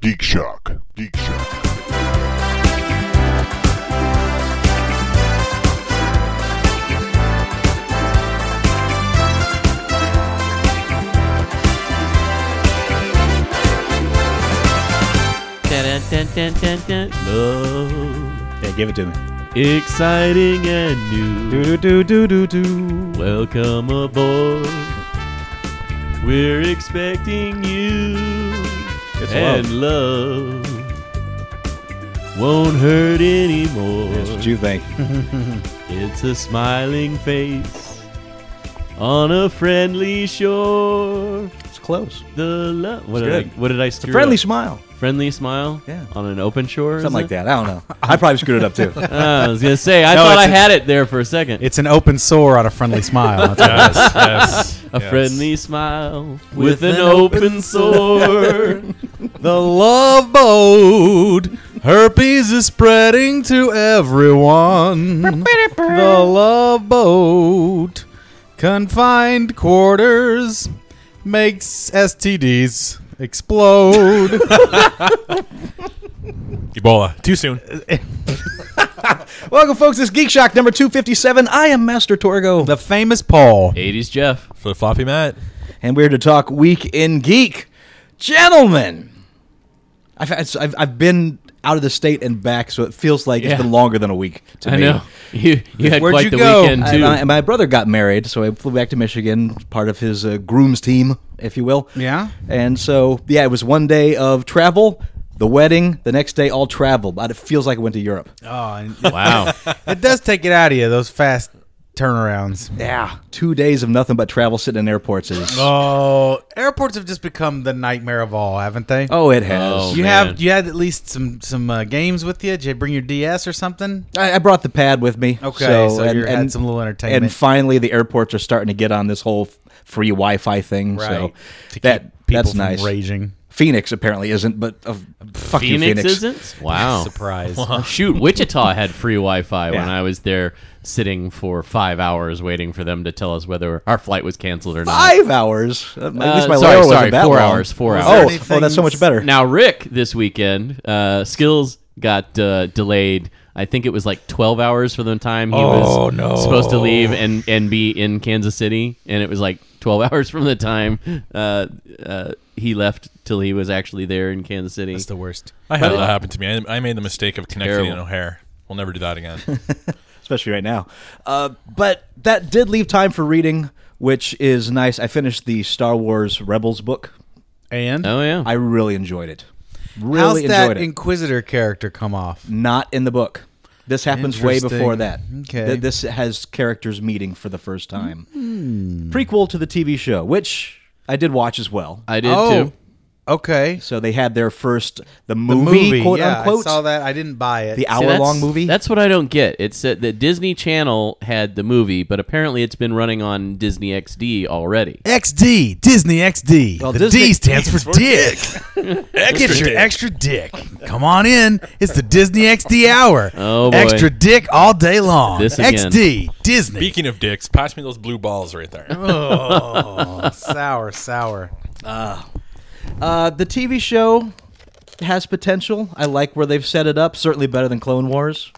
Geek Shock. Geek Shock. Dun-dun-dun-dun-dun-dun. No. Yeah, give it to me. Exciting and new. Do do do do do. Welcome aboard. We're expecting you. It's and love. won't hurt anymore. That's what you think. It's a smiling face on a friendly shore. It's close. The love. What, It's did I- good. what did I screw Friendly up? smile. friendly smile? Yeah. On an open shore? is Something it? like that. I don't know. I probably screwed it up too. Ah, I was gonna say I No, thought I it's a- had it there for a second. It's an open sore on a friendly smile. That's what it is. a yes. friendly smile with, an, open sword. the love boat. Herpes is spreading to everyone. the love boat. Confined quarters makes STDs explode. Ebola. Too soon. Welcome, folks. This is Geek Shock number 257. I am Master Torgo, the famous Paul. 80s Jeff. Flip floppy Matt. and we're here to talk Week in Geek. Gentlemen, I've, had- I've, I've been out of the state and back, so it feels like Yeah. it's been longer than a week to I me. know you. You had Where'd quite you the go? weekend I- too. my, my brother got married, so I flew back to Michigan, part of his uh, groom's team, if you will. Yeah. And so, yeah, it was one day of travel, the wedding, the next day all travel. But it feels like I went to Europe. Oh, and wow. it does take it out of you, those fast turnarounds. Yeah, two days of nothing but travel, sitting in airports is. Oh, Oh, airports have just become the nightmare of all, haven't they? it has. Oh. you man. have you had at least some some uh, games with you. Did you bring your DS or something? I, I brought the pad with me. Okay, so you're- had some little entertainment. And finally, the airports are starting to get on this whole f- free Wi-Fi thing. So To that keep people that's from nice. Raging. Phoenix apparently isn't, but uh, fuck you, Phoenix, Phoenix isn't? Oh. Wow. Surprise. Shoot, Wichita had free Wi-Fi when Yeah. I was there, sitting for five hours waiting for them to tell us whether our flight was canceled or not. Five hours. Uh, At least my sorry, layover wasn't sorry, that four long. hours, four Oh, hours. Oh, that's so much better. Now Rick this weekend, uh, skills got uh, delayed. I think it was like 12 hours for the time he was supposed to leave and, and be in Kansas City, and it was like 12 hours from the time uh, uh, he left till he was actually there in Kansas City. That's the worst. I had that happen to me. I, I made the mistake of connecting terrible. in O'Hare. We'll never do that again. especially right now. Uh, but that did leave time for reading, which is nice. I finished the Star Wars Rebels book. And oh yeah, I really enjoyed it. Really how's enjoyed that it. Inquisitor character come off? Not in the book. This happens way Interesting. before that. Okay. Th- this has characters meeting for the first time. Hmm. Prequel to the TV show, which I did watch as well. I did oh, too. okay. So they had their first the The movie, quote yeah, unquote, I saw that. I didn't buy it. the See, hour long that's- movie. That's what I don't get. It said that Disney Channel had the movie, but apparently it's been running on Disney XD already. XD Disney XD. Well, Disney- stands for dick. Get your dick. extra dick. Come on in. It's the Disney XD hour. Oh, boy. dick all day long. This again. Disney. Speaking of dicks, pass me those blue balls right there. oh, sour, sour. Uh, the TV show has potential. I like where they've set it up. Certainly better than Clone Wars.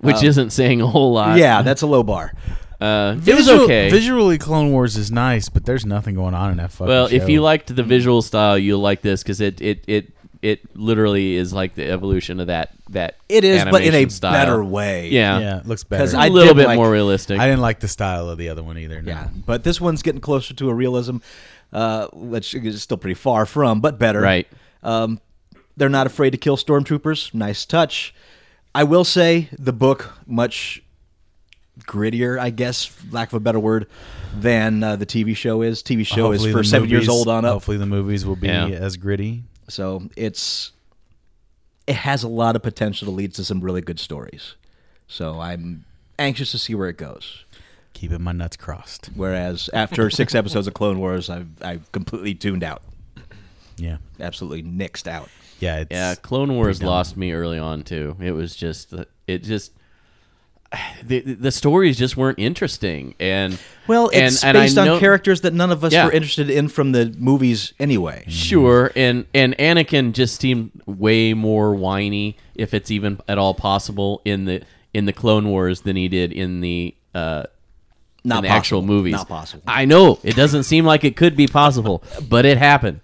which isn't saying a whole lot. yeah, that's a low bar. uh, it was okay. Visually, Clone Wars is nice, but there's nothing going on in that fucking well, if show. you liked Mm-hmm. the visual style, you'll like this because it it it it literally is like the evolution of that that It is, but in a animation style. better way. Yeah, yeah, it looks 'Cause better. a I little did bit like- more realistic. I didn't like the style of the other one either. no. yeah. But this one's getting closer to a realism, uh, which is still pretty far from, but better. Right. Um, they're not afraid to kill stormtroopers. Nice touch. I will say the book much grittier, I guess, for lack of a better word, than uh, the TV show is. TV show Hopefully is for the seven years movies- old on up. Hopefully, the movies will be Yeah. as gritty. So it's it has a lot of potential to lead to some really good stories. So I'm anxious to see where it goes. Keeping my nuts crossed. Whereas after six episodes of Clone Wars, I've I've completely tuned out, Yeah, absolutely nixed out. yeah, it's, yeah, Clone Wars lost me early on too. It was just it just the the stories just weren't interesting. And Well, it's and, based and I on know- characters that none of us Yeah. were interested in from the movies anyway. Sure, and and Anakin just seemed way more whiny, if it's even at all possible, in the in the Clone Wars than he did in the uh, in Not the possible. actual movies. Not possible. I know it doesn't seem like it could be possible, but it happened.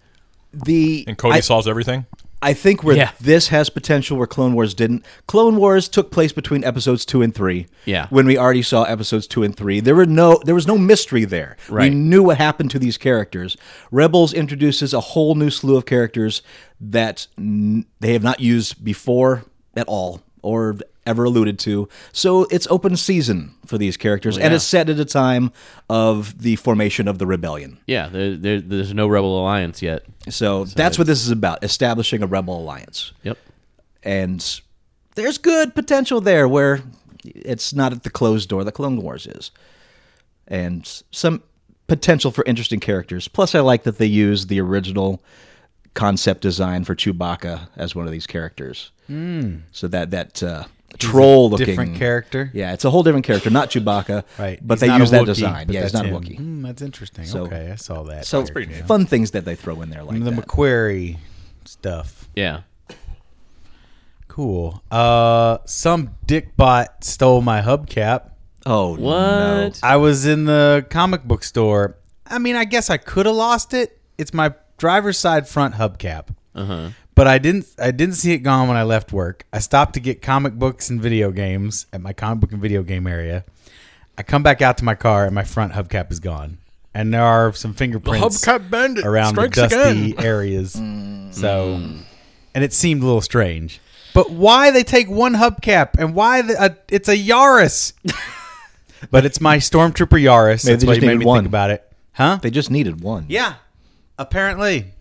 The And Cody I, solves everything. I think where Yeah. this has potential where Clone Wars didn't. Clone Wars took place between episodes 2 and 3. Yeah. When we already saw episodes 2 and 3, there were no there was no mystery there. Right. We knew what happened to these characters. Rebels introduces a whole new slew of characters that n- they have not used before at all or ever alluded to. So it's open season for these characters and it's set at a time of the formation of the rebellion. Yeah, there, there, there's no Rebel Alliance yet. So, that's what this is about, establishing a rebel alliance Yep. and there's good potential there where it's not at the closed door that Clone Wars is, and some potential for interesting characters. Plus, I like that they use the original concept design for Chewbacca as one of these characters. So that that uh, troll looking Hmm. Different character. Yeah, it's a whole different character, not Chewbacca. Right. but He's they not use a that Wookiee, design. but Yeah, he's that's not a him. Wookiee. Mm, that's interesting. okay, I saw that. So That's pretty neat. fun things that they throw in there like The that. McQuarrie stuff. Yeah. Cool. Uh, some dickbot stole my hubcap. oh no! What? I was in the comic book store. I mean, I guess I could have lost it. It's my driver's side front hubcap. Uh-huh. But I didn't. I didn't see it gone when I left work. I stopped to get comic books and video games at my comic book and video game area. I come back out to my car and my front hubcap is gone, and there are some fingerprints hubcap bandit around the strikes dusty areas. So, and it seemed a little strange. But why they take one hubcap and why the, uh, it's a Yaris? but it's my Stormtrooper Yaris. Maybe That's they why just you made needed me one. think about it, huh? They just needed one. yeah, apparently,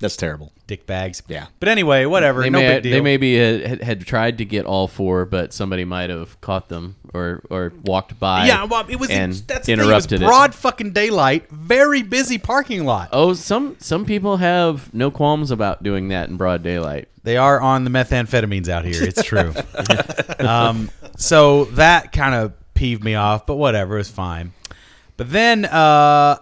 that's terrible. dick bags. Yeah. But anyway, whatever. They no may big deal. they maybe had, had tried to get all four, but somebody might have caught them or or walked by. yeah, well, it was and that's the thing, interrupted it it. was broad fucking daylight, very busy parking lot. Oh, some some people have no qualms about doing that in broad daylight. They are on the methamphetamines out here. It's true. um, so that kind of peeved me off, but whatever, it was fine. But then uh,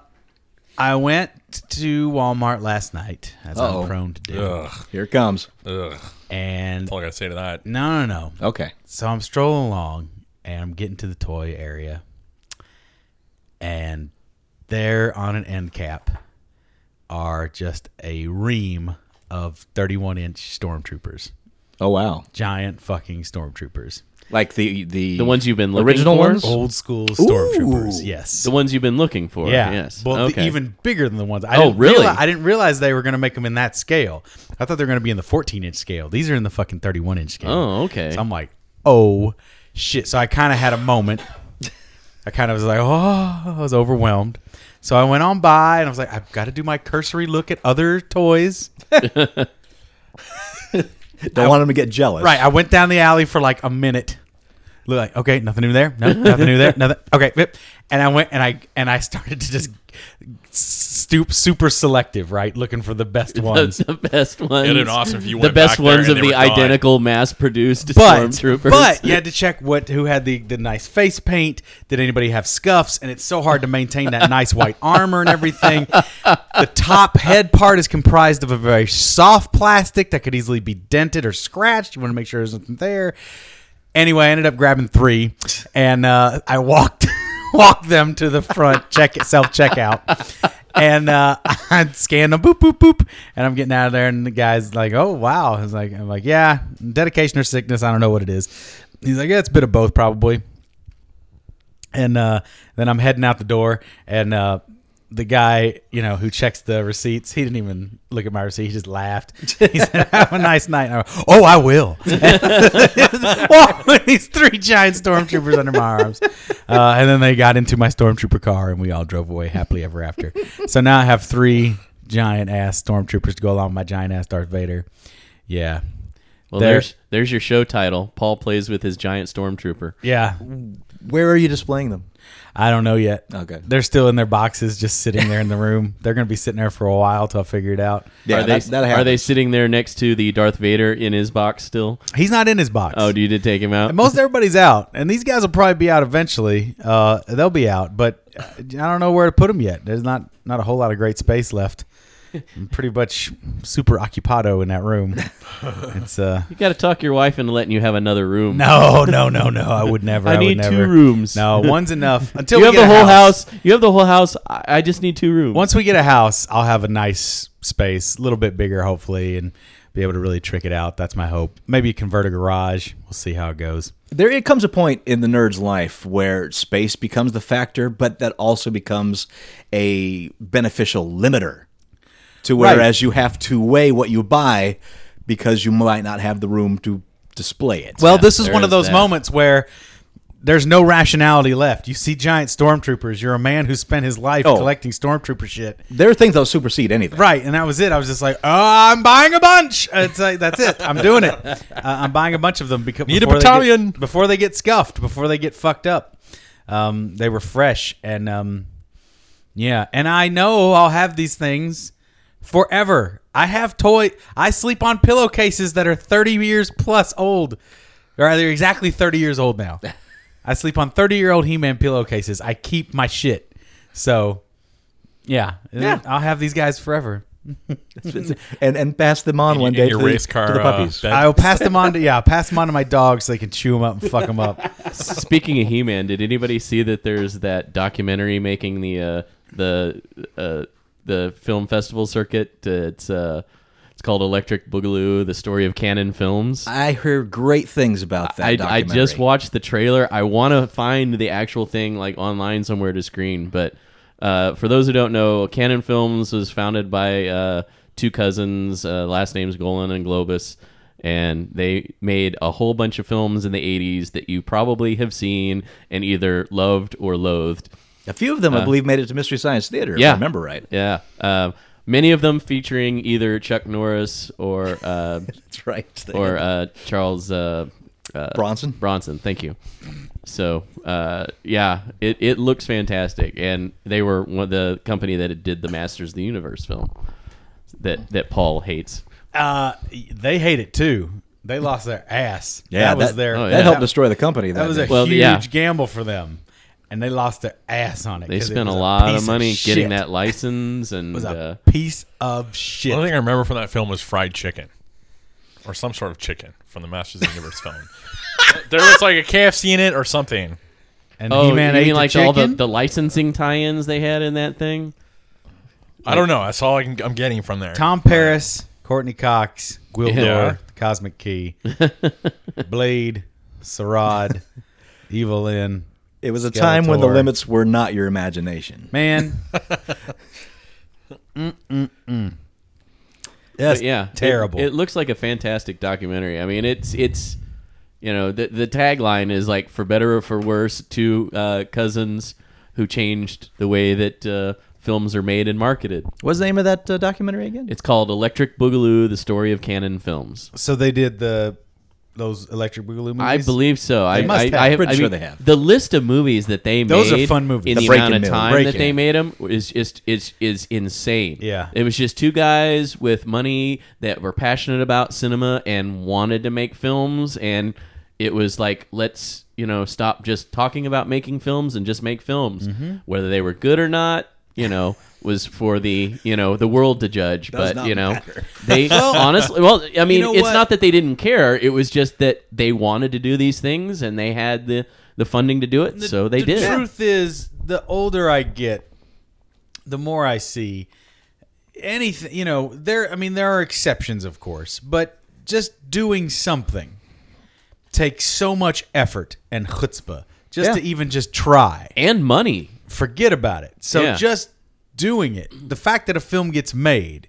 I went to Walmart last night, as Uh-oh. I'm prone to do. Ugh, Here it comes. ugh. That's And all I gotta say to that. no, no, no. Okay. So I'm strolling along and I'm getting to the toy area. And there on an end cap are just a ream of 31 inch stormtroopers. Oh wow. giant fucking stormtroopers. Like the the The ones you've been looking original for? ones. Old school stormtroopers. Yes. The ones you've been looking for. yeah. Yes. Well, the- okay. even bigger than the ones. I Oh, didn't really? reali- I didn't realize they were going to make them in that scale. I thought they were going to be in the 14 inch scale. These are in the fucking 31 inch scale. Oh, okay. So I'm like, oh shit. So I kind of had a moment. I kind of was like, oh, I was overwhelmed. So I went on by and I was like, I've got to do my cursory look at other toys. Don't want them to get jealous. Right. I went down the alley for like a minute. Look Like, okay, nothing new there. No, nothing new there. Nothing. Okay. yep. And I went and I and I started to just stoop super selective, right? Looking for the best ones. the, the best ones. It'd have been awesome if you the went best back there ones and of they the were gone. identical mass-produced But, stormtroopers. but you had to check what who had the, the nice face paint. Did anybody have scuffs? And it's so hard to maintain that nice white armor and everything. The top head part is comprised of a very soft plastic that could easily be dented or scratched. You want to make sure there's nothing there. Anyway, I ended up grabbing three, and uh, I walked walked them to the front check self checkout, and uh, I scanned them, boop boop boop, and I'm getting out of there, and the guy's like, "Oh wow," I was like, "I'm like, yeah, dedication or sickness, I don't know what it is." He's like, "Yeah, it's a bit of both, probably." And uh, then I'm heading out the door, and uh, the guy, you know, who checks the receipts, he didn't even look at my receipt. He just laughed. He said, "Have a nice night." And I went, "Oh, I will." Walk with these three giant stormtroopers under my arms, uh, and then they got into my stormtrooper car, and we all drove away happily ever after. So now I have three giant ass stormtroopers to go along with my giant ass Darth Vader. Yeah, well, there- there's there's your show title. Paul plays with his giant stormtrooper. yeah. Where are you displaying them? I don't know yet. Okay. They're still in their boxes, just sitting there in the room. They're going to be sitting there for a while till I figure it out. Yeah, are they that, are that they happens. sitting there next to the Darth Vader in his box still? He's not in his box. Oh, you did take him out. And most everybody's out, and these guys will probably be out eventually. Uh, they'll be out, but I don't know where to put them yet. There's not not a whole lot of great space left. I'm pretty much super occupado in that room. It's uh you got to talk your wife into letting you have another room. no, no, no, no. I would never. I I, would need two never. rooms. No, one's enough. Until you we have get the a whole house. You have the whole house. I, I just need two rooms. Once we get a house, I'll have a nice space, a little bit bigger, hopefully, and be able to really trick it out. That's my hope. Maybe convert a garage. We'll see how it goes. there it comes a point in the nerd's life where space becomes the factor, but that also becomes a beneficial limiter. To Right. whereas you have to weigh what you buy because you might not have the room to display it. Well, this is there one of is those that. moments where there's no rationality left. You see giant stormtroopers. You're a man who spent his life Oh. collecting stormtrooper shit. there are things that'll supersede anything. Right, and that was it. I was just like, oh, I'm buying a bunch. It's like that's it. I'm doing it. Uh, I'm buying a bunch of them because Need a before they battalion. get, before they get scuffed, before they get fucked up. Um, they were fresh, and um, yeah, and I know I'll have these things forever. I have toy. I sleep on pillowcases that are 30 years plus old, or they're exactly 30 years old now. I sleep on 30 year old He-Man pillowcases. I keep my shit. So, yeah, Yeah. I'll have these guys forever. and and pass them on In- one in day your to, the- race car, to the uh, puppies. that- I'll pass them on to yeah, I'll pass them on to my dogs so they can chew them up and fuck them up. Speaking of He-Man, did anybody see that there's that documentary making the uh, the uh, the film festival circuit? Uh, it's uh, it's called Electric Boogaloo: The Story of Canon Films. I hear great things about that. I, I just documentary. watched the trailer. I want to find the actual thing like online somewhere to screen. But uh, for those who don't know, Canon Films was founded by uh, two cousins. Uh, last names Golan and Globus, and they made a whole bunch of films in the '80s that you probably have seen and either loved or loathed. a few of them. I believe made it to Mystery Science Theater. if yeah. I remember right. Yeah. Um, many of them featuring either Chuck Norris or uh, That's right. or uh, Charles uh, uh, Bronson? Bronson, thank you. So uh, yeah, it, it looks fantastic, and they were one of the company that did the Masters of the Universe film that that Paul hates. Uh, they hate it too. They lost their ass. yeah, that was their oh, yeah. that helped destroy the company. That, That was a day. Well, huge yeah. gamble for them, and they lost their ass on it. They 'cause it spent a was lot piece of money shit. getting that license, and It was uh, a piece of shit. The only thing I remember from that film was fried chicken, or some sort of chicken from the Masters of the Universe film. There was like a KFC in it or something. and oh, He-Man you ate mean like all the, chicken? the licensing tie-ins they had in that thing? I don't know. That's all I can, I'm getting from there. Tom Paris, Courtney Cox, Gwildor, Yeah. Cosmic Key, Blade, Sarad, Evil Lyn. It was a time when the Skeletor. limits were not your imagination. Man. Yes, But yeah, it- terrible. It, looks like a fantastic documentary. I mean, it's it's you know the the tagline is like for better or for worse, two uh, cousins who changed the way that uh, films are made and marketed. What's the name of that uh, documentary again? It's called Electric Boogaloo: The Story of Canon Films. so they did the those electric boogaloo movies. I believe so. I must I, have. I, Pretty I sure mean, they have. the list of movies that they Those are made. fun movies. In The the, Breaking amount of Mill. time that Breaking. they made them is just is is insane. Yeah. it was just two guys with money that were passionate about cinema and wanted to make films, and it was like let's you know stop just talking about making films and just make films, Mm-hmm. whether they were good or not. You know, was for the you know the world to judge, but not you know they honestly. Well, I mean, know it's what? not that that they didn't care. It was just that they wanted to do these things and they had the, the funding to do it, so they the did. truth is, the older I get, the more I see anything. You know, there. I mean, there are exceptions, of course, but just doing something takes so much effort and chutzpah just Yeah. to even just try. And money. forget about it. So Yeah. just doing it, the fact that a film gets made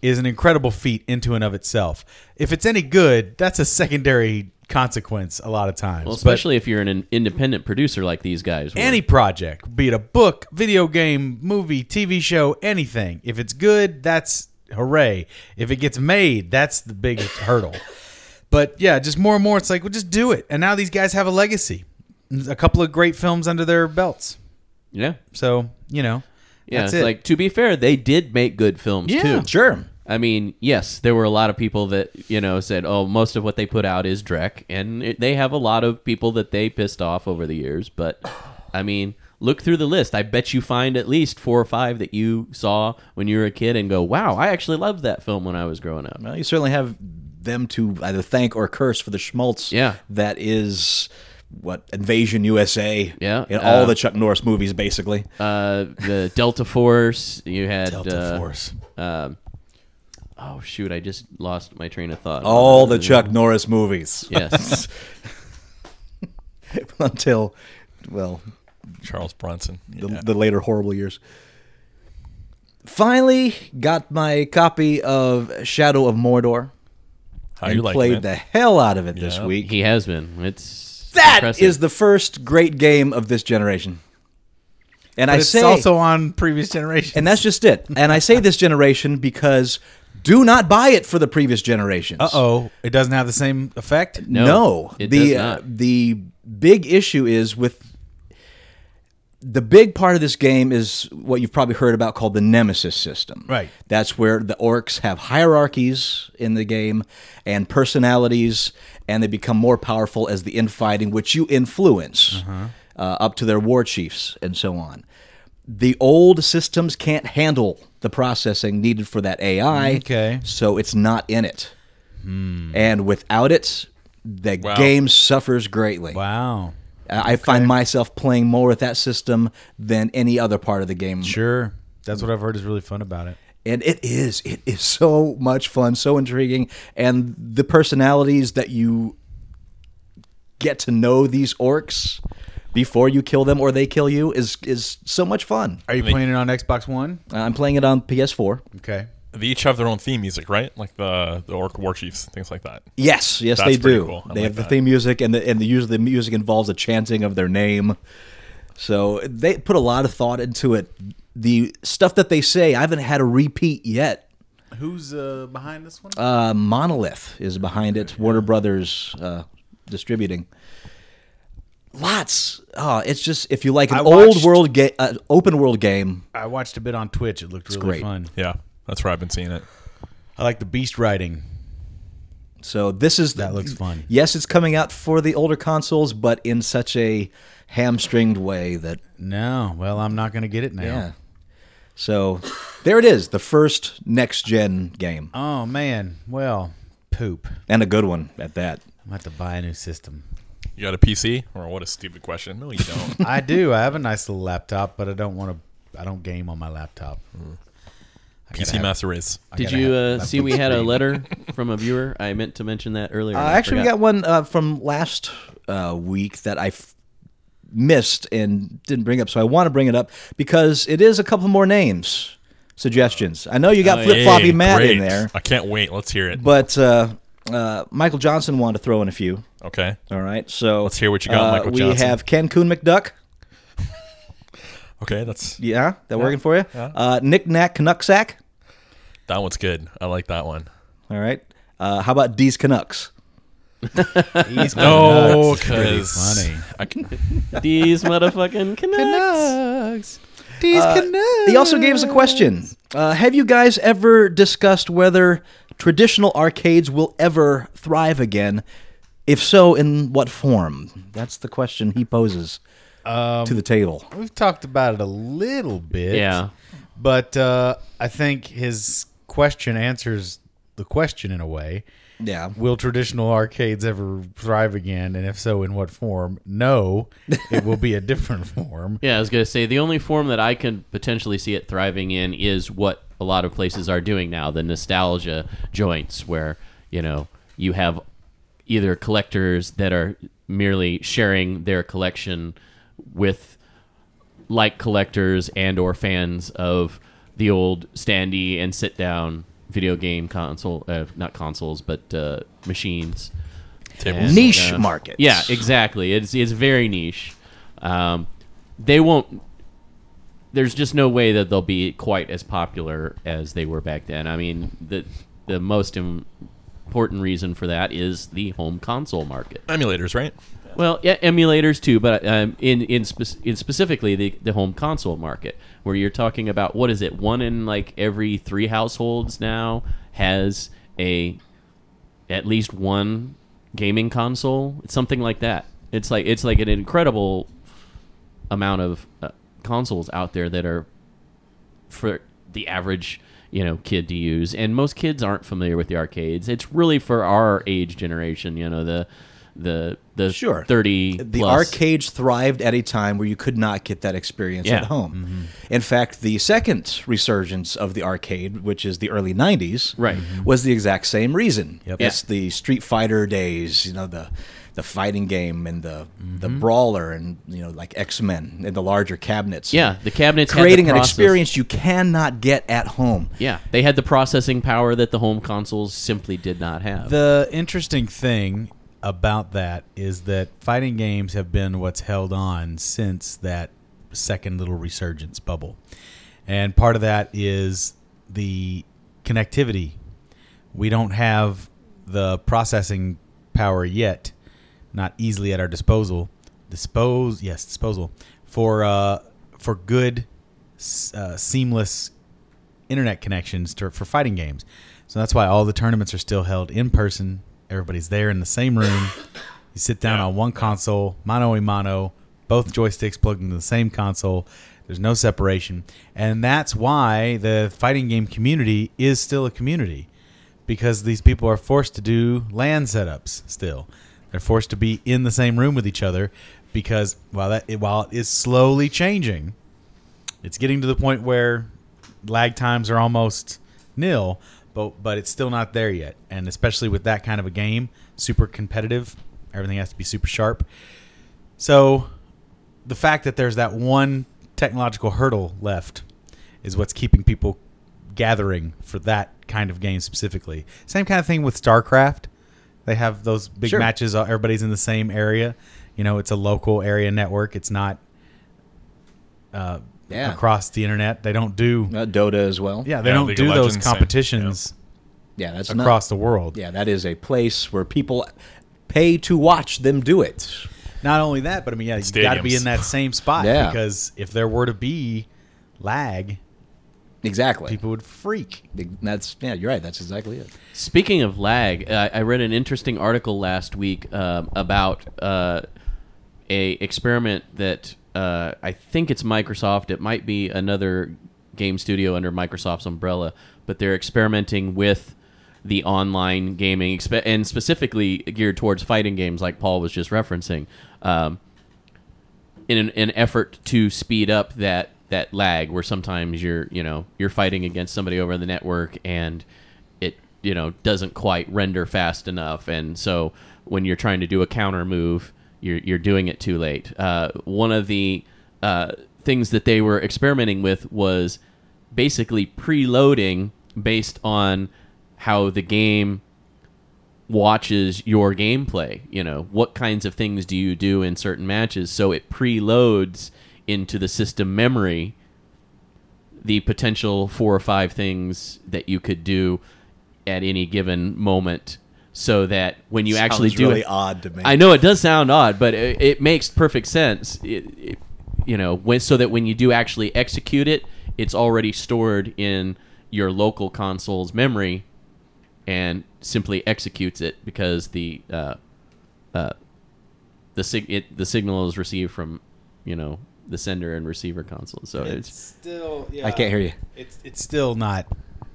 is an incredible feat into and of itself. If it's any good, that's a secondary consequence a lot of times. Well, But especially if you're an, an independent producer like these guys were. any project, be it a book, video game, movie, TV show, anything, if it's good, that's hooray. If it gets made, that's the big hurdle. But yeah, just more and more, it's like, well, just do it. And now these guys have a legacy. a couple of great films under their belts. Yeah. So you know, Yeah, that's it's it. like to be fair, they did make good films Yeah. too. Sure. I mean, yes, there were a lot of people that you know said, "Oh, most of what they put out is Drek," and it, they have a lot of people that they pissed off over the years. But I mean, look through the list. I bet you find at least four or five that you saw when you were a kid and go, "Wow, I actually loved that film when I was growing up." Well, you certainly have them to either thank or curse for the schmaltz. Yeah. That is what Invasion USA. Yeah, In all uh, the Chuck Norris movies, basically. Uh, the Delta Force. You had Delta uh, Force. Oh shoot, I just lost my train of thought. all the Chuck Norris movies. Yes. Until, well, Charles Bronson. the, Yeah. the later horrible years. Finally, got my copy of Shadow of Mordor. How and you like played it? the hell out of it this Yeah. week. he has been. It's That is impressive. the first great game of this generation. And I But it's say also on previous generations. and that's just it. And I say this generation because do not buy it for the previous generations. uh oh, it doesn't have the same effect. No, No, it the does Uh, not. the big issue is with the big part of this game is what you've probably heard about called the nemesis system. Right. That's where the orcs have hierarchies in the game and personalities, and they become more powerful as the infighting, which you influence Uh-huh. uh, up to their war chiefs and so on. The old systems can't handle the processing needed for that AI, Okay. so it's not in it and without it, the Wow. game suffers greatly. Wow. I I find myself playing more with that system than any other part of the game, Sure. That's what I've heard is really fun about it. and it is it is so much fun, so intriguing, and the personalities that you get to know these orcs before you kill them or they kill you is is so much fun. Are you playing it on Xbox One? I'm playing it on PS4. Okay. They each have their own theme music, right? Like the the Orc War Chiefs, things like that. Yes, yes, That's they pretty do. cool. They I like have the that. theme music, and the, and the, usually the music involves a chanting of their name. So they put a lot of thought into it. The stuff that they say, I haven't had a repeat yet. Who's uh, behind this one? Uh, Monolith is behind it. Warner Brothers uh, distributing. Lots. Oh, it's just if you like an I old watched- world game, uh, open world game. I watched a bit on Twitch. It looked really great. fun. Yeah, that's where I've been seeing it. I like the beast riding. So this is That looks fun. Yes, it's coming out for the older consoles, but in such a hamstringed way that No, well, I'm not going to get it now. Yeah. So there it is, the first next gen game. Oh man, well, poop. I'm And a good one at that. gonna have to buy a new system. You got a PC? Or what a stupid question. No, you don't. I do. I have a nice little laptop, but I don't want to. I don't game on my laptop. I gotta PC have- Master Race. I Did gotta you have- uh, see we had a letter from a viewer? I meant to mention that earlier. Uh, and I actually, we forgot. got one uh, from last uh, week that I f- missed and didn't bring up. So I want to bring it up because it is a couple more names, suggestions. I know you got flip floppy Hey, Matt great. in there, I can't wait. Let's hear it. but uh, uh, Michael Johnson wanted to throw in a few. Okay. All right. So uh, Let's hear what you got, Michael we Johnson. have Ken Coon McDuck. Okay, that's Yeah, that working for you? Uh, Nick Nack Canucksack. that one's good. I like that one. All right. Uh, how about D's Canucks? He's No, nuts. It's pretty because funny. these motherfucking Canucks. These Uh, He also gave us a question. Uh, have you guys ever discussed whether traditional arcades will ever thrive again? If so, in what form? That's the question he poses to the table. We've talked about it a little bit. Yeah. But uh, I think his question answers the question in a way. Yeah. Will traditional arcades ever thrive again? And if so, in what form? No, it will be a different form. Yeah, I was gonna say the only form that I can potentially see it thriving in is what a lot of places are doing now, the nostalgia joints, where you know you have either collectors that are merely sharing their collection with like collectors and or fans of the old standy and sit down video game console, uh, not consoles, but uh, machines. tables. And, Niche uh, markets. yeah, exactly. It's it's very niche. Um, they won't. There's just no way that they'll be quite as popular as they were back then. I mean, the the most im- important reason for that is the home console market. emulators, right? Well, yeah, emulators too, but um, in in, spec- in specifically the, the home console market, where you're talking about what is it? One in like every three households now has a at least one gaming console. It's something like that. It's like it's like an incredible amount of uh, consoles out there that are for the average you know kid to use and most kids aren't familiar with the arcades it's really for our age generation you know the the the Sure. 30 The plus. arcades thrived at a time where you could not get that experience Yeah. Mm-hmm. at home. In fact, the second resurgence of the arcade, which is the early 90s, Right. Mhm. was the exact same reason. Yep. It's the Street Fighter days, you know, the the fighting game and the the Mm-hmm. brawler and you know like X-Men and the larger cabinets. yeah the cabinets had the Creating an process- experience you cannot get at home. yeah they had the processing power that the home consoles simply did not have The interesting thing about that is that fighting games have been what's held on since that second little resurgence bubble. And part of that is the connectivity. We don't have the processing power yet, not easily at our disposal. Dispose, yes, disposal for uh, for good, s- uh, seamless internet connections to, for fighting games. So that's why all the tournaments are still held in person. Everybody's there in the same room. You sit down on one console, mano a mano, both joysticks plugged into the same console. There's no separation. And that's why the fighting game community is still a community because these people are forced to do land setups still. They're forced to be in the same room with each other because while that while it is slowly changing, it's getting to the point where lag times are almost nil, but but it's still not there yet. And especially with that kind of a game, super competitive, everything has to be super sharp. So the fact that there's that one technological hurdle left is what's keeping people gathering for that kind of game specifically. Same kind of thing with StarCraft. They have those big Sure. matches. uh, Everybody's in the same area. You know, it's a local area network. It's not uh, Yeah. across the internet. They don't do Uh, Dota as well. yeah, they Yeah, don't League do of those Legends, same. competitions Yeah, that's not across the world. Yeah, that is a place where people pay to watch them do it. Not only that, but I mean, yeah, you got to be Stadiums. in that same spot Yeah. because if there were to be lag, Exactly. people would freak. That's yeah, you're right. That's exactly it. Speaking of lag, uh, I read an interesting article last week um, about uh, a experiment that uh, I think it's Microsoft. It might be another game studio under Microsoft's umbrella, but they're experimenting with the online gaming, expe- and specifically geared towards fighting games, like Paul was just referencing. Um, in an, an effort to speed up that that lag where sometimes you're you know you're fighting against somebody over the network and it you know doesn't quite render fast enough and so when you're trying to do a counter move you're you're doing it too late uh, one of the uh, things that they were experimenting with was basically preloading based on how the game watches your gameplay. You know, what kinds of things do you do in certain matches? So it preloads into the system memory the potential four or five things that you could do at any given moment so that when you actually Sounds do really it odd to me. I know it does sound odd, but it, it makes perfect sense. It, it, you know, when, so that when you do actually execute it, it's already stored in your local console's memory, and simply executes it because the uh, uh, the sig- it, the signal is received from you know the sender and receiver console. So it's still, yeah, I can't hear you. It's it's still not.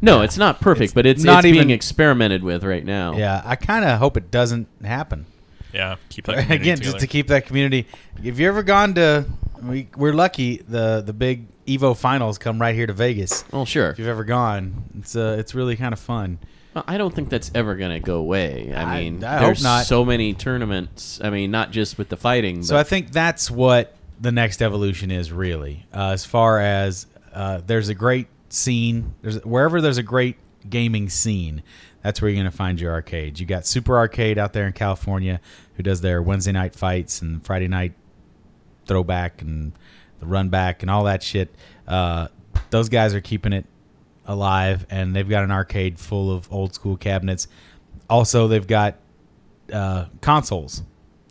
no, it's not perfect, It's but it's not it's even- being experimented with right now. Yeah, I kind of hope it doesn't happen. Yeah, keep that community Again, just together. to keep that community. If you ever gone to, we, we're lucky the the big Evo finals come right here to Vegas. Oh, Well, sure. If you've ever gone, it's uh, it's really kind of fun. Well, I don't think that's ever going to go away. I I- mean, I hope there's not. so many tournaments. I mean, not just with the fighting. So but I think that's what the next evolution is really, uh, as far as uh, there's a great scene. There's wherever there's a great gaming scene, that's where you're going to find your arcades. You got Super Arcade out there in California, who does their Wednesday night fights and Friday night throwback and the run back and all that shit. Uh, those guys are keeping it alive, and they've got an arcade full of old school cabinets. Also, they've got uh, consoles.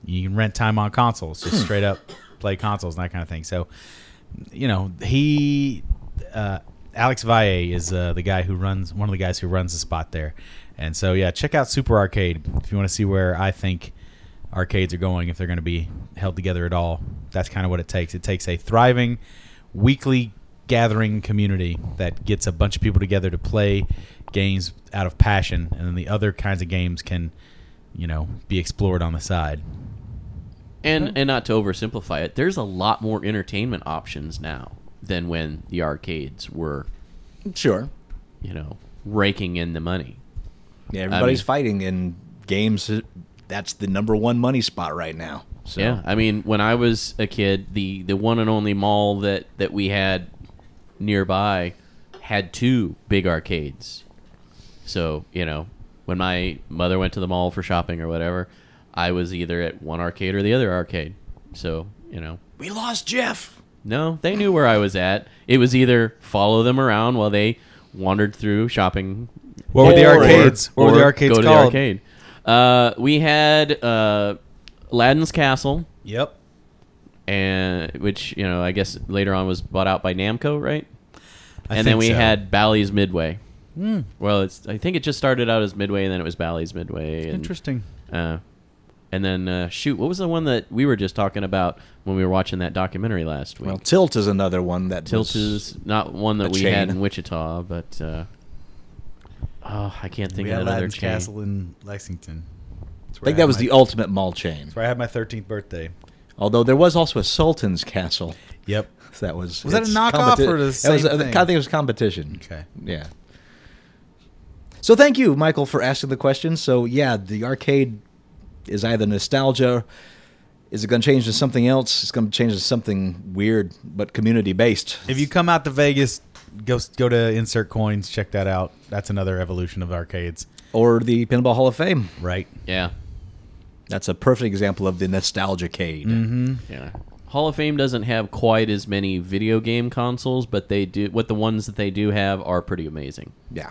You can rent time on consoles, just straight up play consoles and that kind of thing. So, you know, he, uh, Alex Valle is uh, the guy who runs one of the guys who runs the spot there, and so yeah, check out Super Arcade if you want to see where I think arcades are going if they're going to be held together at all. That's kind of what it takes. It takes a thriving weekly gathering community that gets a bunch of people together to play games out of passion, and then the other kinds of games can, you know, be explored on the side. And and not to oversimplify it, there's a lot more entertainment options now than when the arcades were, Sure. you know, raking in the money. Yeah, everybody's mean- fighting in games. That's the number one money spot right now. So Yeah, I mean, when I was a kid, the the one and only mall that that we had nearby had two big arcades. So you know, when my mother went to the mall for shopping or whatever, I was either at one arcade or the other arcade. So you know, we lost Jeff. no, they knew where I was at. It was either follow them around while they wandered through shopping. What were the or- arcades? What were the or arcades go to called? The arcade. Uh, we had uh, Aladdin's Castle Yep. and which you know I guess later on was bought out by Namco, right? and I think then we so. Hmm. had Bally's Midway. Well, it's I think it just started out as Midway, and then it was Bally's Midway. And, interesting. Uh, and then uh, shoot, what was the one that we were just talking about when we were watching that documentary last week? Well, Tilt is another one that Tilt was- is not one a that we had chain. in Wichita, but uh, oh, I can't think We of had another Aladdin's chain. Castle in Lexington. That's I where think had that was my- the ultimate mall chain. That's where I had my 13th birthday. Although there was also a Sultan's Castle. Yep. So that was Was that a it's knockoff competi- or the that same was, I thing? think it was competition. Okay. Yeah. So thank you, Michael, for asking the question. So yeah, the arcade is either nostalgia, is it going to change to something else? It's going to change to something weird but community based. If you come out to Vegas, go s- go to Insert Coins. Check that out. That's another evolution of arcades. Or the Pinball Hall of Fame. Right. Yeah, That's a perfect example of the nostalgia cade. Mm-hmm. Yeah. Hall of Fame doesn't have quite as many video game consoles, but they do. What the ones that they do have are pretty amazing. Yeah.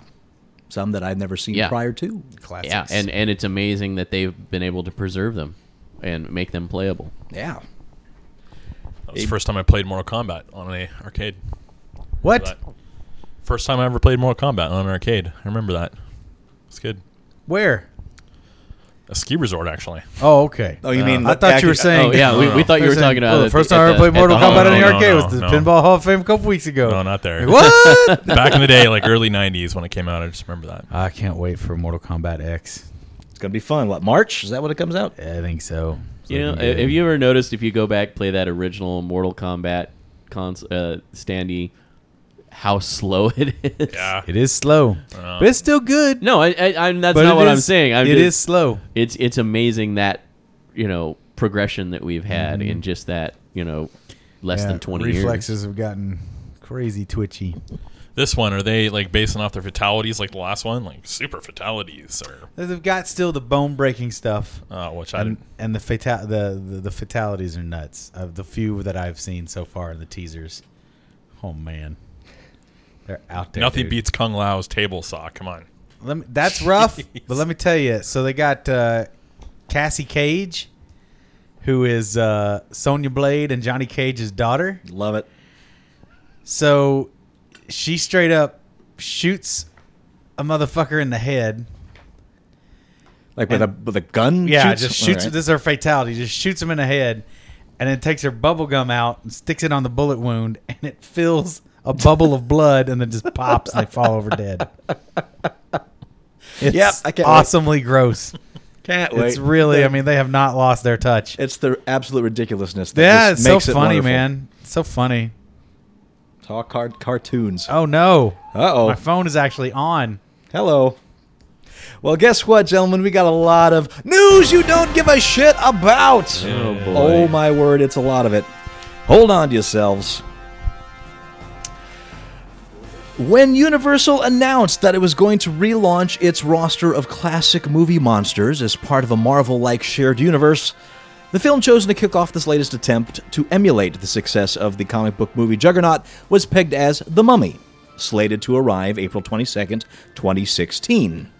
Some that I've never seen Yeah. prior to. Classics. Yeah, and and it's amazing that they've been able to preserve them and make them playable. Yeah. That was the first time I played Mortal Kombat on an arcade. what? But first time I ever played Mortal Kombat on an arcade. I remember that. It's good. Where? A ski resort, actually. Oh, okay. Oh, you mean I the thought you were package- saying. Oh yeah, we, no, we no. thought you were talking about Oh, the at first at time I ever the- played at Mortal the Hall Kombat of in the no, Fame. no, arcade was the no. Pinball Hall of Fame a couple weeks ago. No, not there. What? Back in the day, like early '90s when it came out, I just remember that. I can't wait for Mortal Kombat X. It's going to be fun. What, March? Is that when it comes out? I think so. It's You know, looking good. have you ever noticed if you go back play that original Mortal Kombat cons- uh, standee, how slow it is? Yeah, It is slow, but it's still good. No, I, I, I'm, that's but not it what I'm is- saying. I'm it just, is slow. it's it's amazing that you know progression that we've had in just that you know less Yeah, than 20 reflexes years have gotten crazy twitchy. this one are they like basing off their fatalities, like the last one, like super fatalities, or They've got still the bone breaking stuff, Oh, uh, which I and, didn't. and the, fata- the the the fatalities are nuts. Of the few that I've seen so far in the teasers, oh man, they're out there. Nothing dude. beats Kung Lao's table saw. Come on. Let me, that's rough, Jeez. but let me tell you. So they got uh, Cassie Cage, who is uh, Sonya Blade and Johnny Cage's daughter. Love it. So she straight up shoots a motherfucker in the head. Like with a with a gun? Yeah, shoots? just shoots. All right. This is her fatality. Just shoots him in the head, and then takes her bubble gum out and sticks it on the bullet wound, and it fills a bubble of blood, and then just pops, and they fall over dead. It's Yep, I can't wait. awesomely gross. Can't It's really. I mean, they have not lost their touch. It's the absolute ridiculousness. That yeah, just it's so makes it funny, wonderful. man. It's so funny. Talk hard cartoons. Uh Oh no, oh. my phone is actually on. Hello. Well, guess what, gentlemen? We got a lot of news you don't give a shit about. oh boy Oh my word, it's a lot of it. Hold on to yourselves. When Universal announced that it was going to relaunch its roster of classic movie monsters as part of a Marvel like shared universe, the film chosen to kick off this latest attempt to emulate the success of the comic book movie Juggernaut was pegged as The Mummy, slated to arrive April 22nd, 2016.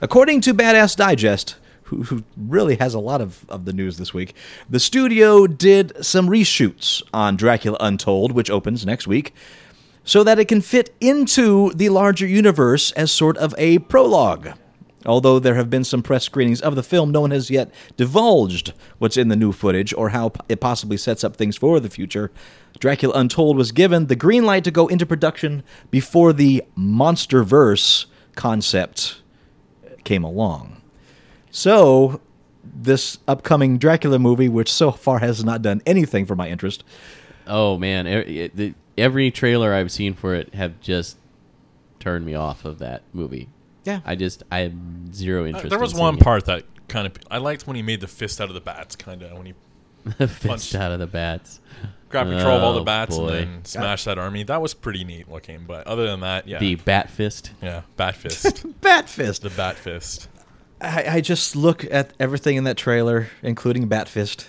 According to Badass Digest, who, who really has a lot of, of the news this week, the studio did some reshoots on Dracula Untold, which opens next week, so that it can fit into the larger universe as sort of a prologue. Although there have been some press screenings of the film, no one has yet divulged what's in the new footage or how it possibly sets up things for the future. Dracula Untold was given the green light to go into production before the MonsterVerse concept came along. So, this upcoming Dracula movie, which so far has not done anything for my interest, Oh man, every, it- the- every trailer I've seen for it have just turned me off of that movie. Yeah. I just I have zero interest. Uh, there was in one seeing part that kind of I liked when he made the fist out of the bats, kind of when he it. fist out of the bats. grabbed control of all the Oh, bats boy. and then smashed that army. That was pretty neat looking. But other than that, yeah, The bat fist. yeah, bat fist, Bat Fist. the bat fist. I, I just look at everything in that trailer, including Batfist.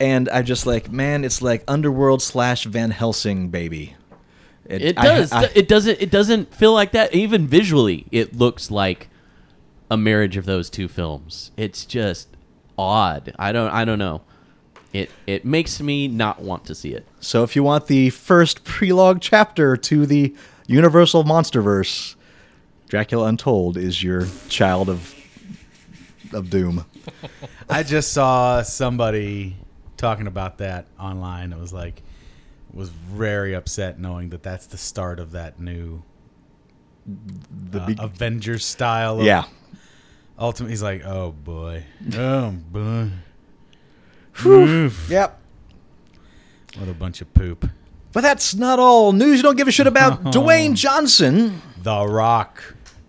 and I just like, man, it's like Underworld slash Van Helsing, baby. It I- does. I- it doesn't. It doesn't feel like that. Even visually, it looks like a marriage of those two films. It's just odd. I don't. I don't know. It it makes me not want to see it. so if you want the first prelogue chapter to the Universal Monsterverse, Dracula Untold is your child of of doom. I just saw somebody talking about that online. It was like, was very upset knowing that that's the start of that new The uh, big, Avengers style. Of yeah. Ultimately, he's like, oh boy, oh boy, Yep. what a bunch of poop. But that's not all news you don't give a shit about. Dwayne Johnson The Rock.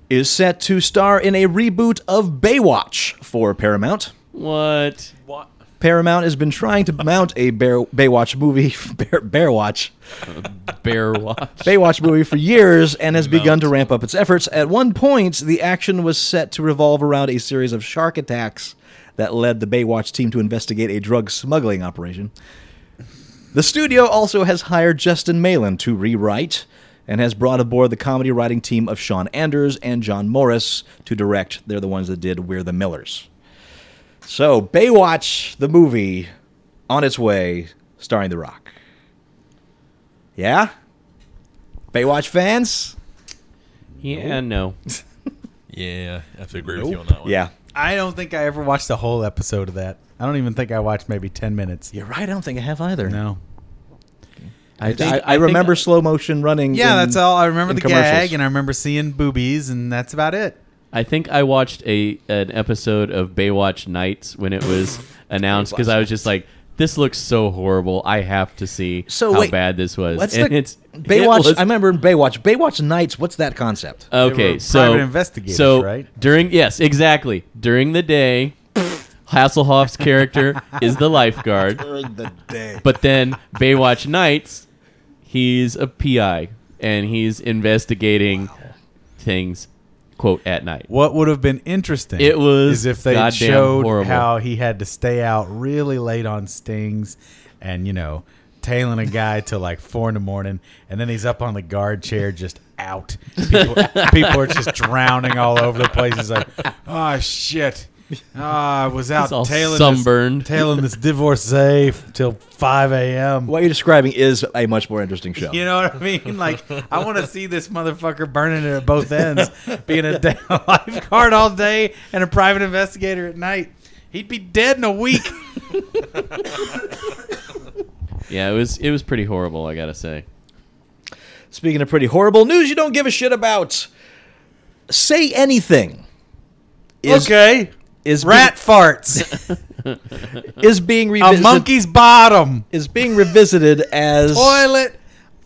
is set to star in a reboot of Baywatch for Paramount. What? What? Paramount has been trying to mount a Bear, Baywatch movie, Bear, Bearwatch, Bear watch. Baywatch movie for years, and has begun to ramp up its efforts. At one point, the action was set to revolve around a series of shark attacks that led the Baywatch team to investigate a drug smuggling operation. The studio also has hired Justin Malin to rewrite, and has brought aboard the comedy writing team of Sean Anders and John Morris to direct. They're the ones that did We're the Millers. So, Baywatch, the movie, on its way, starring The Rock. Yeah? Baywatch fans? Yeah. No. Yeah, I have to agree with you on Nope. that one. Yeah. I don't think I ever watched the whole episode of that. I don't even think I watched maybe 10 minutes. You're right. I don't think I have either. No. I, I, think- I remember think- slow motion running. Yeah, in- that's all. I remember in the commercials. gag, and I remember seeing boobies, and that's about it. I think I watched a an episode of Baywatch Nights when it was announced because I was just like, "This looks so horrible. I have to see So how wait, bad this was." What's And the, it's it Baywatch. was- I remember in Baywatch. Baywatch Nights. What's that concept? okay, were so private investigators, so right? during yes, exactly during the day, Hasselhoff's character is the lifeguard, the day. but then Baywatch Nights, he's a PI and he's investigating things, quote at night. What would have been interesting It was is if they goddamn showed horrible. how he had to stay out really late on stings and, you know, tailing a guy till like four in the morning, and then he's up on the guard chair just out. People, people are just drowning all over the place. He's like, oh, shit. Ah, I was out He's all tailing sunburned. This, tailing this divorcee f- till five a.m. What you're describing is a much more interesting show. You know what I mean? Like, I want to see this motherfucker burning it at both ends, being a day- a lifeguard all day and a private investigator at night. He'd be dead in a week. Yeah, it was it was pretty horrible. I gotta say. Speaking of pretty horrible news, you don't give a shit about. Say anything. Is, okay. Is Rat farts. be- is being a revisited. monkey's bottom. is being revisited as Toilet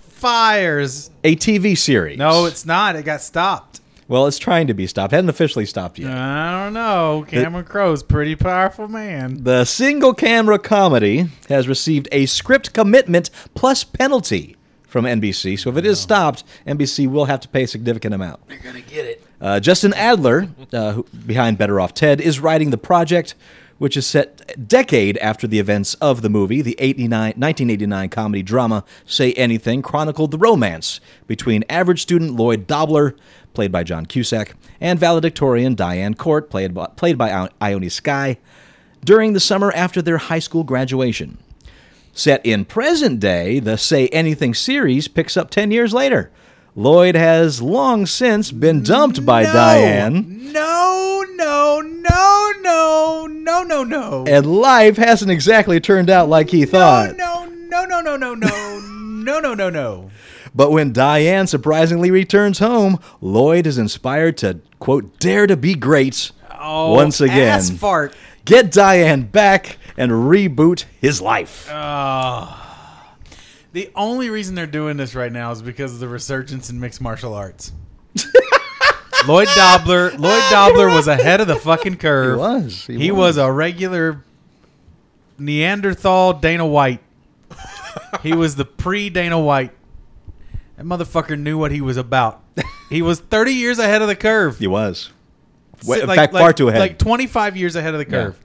fires. a TV series. No, it's not. It got stopped. well, it's trying to be stopped. It hasn't officially stopped yet. I don't know. Cameron Crowe's pretty powerful man. The single camera comedy has received a script commitment plus penalty from NBC. So if it is stopped, NBC will have to pay a significant amount. You're gonna get it. Uh, Justin Adler, uh, who, behind Better Off Ted, is writing the project, which is set a decade after the events of the movie. The 89, 1989 comedy drama Say Anything chronicled the romance between average student Lloyd Dobler, played by John Cusack, and valedictorian Diane Court, played by, played by Ione- Ione Skye, during the summer after their high school graduation. Set in present day, the Say Anything series picks up 10 years later. Lloyd has long since been dumped by no, Diane, No, no, no, no, no, no, no. and life hasn't exactly turned out like he no, thought. no, Oh, no, no, no, no, no, no, no, no, no. But when Diane surprisingly returns home, Lloyd is inspired to, quote, dare to be great Oh, once again. ass fart. Get Diane back and reboot his life. Uh, The only reason they're doing this right now is because of the resurgence in mixed martial arts. Lloyd Dobler, Lloyd Dobler was ahead of the fucking curve. He was. He He, was. a regular Neanderthal Dana White. he was the pre Dana White. That motherfucker knew what he was about. He was 30 years ahead of the curve. he was. Wa- Si- in fact, far too ahead. Like 25 years ahead of the curve.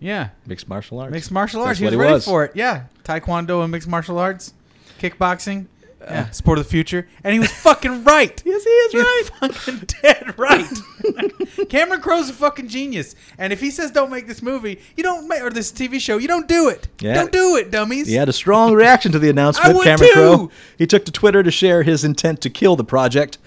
Yeah. mixed martial arts. Mixed martial That's arts. He was what he ready was. for it. Yeah. Taekwondo and mixed martial arts. Kickboxing. Yeah. Sport of the future. And he was fucking right. Uh, Yes, he is He's right. fucking dead right. Cameron Crowe's a fucking genius. And if he says don't make this movie, you don't make or this TV show, you don't do it. Yeah. Don't do it, dummies. He had a strong reaction to the I announcement, would Cameron too. Crowe. He took to Twitter to share his intent to kill the project.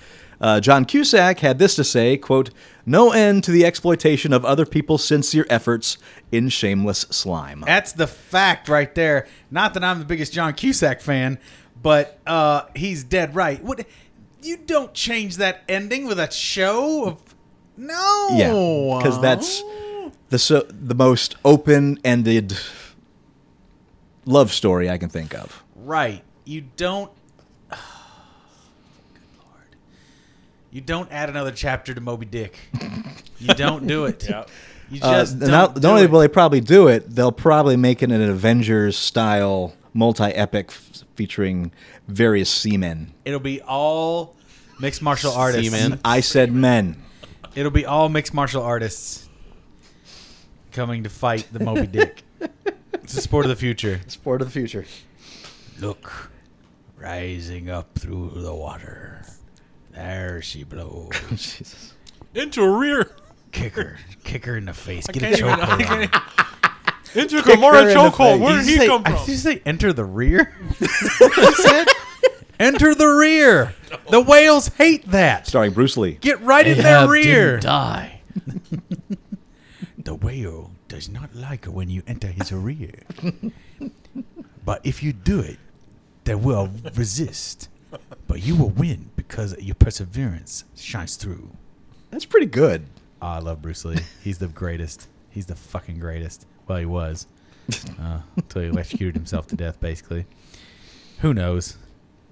Uh, John Cusack had this to say, quote, No end to the exploitation of other people's sincere efforts in shameless slime. That's the fact right there. Not that I'm the biggest John Cusack fan, but uh, he's dead right. What you don't change that ending with a show of no. Yeah, because that's the so, the most open-ended love story I can think of. Right. You don't. Good lord. You don't add another chapter to Moby Dick. you don't do it. Yep. You Uh, just don't. not, do not only it. will they probably do it, they'll probably make it an Avengers-style multi-epic f- featuring various seamen. It'll be all mixed martial artists. Seaman. I said men. It'll be all mixed martial artists coming to fight the Moby Dick. it's the sport of the future. Sport of the future. Look, rising up through the water. There she blows. Jesus. Into a rear. kick her. Kick her in the face. Get can't a choke even- I hold on her. Into a her Gamora in the chokehold. face. Where did you he say- come I- from? Did you say enter the rear? Is that what you said? enter the rear. The whales hate that. Starring Bruce Lee. Get right in their Ahab rear. didn't die. The whale does not like when you enter his rear. but if you do it, they will resist. But you will win because your perseverance shines through. That's pretty good. Oh, I love Bruce Lee. He's the greatest. He's the fucking greatest. Well, he was uh, until he electrocuted himself to death, basically. Who knows?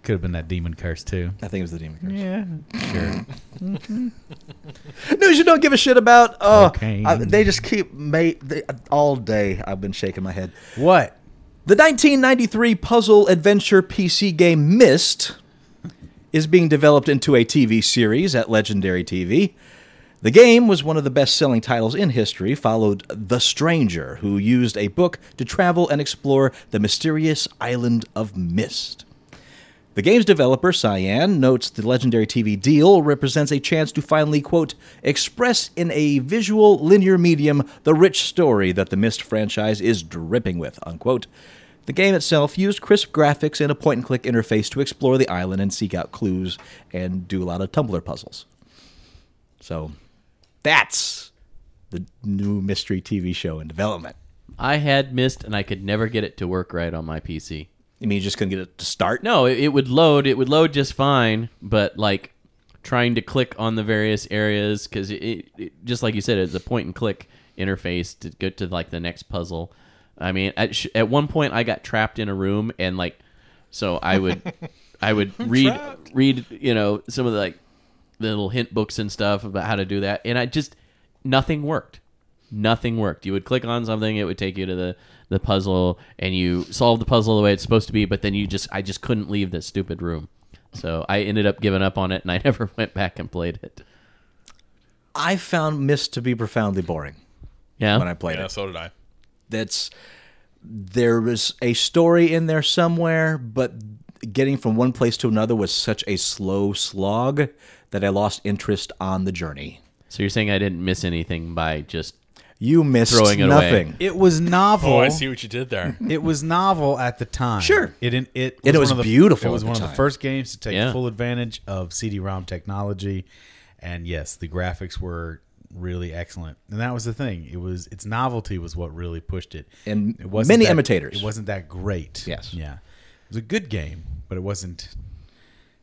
Could have been that demon curse too. I think it was the demon. Curse. Yeah, sure. News you don't give a shit about. Oh, Cocaine. I- they just keep mate they, all day. I've been shaking my head. What? The 1993 puzzle adventure PC game Myst is being developed into a TV series at Legendary TV. The game was one of the best selling titles in history, followed The Stranger, who used a book to travel and explore the mysterious island of Mist. The game's developer, Cyan, notes the Legendary TV deal represents a chance to finally, quote, express in a visual linear medium the rich story that the Myst franchise is dripping with, unquote. The game itself used crisp graphics and a point and click interface to explore the island and seek out clues and do a lot of tumbler puzzles. So that's the new mystery TV show in development. I had missed and I could never get it to work right on my PC. You mean you just couldn't get it to start? No, it, it would load. It would load just fine, but like trying to click on the various areas because it, it, it- just like you said, it's a point and click interface to get to like the next puzzle. I mean, at, sh- at one point I got trapped in a room and like, so I would, I would read read you know some of the like the little hint books and stuff about how to do that, and I just nothing worked nothing worked. You would click on something, it would take you to the the puzzle, and you solve the puzzle the way it's supposed to be. But then you just, I just couldn't leave this stupid room, so I ended up giving up on it, and I never went back and played it. I found Mist to be profoundly boring Yeah. when I played Yeah, it. so did I. That's there was a story in there somewhere, but getting from one place to another was such a slow slog that I lost interest on the journey. so you're saying I didn't miss anything by just You missed Throwing it away. nothing. It was novel. Oh, I see what you did there. It was novel at the time. Sure. It it, it, And it was one of the- beautiful It was at the one of the time. first games to take Yeah. full advantage of CD-ROM technology, and yes, the graphics were really excellent. And that was the thing. It was its novelty was what really pushed it. And it wasn't many that- imitators. It wasn't that great. Yes. Yeah. It was a good game, but it wasn't.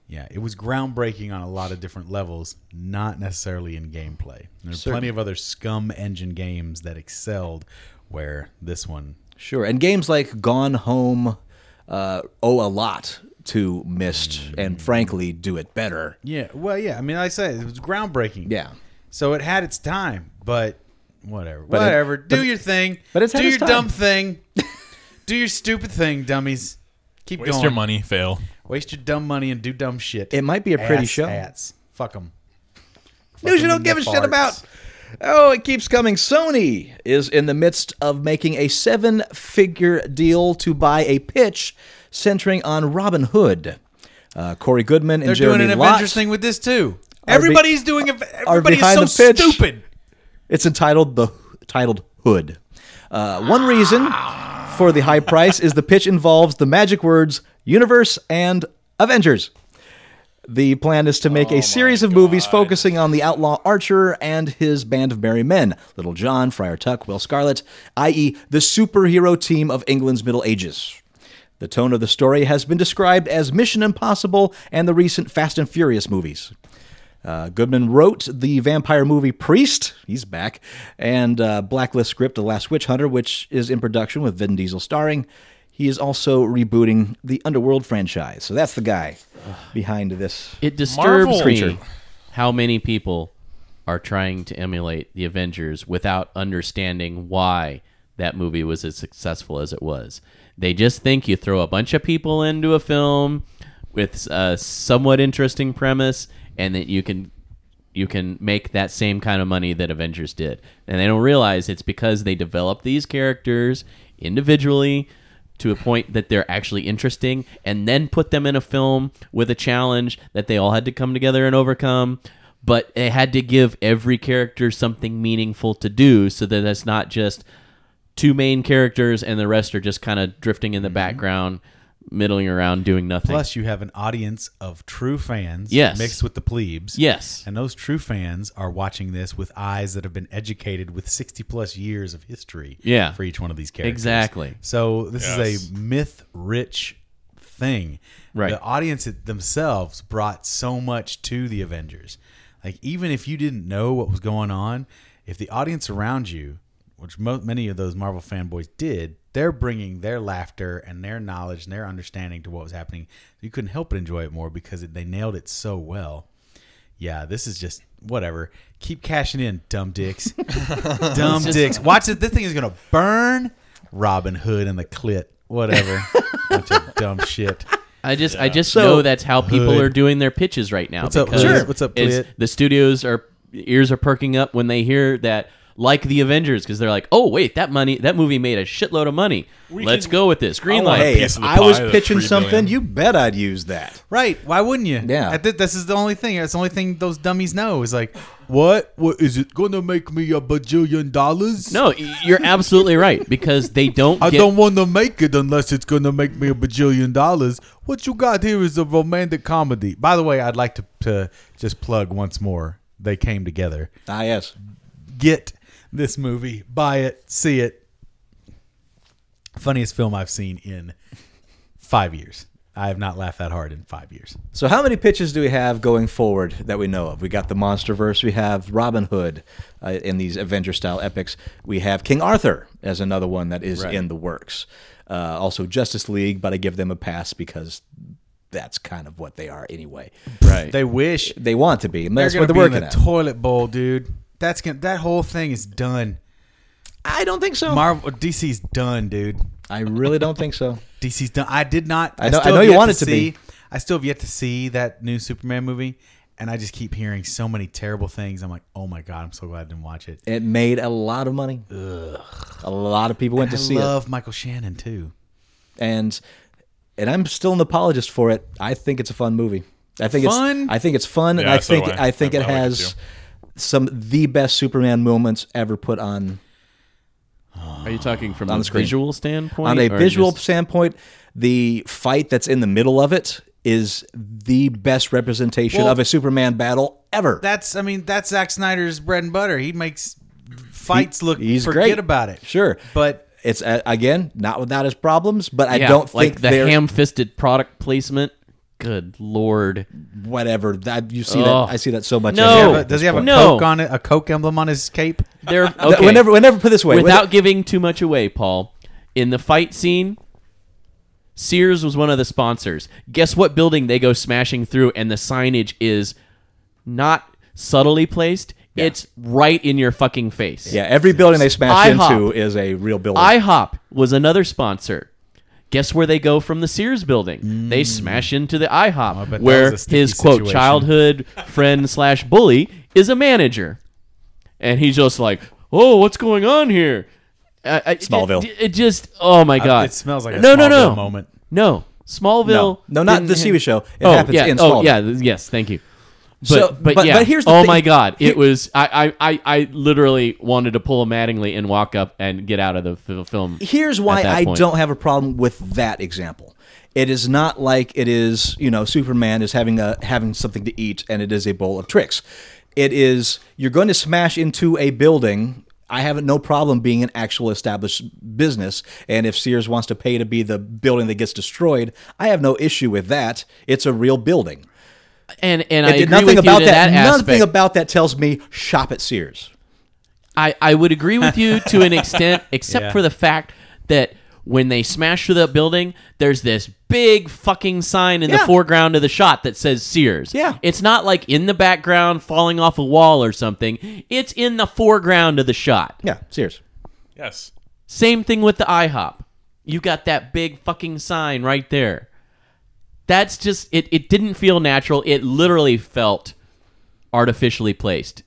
Yeah, it was groundbreaking on a lot of different levels, not necessarily in gameplay. There's plenty of other scum engine games that excelled, where this one Sure, and games like Gone Home uh, owe a lot to Mist, and frankly, do it better. Yeah, well, yeah. I mean, like I said it was groundbreaking. Yeah. So it had its time, but whatever, it- whatever. Do but- your thing. but it's had do its your dumb time. thing. do your stupid thing, dummies. Keep Waste going. your money, fail. Waste your dumb money and do dumb shit. It might be a pretty Ass show. Hats. Fuck them. News you don't give a shit about. Oh, it keeps coming. Sony is in the midst of making a seven figure deal to buy a pitch centering on Robin Hood. Uh, Corey Goodman and They're Jeremy doing an Lott. Avengers thing with this too. Everybody's doing. a- Everybody's behind so the pitch. stupid. It's entitled the titled Hood. Uh, one reason for the high price is the pitch involves the magic words universe and Avengers. The plan is to make a series of movies focusing on the outlaw Archer and his band of merry men, Little John, Friar Tuck, Will Scarlet, i.e., the superhero team of England's Middle Ages. The tone of the story has been described as Mission Impossible and the recent Fast and Furious movies. Uh, Goodman wrote the vampire movie Priest. He's back. And uh, Blacklist script The Last Witch Hunter, which is in production with Vin Diesel starring. He is also rebooting the Underworld franchise. So that's the guy behind this. It disturbs Marvel. me how many people are trying to emulate the Avengers without understanding why that movie was as successful as it was. They just think you throw a bunch of people into a film with a somewhat interesting premise and that you can you can make that same kind of money that Avengers did. And they don't realize it's because they developed these characters individually to a point that they're actually interesting and then put them in a film with a challenge that they all had to come together and overcome. But they had to give every character something meaningful to do so that it's not just two main characters and the rest are just kind of drifting in the background, middling around, doing nothing. Plus, you have an audience of true fans Yes. mixed with the plebes. Yes. And those true fans are watching this with eyes that have been educated with 60 plus years of history Yeah. for each one of these characters. Exactly. So, this Yes. is a myth rich thing. Right. The audience it- themselves brought so much to the Avengers. Like, even if you didn't know what was going on, if the audience around you, which mo- many of those Marvel fanboys did, they're bringing their laughter and their knowledge and their understanding to what was happening. You couldn't help but enjoy it more because it, they nailed it so well. Yeah, this is just whatever. Keep cashing in, dumb dicks. dumb dicks. Watch it. This thing is gonna burn Robin Hood and the clit. Whatever. Bunch of dumb shit. I just I just So- know that's how people Hood. are doing their pitches right now. up, because Sure. what's up, it's- Clit? The studios are ears are perking up when they hear that like the Avengers because they're like, oh wait, that money that movie made a shitload of money. Let's can- go with this green I want light. a Oh, Hey, piece if of the I was pie, the pitching three something, billion. you bet I'd use that. Right? Why wouldn't you? Yeah. At thi- this is the only thing. It's the only thing those dummies know is like, what? What is it gonna make me a bajillion dollars? No, y- you're absolutely right because they don't. I get, don't want to make it unless it's going to make me a bajillion dollars. What you got here is a romantic comedy. By the way, I'd like to, to just plug once more. They came together. Ah, yes. Get this movie, buy it, see it. Funniest film I've seen in five years. I have not laughed that hard in five years. So, how many pitches do we have going forward that we know of? We got the MonsterVerse. We have Robin Hood uh, in these Avenger-style epics. We have King Arthur as another one that is in the works. Uh, also, Justice League, but I give them a pass because that's kind of what they are anyway. right. They wish They want to be, and that's they're what going they're to be in working the at. toilet bowl, dude. That's gonna, that whole thing is done. I don't think so. Marvel DC's done, dude. I really don't think so. DC's done. I did not. I know- I still know have you yet want it to see, be. I still have yet to see that new Superman movie, and I just keep hearing so many terrible things. I'm like, oh my god, I'm so glad I didn't watch it. It made a lot of money. A lot of people went to I see love Michael Shannon too. it, and and I'm still an apologist for it. I think it's a fun movie. I think Fun? it's I think it's fun, and Yeah, I so think do I. I think I- it I like it has some the best Superman moments ever put on Are you talking from On a the screen. visual standpoint? on a or visual just- standpoint. The fight that's in the middle of it is the best representation Well- of a Superman battle ever. That's I mean that's Zack Snyder's bread and butter. He makes fights look He's forget great about it. Sure, But it's uh, again not without his problems, but I Yeah, don't like think the they're ham-fisted product placement. Good lord. whatever that you see Ugh. that I see that so much. No. anymore. Oh, but does he have a no. coke on it? A coke emblem on his cape? They're Th- okay. Whenever, whenever, put it this way, without whether- giving too much away, Paul, in the fight scene, Sears was one of the sponsors. Guess what building they go smashing through, and the signage is not subtly placed. It's right in your fucking face. yeah, every building they smash IHOP. into is a real building. IHOP was another sponsor. Guess where they go from the Sears building? They smash into the IHOP, Mm. that where was a sticky his quote situation. childhood friend slash bully is a manager, and he's just like, "Oh, what's going on here?" I, I, Smallville. It, it just, oh my god, it smells like a no, no, no Smallville moment. No, Smallville. no, no, not didn't the ha- TV show. It oh happens yeah, in oh Smallville. yeah, th- yes, thank you. But, So, but, but- yeah. but here's the oh thing- my god, here- it was I, I I I literally wanted to pull a Mattingly and walk up and get out of the f- film. Here's at why that I point. don't have a problem with that example. It is not like it is, you know, Superman is having a having something to eat and it is a bowl of tricks. It is you're going to smash into a building. I have no problem being an actual established business, and if Sears wants to pay to be the building that gets destroyed, I have no issue with that. It's a real building. and and It I did agree nothing with about you to that. that. Nothing aspect. about that tells me shop at Sears. I I would agree with you to an extent, except for the fact that when they smash through that building, there's this big fucking sign in the Yeah. foreground of the shot that says Sears. Yeah. it's not like in the background falling off a wall or something. It's in the foreground of the shot. Yeah, Sears. Yes. Same thing with the IHOP. You got that big fucking sign right there. That's just it it didn't feel natural. It literally felt artificially placed.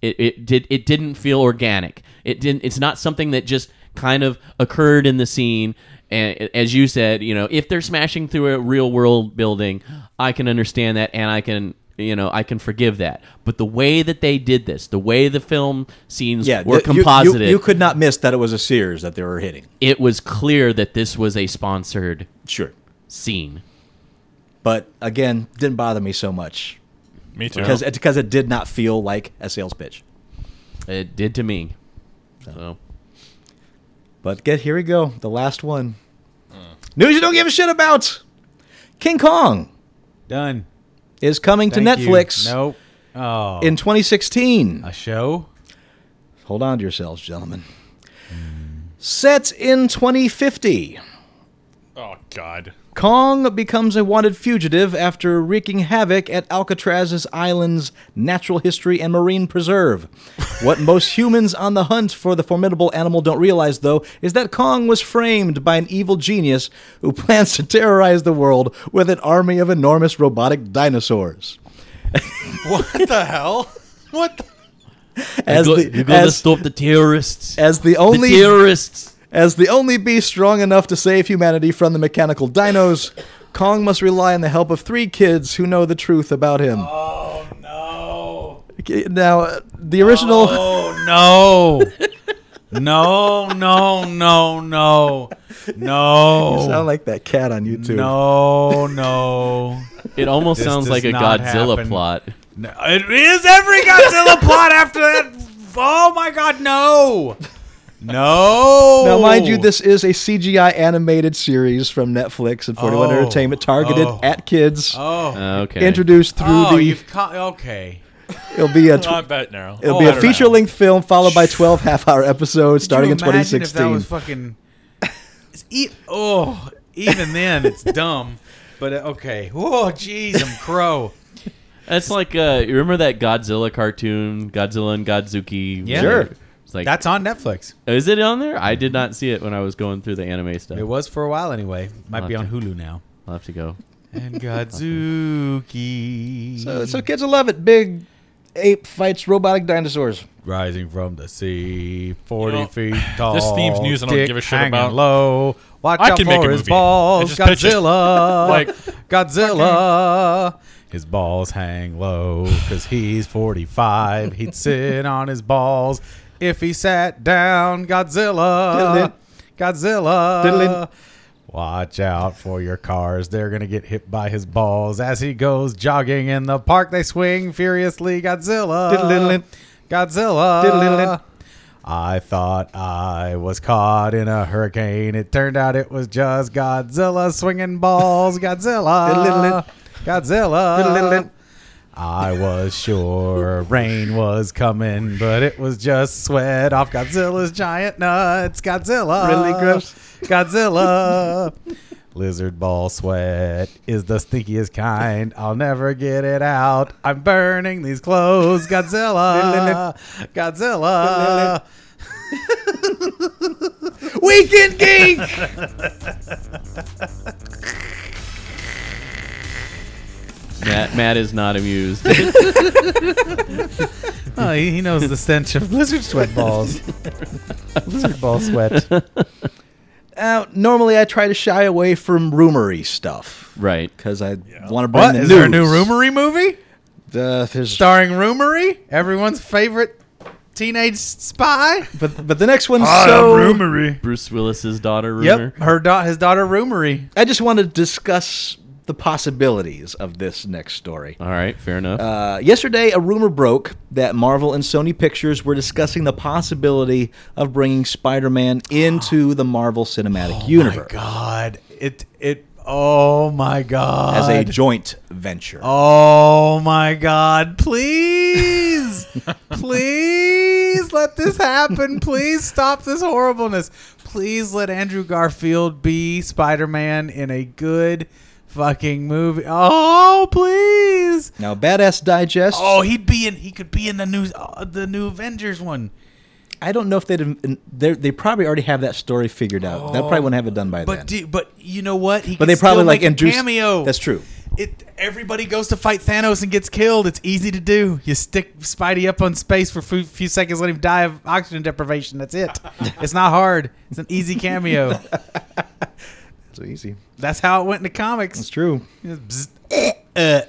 It it did it didn't feel organic. It didn't it's not something that just kind of occurred in the scene and as you said, you know, if they're smashing through a real world building, I can understand that and I can you know, I can forgive that. But the way that they did this, the way the film scenes Yeah, were th- you- you- composited, You, could not miss that it was a Sears that they were hitting. it was clear that this was a sponsored Sure. scene. but again, didn't bother me so much Me too. because it, because it did not feel like a sales pitch. It did to me. So But get here we go, the last one. Mm. News you don't give a shit about. King Kong Done. is coming Thank to you. Netflix Nope. Oh, in 2016. a show. Hold on to yourselves, gentlemen. Mm. Set in 2050, oh God. Kong becomes a wanted fugitive after wreaking havoc at Alcatraz's island's natural history and marine preserve. what most humans on the hunt for the formidable animal don't realize, though, is that Kong was framed by an evil genius who plans to terrorize the world with an army of enormous robotic dinosaurs. What the hell? What? The- As you go, the, you gotta as, stop the terrorists. as the the only terrorists. As the only beast strong enough to save humanity from the mechanical dinos, Kong must rely on the help of three kids who know the truth about him. Oh no! Now, uh, the original oh no! No! No! No! No! No! sound like that cat on YouTube. Oh. no! No! It almost This sounds does like a not Godzilla happen. plot. No, it is every Godzilla plot after that. Oh my god, no. No. Now, mind you, this is a CGI animated series from Netflix and 41 Oh. Entertainment, targeted Oh. at kids. Oh. Uh, Okay. Introduced through Oh, the, you've caught. Okay. it'll be a tw- I bet now. it'll Oh, be I a don't feature length film followed by twelve half hour episodes starting in Could you twenty imagine If that sixteen. was fucking. It's e- oh, even then, it's dumb. But uh, okay. Whoa, jeez, I'm crow. That's like uh, you remember that Godzilla cartoon, Godzilla and Godzuki. Yeah. Sure. It's like That's on Netflix. is it on there? I did not see it when I was going through the anime It stuff. was for a while anyway. Might be on Hulu now. I'll have to go. and Godzuki. So, so kids will love it. Big ape fights robotic dinosaurs. rising from the sea, forty You know, feet tall. this theme's news I don't dick give a shit hanging about. Low, watch I out can for make a his movie. I balls, just pitch it. Godzilla. Like, Godzilla, his balls hang low because he's forty-five. He'd sit on his balls if he sat down. Godzilla, Diddling. Godzilla. Diddling. Watch out for your cars. They're going to get hit by his balls as he goes jogging in the park. They swing furiously. Godzilla. Diddle-diddle-in. Godzilla. Diddle-diddle-in. I thought I was caught in a hurricane. It turned out it was just Godzilla swinging balls. Godzilla. Diddle-diddle-in. Godzilla. Uh, Diddle-diddle-in. I was sure rain was coming, but it was just sweat off Godzilla's giant nuts. Godzilla. Really gross. Godzilla. Lizard ball sweat is the stinkiest kind. I'll never get it out. I'm burning these clothes. Godzilla. Godzilla. Weekend geek. Matt, Matt is not amused. Oh, he he knows the stench of lizard sweat balls. lizard ball sweat. Uh, normally, I try to shy away from rumory stuff right. because I want to bring What? the Is there a new news. rumory movie? Uh, there's- starring Rumory, everyone's favorite teenage spy. but but the next one's Ah, so. Bruce Willis's daughter rumor. her da- his daughter Rumory. I just want to discuss the possibilities of this next story. All right, fair enough. Uh, yesterday, a rumor broke that Marvel and Sony Pictures were discussing the possibility of bringing Spider-Man into the Marvel Oh Cinematic Universe God, it it. Oh my God. as a joint venture. oh my God! Please, please let this happen. Please stop this horribleness. Please let Andrew Garfield be Spider-Man in a good fucking movie. Oh, please. Now, Badass Digest. Oh, he'd be in. He could be in the new uh, the new Avengers one. I don't know if they'd. They they probably already have that story figured out. they probably wouldn't have it done by then. Oh. But do, but you know what? He but could they probably still like make a induced- cameo. That's true. It everybody goes to fight Thanos and gets killed. It's easy to do. You stick Spidey up on space for a few, few seconds, let him die of oxygen deprivation. That's it. it's not hard. It's an easy cameo. It's easy. That's how it went in the comics. It's true. Bzz, eh, uh,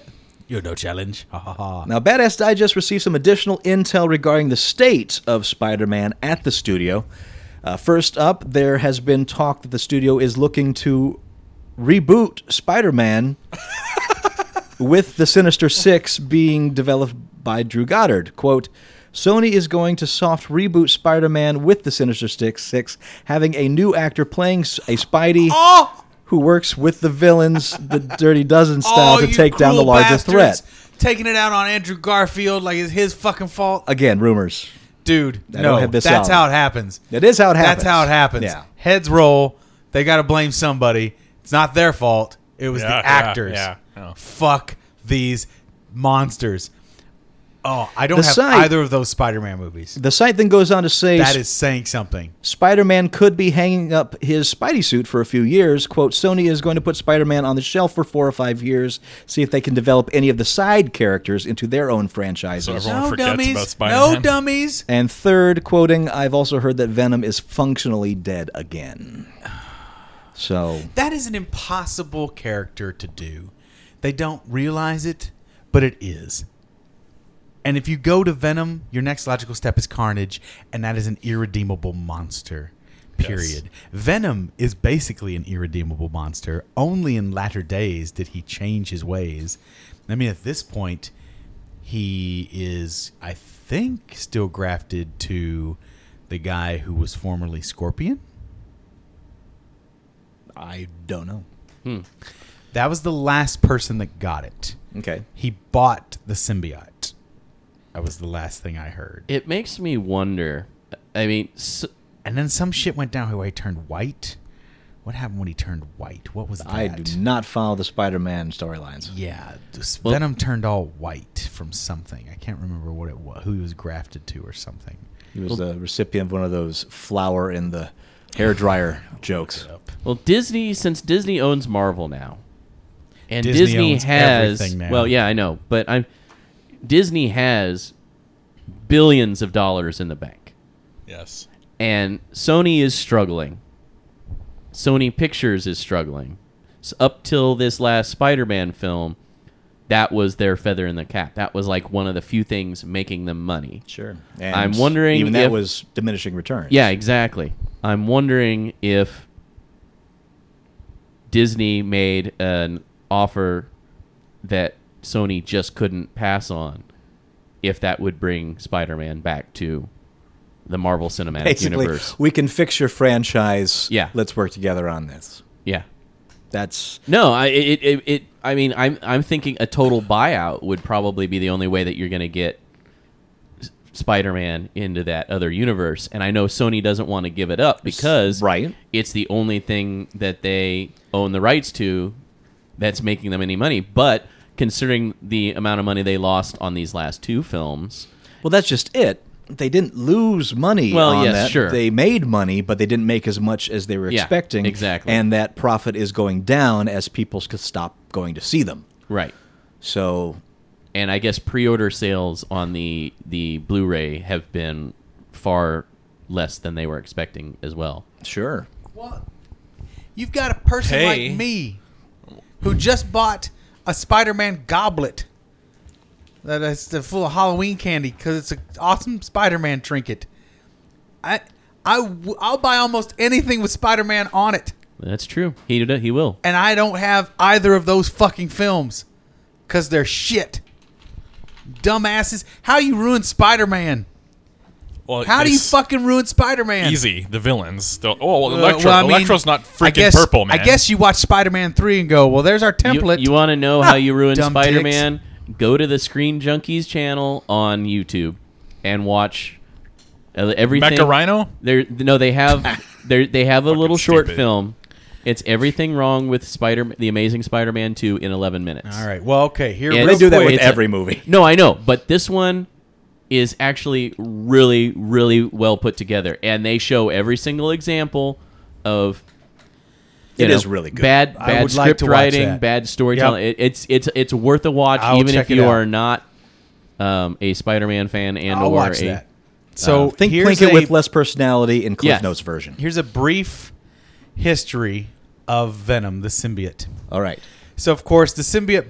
You're no challenge. Ha ha ha. Now, Badass Digest received some additional intel regarding the state of Spider Man at the studio. Uh, first up, there has been talk that the studio is looking to reboot Spider Man, with the Sinister Six being developed by Drew Goddard. Quote, Sony is going to soft reboot Spider Man with the Sinister Six, Six, having a new actor playing s- a Spidey Oh, who works with the villains, the Dirty Dozen style, oh, to you take down the cruel larger bastards. threat. Taking it out on Andrew Garfield like it's his fucking fault. Again, rumors. dude. I no, don't have this that's album. how it happens. That is how it happens. That's how it happens. Yeah. Heads roll. They got to blame somebody. It's not their fault. It was Yeah, the actors. yeah, yeah. Fuck these monsters. Oh, I don't The have site- either of those Spider-Man movies. The site then goes on to say That is saying something. Spider Man could be hanging up his Spidey suit for a few years. Quote Sony is going to put Spider Man on the shelf for four or five years, see if they can develop any of the side characters into their own So franchises. everyone forgets about dummies. Spider-Man. No dummies. and third, quoting, I've also heard that Venom is functionally dead again. So, That is an impossible character to do. They don't realize it, but it is. And if you go to Venom, your next logical step is Carnage, and that is an irredeemable monster. Period. Venom is basically an irredeemable monster. Only in latter days did he change his ways. I mean, at this point, he is, I think, still grafted to the guy who was formerly Scorpion. I don't know. That was the last person that got it. Okay. He bought the symbiote. That was the last thing I heard. it makes me wonder. I mean, s And then some shit went down where he turned white. What happened when he turned white? What was that? I do not follow the Spider Man storylines. Yeah, this Well- Venom turned all white from something. I can't remember what it was, who he was grafted to or something. He was the recipient of one of those flower in the hairdryer jokes. well, Disney since Disney owns Marvel now, and Disney Disney, owns has everything now. well, yeah, I know, but I'm Disney has billions of dollars in the bank, Yes. and Sony is struggling. Sony Pictures is struggling. S up till this last Spider-Man film, that was their feather in the cap. That was like one of the few things making them money. Sure. And I'm wondering Even that if- was diminishing returns. Yeah, exactly. I'm wondering if Disney made an offer that Sony just couldn't pass on, if that would bring Spider-Man back to the Marvel Cinematic Basically, Universe. we can fix your franchise. Yeah. Let's work together on this. Yeah. That's No, I it, it, it I mean I'm I'm thinking a total buyout would probably be the only way that you're going to get S- Spider-Man into that other universe and I know Sony doesn't want to give it up because right. it's the only thing that they own the rights to that's making them any money but considering the amount of money they lost on these last two films well. That's just it. They didn't lose money. Well, on yes, that. sure. They made money, but they didn't make as much as they were Yeah, expecting. exactly. And that profit is going down as people s- stop going to see them. right So and I guess pre-order sales on the the Blu-ray have been far less than they were expecting as well sure. Well, you've got a person Hey. like me who just bought a Spider-Man goblet that is full of Halloween candy because it's an awesome Spider-Man trinket. I I w- I'll buy almost anything with Spider-Man on it, That's true. He do- he will. and I don't have either of those fucking films because they're shit. Dumbasses! How you ruin Spider-Man? Well, How do you it's fucking ruin Spider-Man? Easy. The villains. They'll- oh, well, Uh, Electro. well, I mean, Electro's not I freaking guess- purple, man. I guess you watch Spider-Man three and go, well, there's our You, template. you want to know how you ruin Dumb Spider-Man? Go to the Screen Junkies channel on YouTube and watch uh, everything. Mecha Rhino. There, no, they have they they have a little short stupid. film. It's everything wrong with Spider, the Amazing Spider-Man two in eleven minutes. All right. Well, okay. Here Yeah, real They do that quick. with It's a- every movie. No, I know, but this one is actually really, really well put together, and they show every single example of. It It is is really good. Bad, I bad would like script to watch writing, that. bad storytelling. It, it's it's it's worth a watch, I'll even check if it you out. are not um, a Spider-Man fan and I'll or watch a that. uh, So Uh, Think here's Plink it a, with less personality in Cliff Yes. Notes version. Here's a brief history of Venom, the symbiote. All right. So of course, the symbiote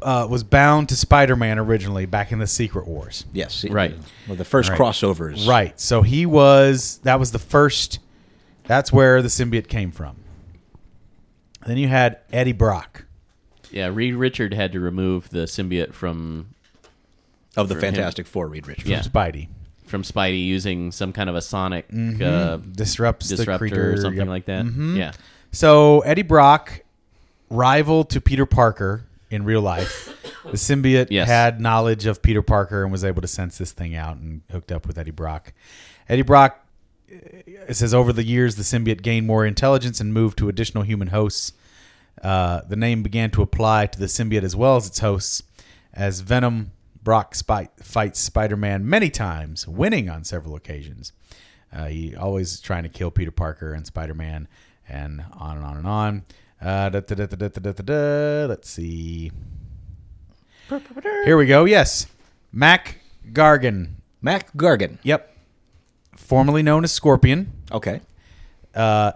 uh, was bound to Spider-Man originally back in the Secret Wars. Yes. Right. Well, the first Right. crossovers. Right. So he was that was the first that's where the symbiote came from. Then you had Eddie Brock. yeah. Reed Richard had to remove the symbiote from Of the Fantastic Four, Reed Richards. yeah Spidey. from Spidey using some kind of a sonic uh, Disrupts Mm-hmm. the disruptor creature or something yep. Mm-hmm. like that. Yeah, So Eddie Brock, rival to Peter Parker in real life, the symbiote Yes. had knowledge of Peter Parker and was able to sense this thing out and hooked up with Eddie Brock. Eddie Brock uh, it says over the years the symbiote gained more intelligence and moved to additional human hosts. Uh, the name began to apply to the symbiote as well as its hosts, as Venom Brock spite, fights Spider-Man many times, winning on several occasions. Uh, he always is trying to kill Peter Parker and Spider-Man, and on and on and on. Uh, da, da, da, da, da, da, da, da, da. Let's see. Here we go. Yes, Mac Gargan. Mac Gargan. Yep, formerly known as Scorpion. Okay. uh,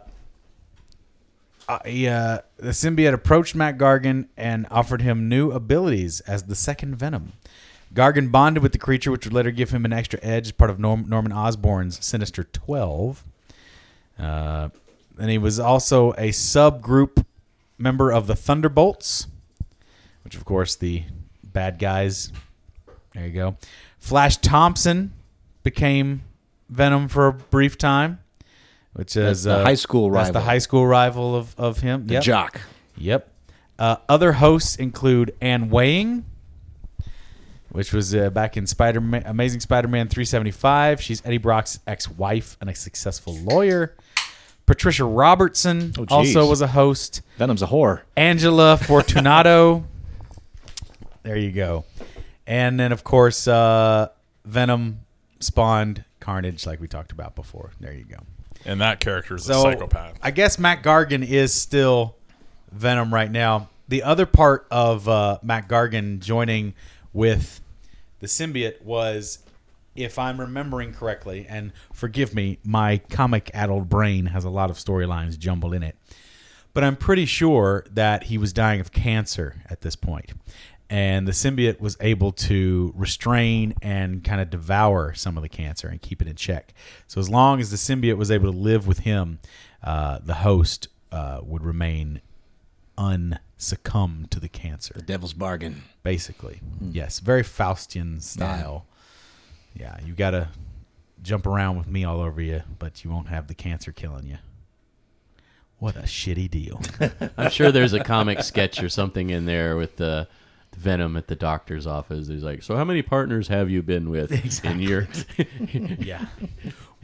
he, uh, the symbiote approached Matt Gargan and offered him new abilities as the second Venom. Gargan bonded with the creature, which would later give him an extra edge as part of Norm- Norman Osborn's Sinister 12. Uh, and he was also a subgroup member of the Thunderbolts, which, of course, the bad guys. There you go. Flash Thompson became Venom for a brief time, which is the uh, high school that's the rival. high school rival of, of him. Yep. Jock. Yep. Uh, other hosts include Anne Weighing, which was uh, back in Spider Amazing Spider-Man 375. She's Eddie Brock's ex-wife and a successful lawyer. Patricia Robertson Oh, geez. also was a host. Venom's a whore. Angela Fortunato. there you go. And then, of course, uh, Venom spawned Carnage, like we talked about before. There you go. And that character's So a psychopath. I guess Matt Gargan is still Venom right now. the other part of uh, Matt Gargan joining with the symbiote was, if I'm remembering correctly, and forgive me, my comic addled brain has a lot of storylines jumbled in it, but I'm pretty sure that he was dying of cancer at this point. And the symbiote was able to restrain and kind of devour some of the cancer and keep it in check. So, as long as the symbiote was able to live with him, uh, the host uh, would remain unsuccumb to the cancer. Devil's bargain. Basically, yes, very Faustian style. Yeah. you gotta jump around with me all over you, but you won't have the cancer killing you. What a shitty deal. I'm sure there's a comic sketch or something in there with the Venom at the doctor's office. He's like, "So how many partners have you been with in your?" yeah.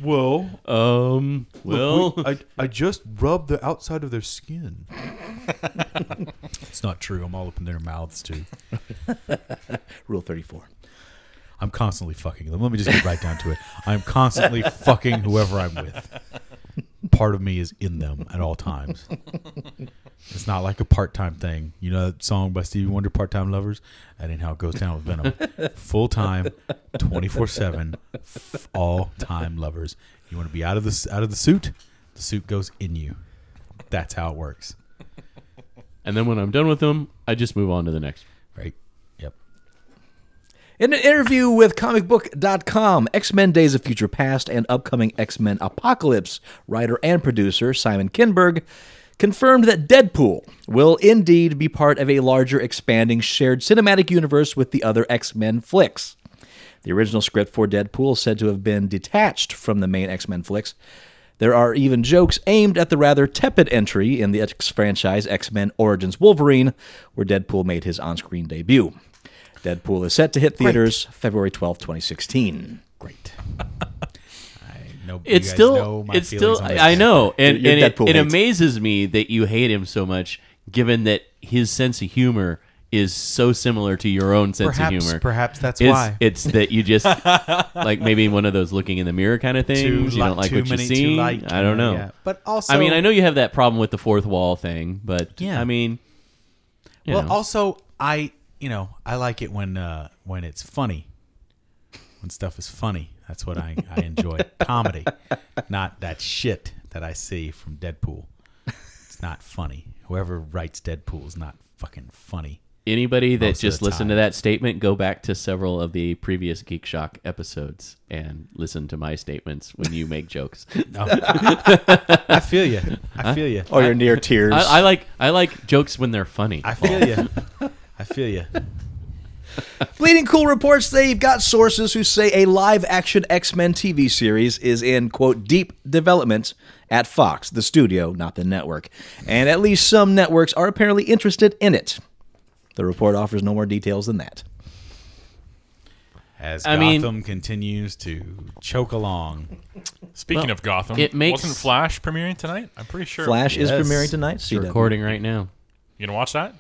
Well, um. Well, I I just rubbed the outside of their skin. it's not true. I'm all up in their mouths too. Rule 34. I'm constantly fucking them. Let me just get right down to it. I'm constantly fucking whoever I'm with. Part of me is in them at all times. It's not like a part time thing. You know that song by Stevie Wonder, Part Time Lovers? That ain't how it goes down with Venom. Full time, 24 7, all time lovers. You want to be out of, the, s- out of the suit? The suit goes in you. That's how it works. and then when I'm done with them, I just move on to the next. Right? Yep. In an interview with comicbook.com, X Men Days of Future Past and upcoming X Men Apocalypse writer and producer Simon Kinberg confirmed that Deadpool will indeed be part of a larger, expanding, shared cinematic universe with the other X Men flicks. The original script for Deadpool is said to have been detached from the main X Men flicks. There are even jokes aimed at the rather tepid entry in the X franchise X Men Origins Wolverine, where Deadpool made his on screen debut. Deadpool is set to hit theaters February twelfth, 2016. Great. I know you It's guys still, know my it's feelings still. on this. I, I know, and, Your and it, Deadpool it hates. amazes me that you hate him so much, given that his sense of humor is so similar to your own sense of Perhaps- humor. perhaps that's it's, why. it's that you just like maybe one of those looking in the mirror kind of things. you li- don't like too what many you to see. like, I don't uh, know. yeah. But also, I mean, I know you have that problem with the fourth wall thing, but Yeah. I mean, you Well, know. also, I you know I like it when uh, when it's funny, when stuff is funny. That's what I, I enjoy comedy, not that shit that I see from Deadpool. It's not funny. Whoever writes Deadpool is not fucking funny. anybody that most of just the listened time. to that statement, go back to several of the previous Geek Shock episodes and listen to my statements when you make jokes. No. I feel you. I feel you. Oh, you're near tears. I, I like I like jokes when they're funny. I feel you. I feel you. Bleeding Cool reports they've got sources who say a live action X Men TV series is in, quote, deep development at Fox, the studio, not the network. And at least some networks are apparently interested in it. The report offers no more details than that. As I mean- Gotham continues to choke along, Speaking Well, of Gotham, it makes- wasn't Flash premiering tonight? I'm pretty sure. Flash is Yes. premiering tonight. CW. recording right now. You gonna watch that?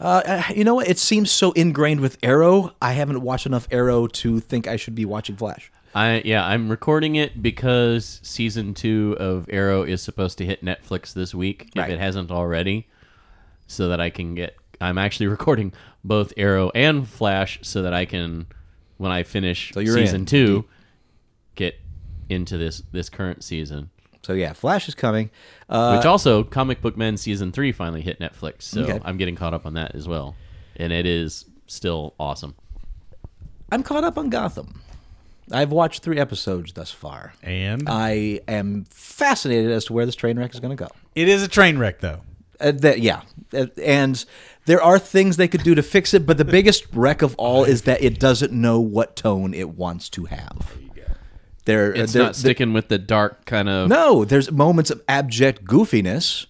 Uh, you know what? It seems so ingrained with Arrow. I haven't watched enough Arrow to think I should be watching Flash. I yeah, I'm recording it because season two of Arrow is supposed to hit Netflix this week Right. if it hasn't already, so that I can get. I'm actually recording both Arrow and Flash so that I can, when I finish So you're season in. Mm-hmm. two, get into this this current season. So yeah, Flash is coming. Uh, Which also, Comic Book Men season three finally hit Netflix, so Okay. I'm getting caught up on that as well, and it is still awesome. I'm caught up on Gotham. I've watched three episodes thus far. and I am fascinated as to where this train wreck is going to go. it is a train wreck, though. Uh, that, yeah, Uh, and there are things they could do to fix it, but the biggest wreck of all is that it doesn't know what tone it wants to have. There, It's there- not sticking with the dark kind of No, there's moments of abject goofiness,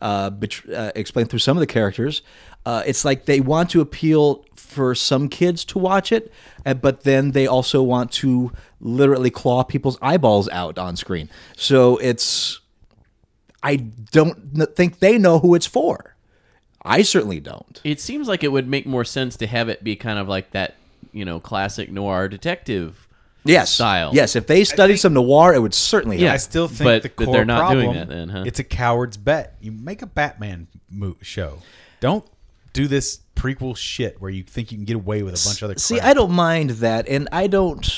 uh, betr uh, explained through some of the characters. Uh, it's like they want to appeal for some kids to watch it, uh, but then they also want to literally claw people's eyeballs out on screen. So it's, I don't kn- think they know who it's for. I certainly don't. It seems like it would make more sense to have it be kind of like that, you know, classic noir detective. Yes, Style. Yes, if they studied some noir, it would certainly. Yeah. I help. still think But- the but core they're not problem. doing that then, huh? It's a coward's bet. You make a Batman mo- show. Don't do this prequel shit where you think you can get away with a bunch of other crap. See, I don't mind that, and I don't.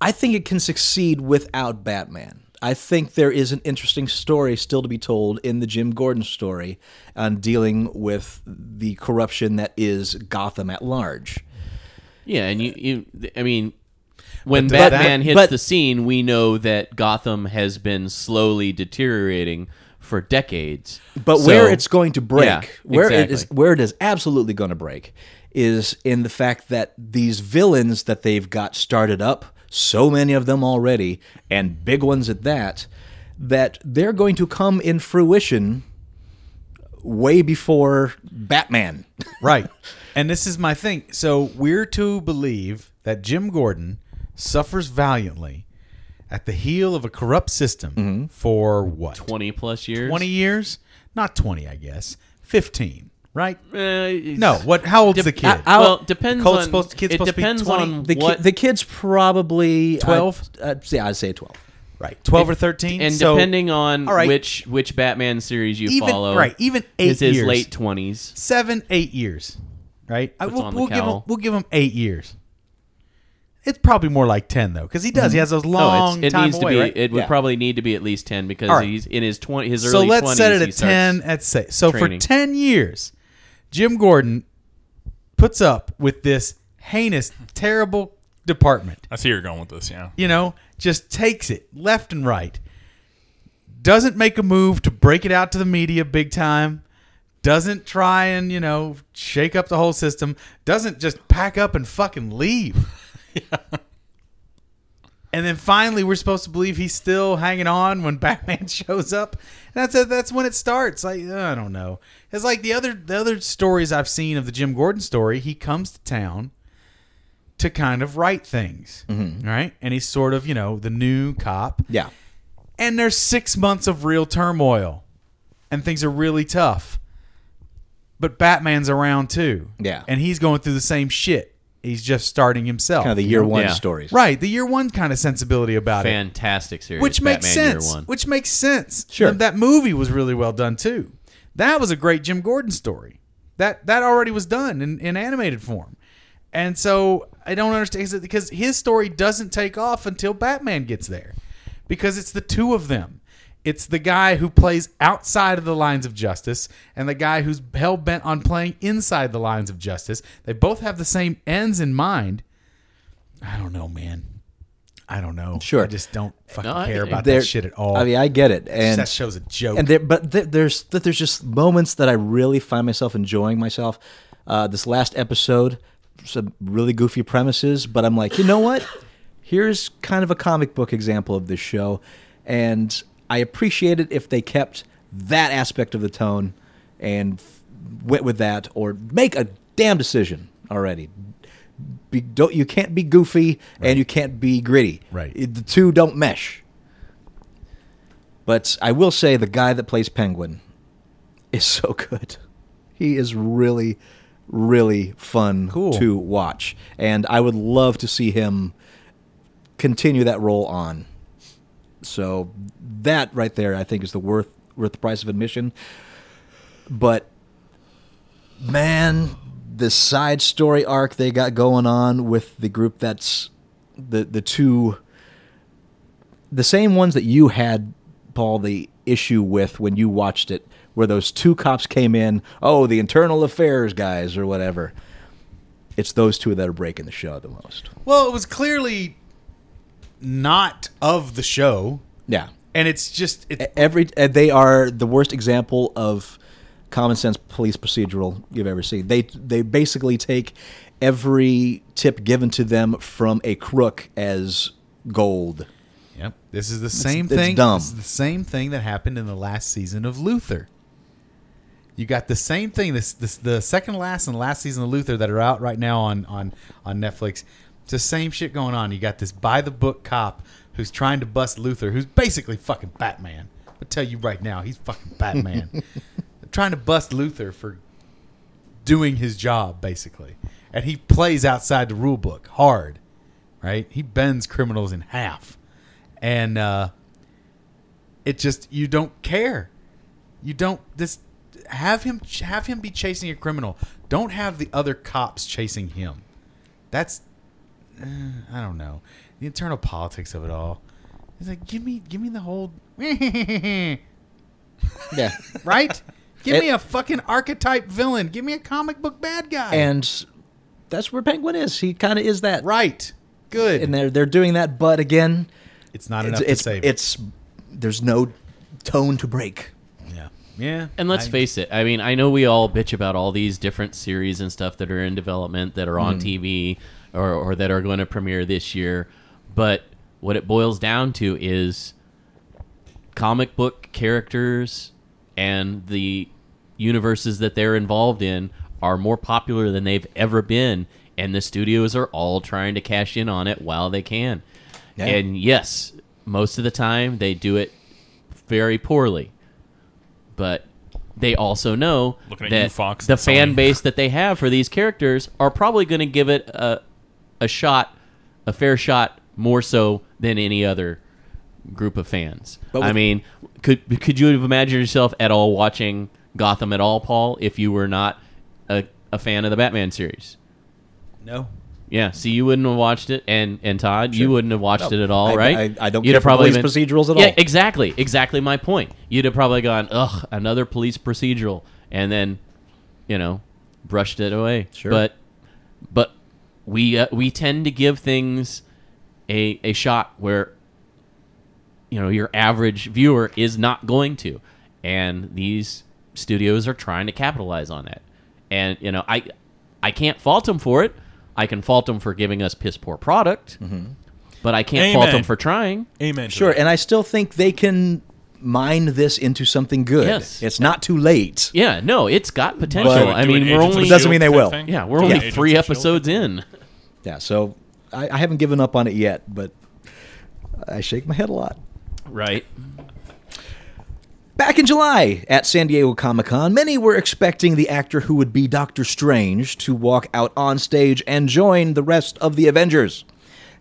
I think it can succeed without Batman. I think there is an interesting story still to be told in the Jim Gordon story on dealing with the corruption that is Gotham at large. Yeah, and you, you I mean, when that- Batman hits but- the scene, we know that Gotham has been slowly deteriorating for decades. But So- where it's going to break, Yeah, where it is, exactly. where it is absolutely going to break, is in the fact that these villains that they've got started up, so many of them already, and big ones at that, that they're going to come in fruition way before Batman. Right. And this is my thing. So we're to believe that Jim Gordon suffers valiantly at the heel of a corrupt system for what? 20 plus years. 20 years? Not 20, I guess. 15, right? Uh, No, what how old's the kid? I- well, depends Cole's on. supposed- kid's it supposed to be depends 20. on The, ki- what the kid's probably uh, 12? Uh, yeah, I'd say twelve. right. 12 or 13? and So depending on all right. which which Batman series you Even- follow, right, even eight is his years. late twenties. 7 8 years, right? I, we'll, on the we'll give him cowl. we'll give him 8 years. It's probably more like 10 though cuz he does. He has those long No, Oh, it's, it time needs away, to be. right? It would Yeah. probably need to be at least ten because All right. he's in his twenty. His so early let's 20s, set it he at starts- 10 at say so training. for 10 years jim gordon puts up with this heinous terrible department I see you're going with this. Yeah. you know just takes it left and right doesn't make a move to break it out to the media big time doesn't try and you know shake up the whole system doesn't just pack up and fucking leave and then finally we're supposed to believe he's still hanging on when batman shows up and that's that's when it starts like i don't know it's like the other the other stories i've seen of the jim gordon story he comes to town to kind of right things right and he's sort of you know the new cop Yeah, and there's six months of real turmoil and things are really tough but batman's around too Yeah. and he's going through the same shit he's just starting himself kind of the year one Yeah. stories. right the year one kind of sensibility about it Fantastic series, which makes Batman Year sense One. which makes sense Sure. And that movie was really well done too that was a great jim gordon story that that already was done in, in animated form and so i don't understand is it because his story doesn't take off until batman gets there because it's the two of them it's the guy who plays outside of the lines of justice and the guy who's hell bent on playing inside the lines of justice. They both have the same ends in mind. I don't know, man. I don't know. Sure. I just don't fucking No, I care get it. about There- that shit at all. I mean, I get it, and that show's a joke. and there, but th- there's th- there's just moments that I really find myself enjoying myself. Uh, this last episode, some really goofy premises, but I'm like, you know what? Here's kind of a comic book example of this show, and I appreciate it if they kept that aspect of the tone and f- went with that, or make a damn decision already. Be, don't you can't be goofy and you can't be gritty. Right. It- the two don't mesh. But I will say the guy that plays Penguin is so good. He is really, really fun Cool. to watch. And I would love to see him continue that role on. So that right there I think is the worth worth the price of admission. But man, this side story arc they got going on with the group that's the the two the same ones that you had, Paul, the issue with when you watched it, where those two cops came in, oh, the internal affairs guys or whatever. It's those two that are breaking the show the most. well, it was clearly not of the show, Yeah. E, and it's just it, Every uh, they are the worst example of common sense police procedural you've ever seen. They they basically take every tip given to them from a crook as gold. Yep. This is the same it's thing. dumb. This is the same thing that happened in the last season of Luther. You got the same thing. This, this the second last and last season of Luther that are out right now on on on Netflix. It's the same shit going on. You got this by the book cop who's trying to bust Luther, who's basically fucking Batman. I tell you right now, he's fucking Batman. trying to bust Luther for doing his job basically, and he plays outside the rule book hard. Right? He bends criminals in half and uh, it just you don't care. You don't this have him ch- have him be chasing a criminal. Don't have the other cops chasing him. That's uh, I don't know the internal politics of it all. It's like give me give me the whole right. Yeah. Give It- me a fucking archetype villain. Give me a comic book bad guy. and that's where Penguin is. He kind of is that. right, good. And they're they're doing that, but again, it's not it's enough it's, to save. it's there's no tone to break. it. yeah, yeah. And let's I- face it. I mean, I know we all bitch about all these different series and stuff that are in development that are Hmm. on TV or, or that are going to premiere this year, but what it boils down to is comic book characters and the universes that they're involved in are more popular than they've ever been, and the studios are all trying to cash in on it while they can. Yeah. And yes, most of the time they do it very poorly but they also know Looking at that you, Fox, the and Sony. fan base that they have for these characters are probably going to give it a, a shot, a fair shot, more so than any other group of fans. But I with- mean, could could you have imagined yourself at all watching Gotham at all, Paul, if you were not a, a fan of the Batman series? No, Yeah, see, you wouldn't have watched it, and and Todd, you wouldn't have watched No, it at all, I- right? I- I don't care for police procedurals at yeah, all. exactly, exactly my point. You'd have probably gone, ugh, another police procedural, and then, you know, brushed it away. Sure. but but we uh, we tend to give things a a shot where you know your average viewer is not going to and these studios are trying to capitalize on that and you know i i can't fault them for it i can fault them for giving us piss poor product Mm-hmm. but i can't fault Amen. them for trying Amen. to Sure, that. and I still think they can mine this into something good. Yes. It's not too late. yeah no it's got potential So, i do an mean we're E Agents of only S.H.I.E.L.D. Doesn't mean they type will. thing? yeah we're Do an only Agents of three S.H.I.E.L.D. episodes in Yeah, so I, I haven't given up on it yet, but I shake my head a lot. right Back in July at San Diego Comic Con, many were expecting the actor who would be Doctor Strange to walk out on stage and join the rest of the Avengers.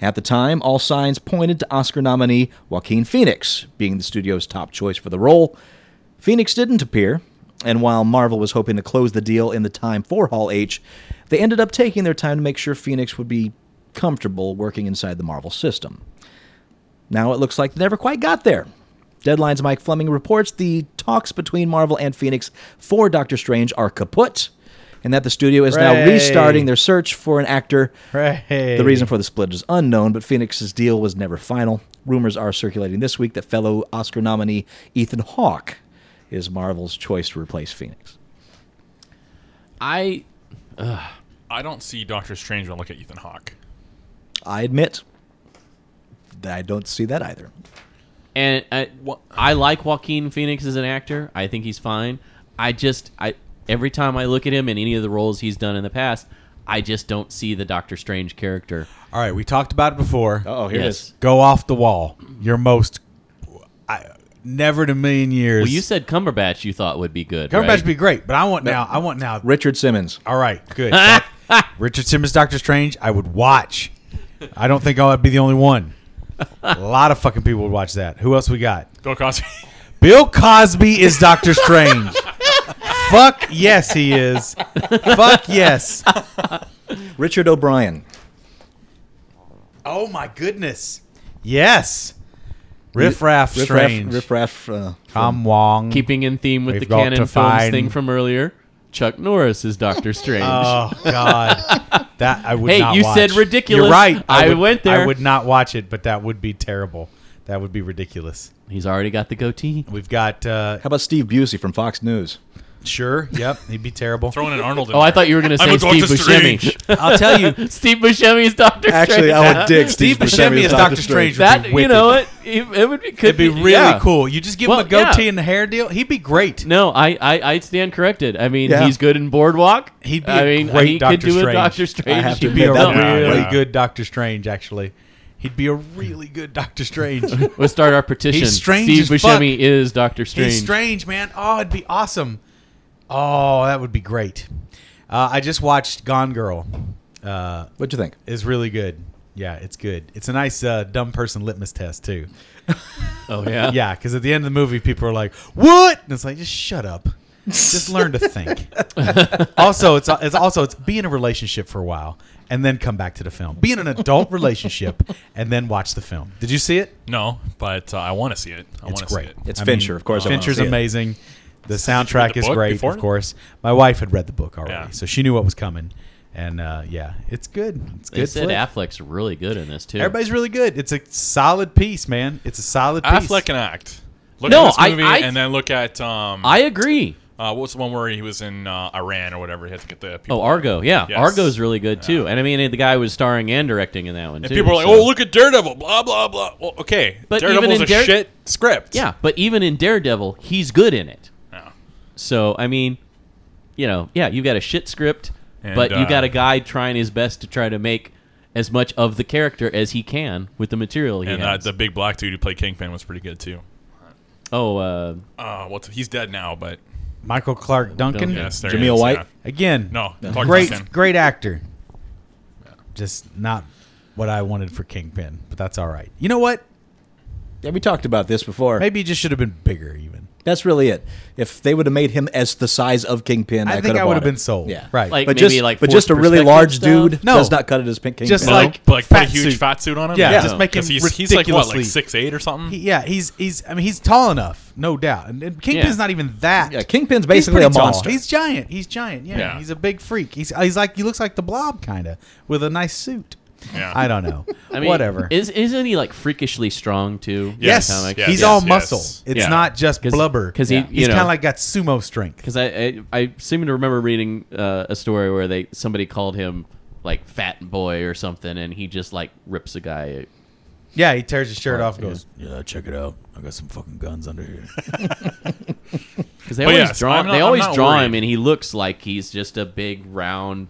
At the time, all signs pointed to Oscar nominee Joaquin Phoenix being the studio's top choice for the role. Phoenix didn't appear, and while Marvel was hoping to close the deal in the time for Hall H, they ended up taking their time to make sure Phoenix would be comfortable working inside the Marvel system. Now it looks like they never quite got there. Deadline's Mike Fleming reports the talks between Marvel and Phoenix for Doctor Strange are kaput, and that the studio is now Hooray. restarting their search for an actor. Hooray. The reason for the split is unknown, but Phoenix's deal was never final. Rumors are circulating this week that fellow Oscar nominee Ethan Hawke is Marvel's choice to replace Phoenix. i I don't see Doctor Strange when I look at Ethan Hawke. I admit that I don't see that either. and I, I like Joaquin Phoenix as an actor. I think he's fine. I just I every time I look at him in any of the roles he's done in the past, I just don't see the Doctor Strange character. All right, we talked about it before. Oh, here Yes. Go off the wall. Your most, I never in a million years. Well, you said Cumberbatch you thought would be good. Cumberbatch right? would be great, but I want now. I want now. it is. Richard Simmons. All right, good. That- Richard Simmons, Doctor Strange. I would watch. I don't think I'd be the only one. A lot of fucking people would watch that. Who else we got? Bill Cosby. Bill Cosby is Doctor Strange. Fuck yes, he is. Fuck yes. Richard O'Brien. Oh my goodness. Yes. Riff Raff Riff Strange. Raff. Riff Raff. Uh, Tom Wong. keeping in theme with We've the got to canon films find- thing from earlier. Chuck Norris is Doctor Strange. Oh God, that I would. Hey, not you watch. said ridiculous. You're right. I would- went there. I would not watch it, but that would be terrible. That would be ridiculous. he's already got the goatee. We've got uh, How about Steve Busey from Fox News? sure. Yep, he'd be terrible. Throwing an Arnold in Oh, I there. thought you were going to I'm say a Steve Doctor Buscemi. I'll tell you, Steve Buscemi is Doctor Actually, Strange. I would dig Steve, Steve Buscemi as is Doctor Strange. would that be you wicked. know what? It, it would be could it'd be really yeah. cool. You just give Well, him a goatee yeah. and the hair deal. He'd be great. No, I, I I stand corrected. I mean, Yeah. he's good in Boardwalk. He'd be I a mean, great he Doctor could do a Strange. Doctor Strange. I have to He'd Be admit a that would- really Yeah. good Doctor Strange, actually. He'd be a really good Doctor Strange. We'll start our petition. He's strange Steve as fuck. Buscemi is Doctor Strange. He's strange, man. Oh, it'd be awesome. Oh, that would be great. Uh, I just watched Gone Girl. Uh, What'd you think? is really good. Yeah, it's good. It's a nice uh, dumb person litmus test too. Oh yeah, Yeah, because at the end of the movie, people are like, "What?" And it's like, just shut up. Just learn to think. also, it's it's also it's be in a relationship for a while and then come back to the film. Be in an adult relationship and then watch the film. Did you see it? No, but uh, I want to see it. It's I want to see great. it. It's Fincher, of course I wanna Fincher's see it. amazing. The soundtrack the is book great, before? of course. My wife had read the book already, Yeah. so she knew what was coming. And uh, yeah, it's good. It's They good. said flick. Affleck's really good in this too. Everybody's really good. It's a solid piece, man. It's a solid piece. Affleck can act. Look No, at this I- movie I- and then look at um, I agree. uh, what was the one where he was in uh, Iran or whatever? He had to get the people. Oh, Argo, yeah, Yes. Argo's really good too. And I mean, the guy was starring and directing in that one and too. people were like, so- "Oh, look at Daredevil!" Blah blah blah. Well, okay, But even Daredevil's in a Dare- shit script. Yeah, but even in Daredevil, he's good in it. Yeah. So I mean, you know, yeah, you got a shit script, And, but you uh, got a guy trying his best to try to make as much of the character as he can with the material he and uh, has. the big black dude who played Kingpin was pretty good too. oh, uh, Uh, what's he's dead now, but Michael Clark Duncan. Duncan. yes, there Jameel he is, White? yeah. Again, No, Clark great, Duncan. great actor. Just not what I wanted for Kingpin, but that's all right. You know what? Yeah, we talked about this before. Maybe it just should have been bigger, even. That's really it. If they would have made him as the size of Kingpin, I I, think could I have would bought have it. been sold. Yeah, right. Like- but maybe, just like, but just a forced really perspective large stuff? dude No. does not cut it as Pink Kingpin. Just But like- like, but like fat put a huge suit. fat suit on him. Yeah, just make him 'Cause he's, he's like what, ridiculously- like six eight or something. He- yeah, he's he's. I mean, he's tall enough, no doubt. And, and Kingpin's Yeah. not even that. Yeah, Kingpin's He's basically pretty a tall. monster. He's giant. He's giant. Yeah, Yeah. he's a big freak. He's he's like he looks like the Blob kind of with a nice suit. Yeah. I don't know. I mean, Whatever. Is isn't he like freakishly strong too? yes, Yes, Comic? yes, he's yes, all yes. muscle. It's Yeah. not just 'Cause- blubber. 'cause he- he's you know- kind of like got sumo strength. because I, I I seem to remember reading uh, a story where they somebody called him like fat boy or something, and he just like rips a guy. Yeah, he tears his shirt Right, off. and Goes, yeah, check it out. I got some fucking guns under here. Because they But always yes, draw I'm not- they I'm always not draw worried. him, and he looks like he's just a big round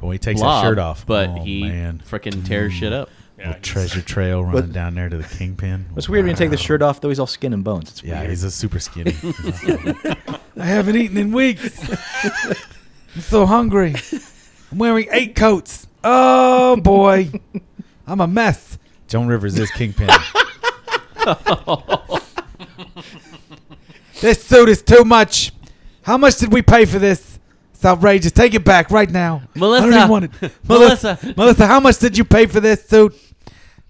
but when he takes blob, his shirt off, but oh, he man, Mm. freaking tears shit up. Yeah, Little he's- treasure trail running down there to the kingpin. It's weird when you take the Wow. shirt off, though. He's all skin and bones. It's Yeah, weird. he's a super skinny. I haven't eaten in weeks. I'm so hungry. I'm wearing eight coats. Oh boy, I'm a mess. Joan Rivers is kingpin. this suit is too much. How much did we pay for this? It's outrageous. Take it back right now. I don't Melissa. even want it. Melissa. Melissa, how much did you pay for this suit?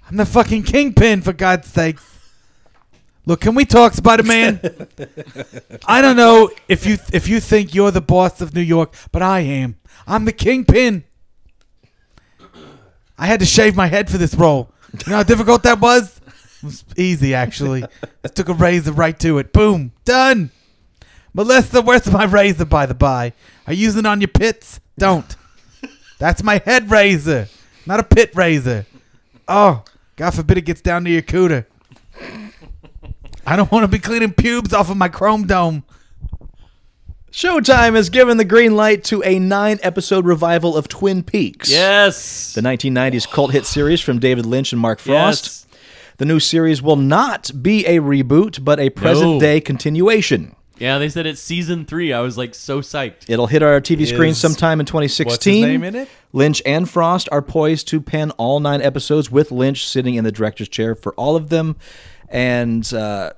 I'm the fucking kingpin, for God's sakes. Look, can we talk, Spider Man? I don't know if you if you think you're the boss of New York, but I am. I'm the kingpin. I had to shave my head for this role. You know how difficult that was? It was easy, actually. Just took a razor right to it. Boom, done. Melissa, where's my razor, by the by? Are you using it on your pits? Don't. That's my head razor, not a pit razor. Oh, God forbid it gets down to your cooter. I don't want to be cleaning pubes off of my chrome dome. Showtime has given the green light to a nine-episode revival of Twin Peaks. Yes, The 1990s cult hit series from David Lynch and Mark Frost. Yes. The new series will not be a reboot, but a present day continuation. Yeah, they said it's season three. I was like so psyched. It'll hit our TV screen Is- sometime in 2016. name in it? Lynch and Frost are poised to pen all nine episodes, with Lynch sitting in the director's chair for all of them. And uh,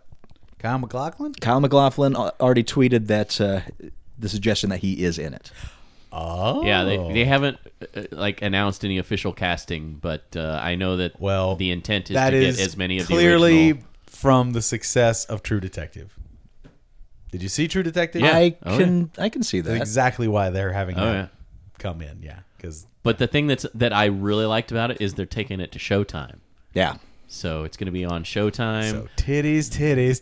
Kyle McLaughlin? Kyle McLaughlin al- already tweeted that uh, the suggestion that he is in it. Oh. Yeah, they, they haven't uh, like announced any official casting, but uh, I know that Well, the intent is that to is get as many of clearly the original. from the success of True Detective. Did you see True Detective? Yeah. I Oh, can I can see that. That's exactly why they're having Oh, that yeah. come in. Yeah, because But the thing that's that I really liked about it is they're taking it to Showtime, Yeah. so it's going to be on Showtime. so titties, titties,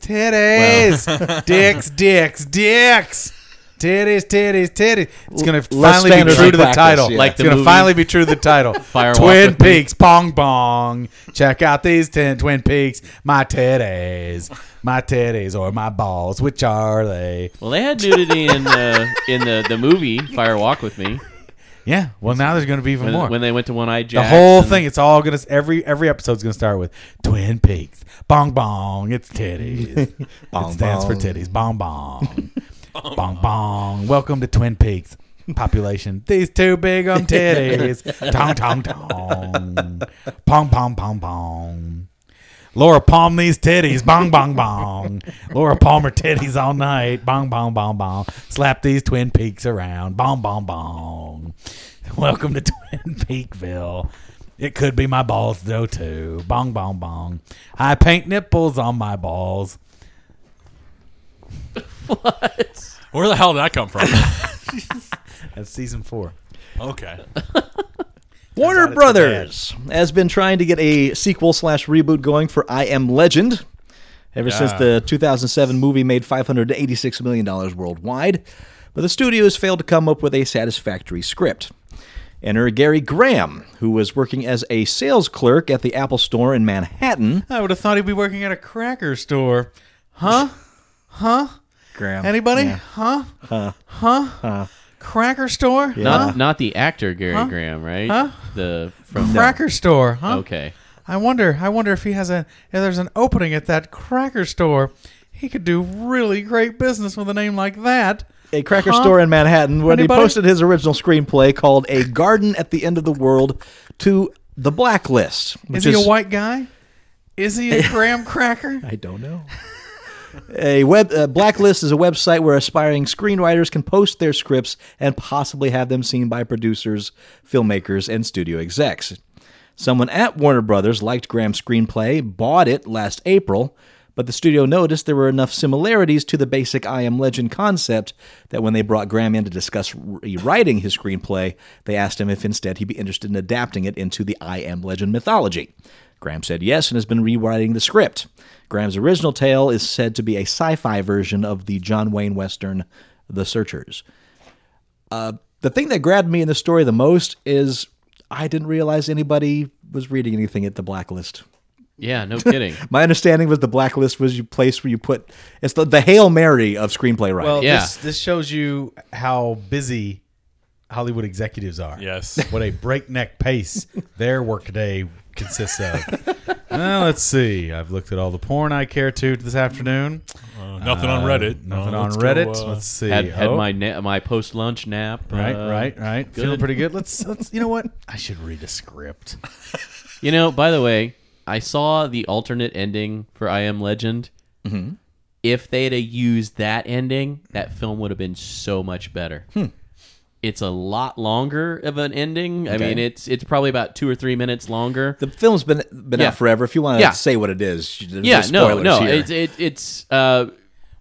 titties, dicks, dicks, dicks. Titties, titties, titties. It's gonna finally be standards true and to the practice, title. yeah. Like it's the gonna movie- finally be true to the title. Firewalk Twin with me. Peaks, pong bong. Check out these ten Twin Peaks. My titties, my titties, or my balls. Which are they? Well, they had nudity in the in the, the movie Fire Walk with Me Yeah. Well, now there's gonna be even when, more. when they went to One Eye the Jack. whole and- thing. It's all gonna. Every every episode's gonna start with Twin Peaks, bong bong. It's titties. it Bong stands for bong. titties. Bong bong. bong bong. Welcome to Twin Peaks. Population. These two big um titties. tong tong tong. Pong pong pong pong. Laura Palm these titties, bong bong bong. Laura Palmer titties all night, bong bong bong bong. Slap these Twin Peaks around, bong bong bong. Welcome to Twin Peakville. It could be my balls though too, bong bong bong. I paint nipples on my balls. Where the hell did that come from? That's season four. okay. Warner it's Brothers has been trying to get a sequel slash reboot going for I Am Legend ever since Yeah. the 2007 movie made 586 million dollars worldwide, but the studio has failed to come up with a satisfactory script. Enter Gary Graham, who was working as a sales clerk at the Apple Store in Manhattan. I would have thought he'd be working at a cracker store. Huh? Huh? Graham, Anybody? Huh? Huh? Cracker store? Not not the actor Gary Graham, right? Huh? The from Cracker store, huh? Okay. I wonder. I wonder if he has a. If there's an opening at that cracker store, he could do really great business with a name like that. a cracker Huh? store in Manhattan when Anybody? he posted his original screenplay called A Garden at the End of the World to the blacklist. which Is he a white guy? Is he a graham cracker? I don't know. a web uh, blacklist is a website where aspiring screenwriters can post their scripts and possibly have them seen by producers, filmmakers, and studio execs. Someone at Warner Brothers liked Graham's screenplay, bought it last April, but the studio noticed there were enough similarities to the basic I Am Legend concept that when they brought Graham in to discuss rewriting his screenplay, they asked him if instead he'd be interested in adapting it into the I Am Legend mythology. Graham said yes and has been rewriting the script. Graham's original tale is said to be a sci fi version of the John Wayne Western, The Searchers. Uh, The thing that grabbed me in the story the most is I didn't realize anybody was reading anything at the blacklist. Yeah, no kidding. My understanding was the blacklist was a place where you put it's the, the Hail Mary of screenplay writing. Well, Yeah. this, this shows you how busy Hollywood executives are. Yes. What a breakneck pace their workday consists of. Well, let's see. I've looked at all the porn I care to this afternoon. Uh, nothing on Reddit. Nothing Uh, on let's go, Reddit. uh, let's see. had had Oh, my na- my post lunch nap. right, uh, right, right. good. Feeling pretty good. Let's let's. You know what? I should read a script. You know, by the way, I saw the alternate ending for I Am Legend. Mm-hmm. If they'd have used that ending, that film would have been so much better. Hmm. It's a lot longer of an ending. I Okay. mean, it's it's probably about two or three minutes longer. the film's been been Yeah. out forever. If you want to Yeah. say what it is, there's yeah, no, spoilers no, here. it's it, it's uh,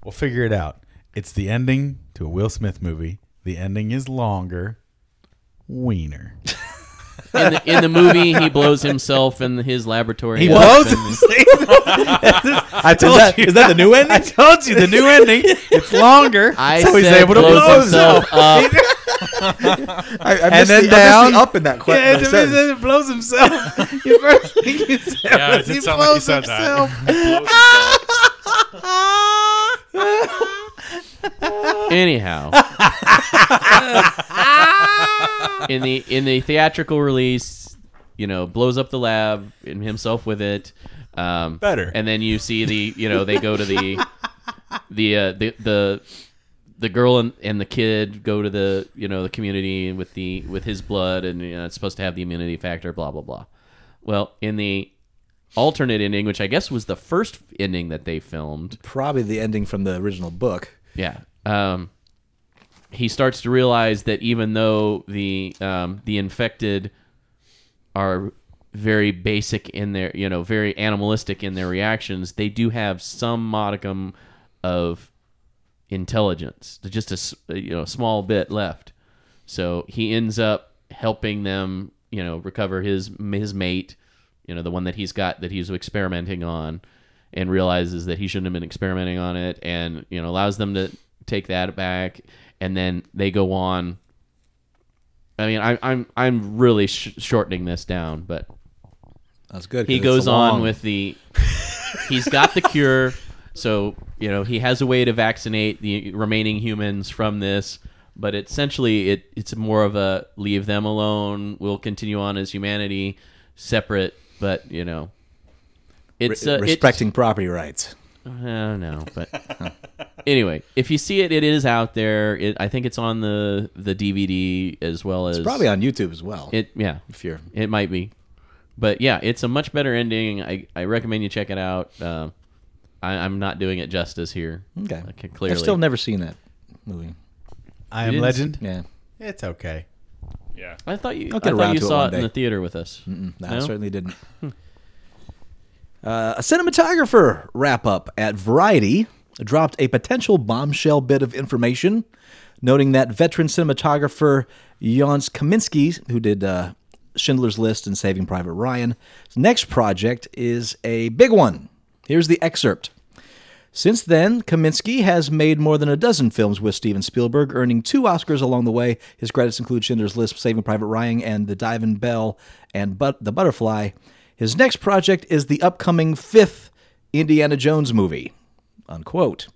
We'll figure it out. It's the ending to a Will Smith movie. The ending is longer. Wiener. in the, in the movie he blows himself in his laboratory. He up blows and- I told is, that, you. is that the new ending? I told you the new ending. It's longer, I so he's said able to blows blow himself himself. up. I, I And missed then the, I missed down. the up in that question. Yeah, it, it, it blows himself. You first thing you said Yeah, it was did he sound like you blows said that. himself. Anyhow, in the in the theatrical release, you know, blows up the lab and himself with it. Um, Better. And then you see the you know they go to the the uh, the the the girl and, and the kid go to the you know the community with the with his blood and you know, it's supposed to have the immunity factor. Blah blah blah. Well, in the alternate ending, which I guess was the first ending that they filmed, Probably the ending from the original book. yeah. Um, he starts to realize that even though the um, the infected are very basic in their, you know, very animalistic in their reactions, they do have some modicum of intelligence, just a s- you know small bit left. So he ends up helping them, you know, recover his his mate, you know, the one that he's got that he's experimenting on, and realizes that he shouldn't have been experimenting on it, and you know allows them to take that back, and then they go on. I mean, I, I'm I'm really sh- shortening this down, but That's good. he 'cause it's goes a on long- with the he's got the cure so you know he has a way to vaccinate the remaining humans from this but essentially it it's more of a leave them alone we'll continue on as humanity separate but you know it's uh, it's- respecting property rights. I don't know, but anyway, if you see it, it is out there. It, I think it's on the the DVD as well as Probably on YouTube as well. it. Yeah, if you're it might be. But yeah, it's a much better ending. I, I recommend you check it out. Uh, I, I'm not doing it justice here. Okay. I can clearly. I've still never seen that movie. I You am didn't- legend. Yeah. It's okay. Yeah. I thought you. I'll I get thought around you to it saw one it, in day. the theater with us. Mm-mm, No, I certainly didn't. Uh, a cinematographer wrap up at Variety dropped a potential bombshell bit of information, noting that veteran cinematographer Jans Kaminski, who did uh, Schindler's List and Saving Private Ryan's next project is a big one. Here's the excerpt. Since then, Kaminsky has made more than a dozen films with Steven Spielberg, earning two Oscars along the way. His credits include Schindler's List, Saving Private Ryan, and The Diving Bell and but- The Butterfly. His next project is the upcoming fifth Indiana Jones movie. Unquote.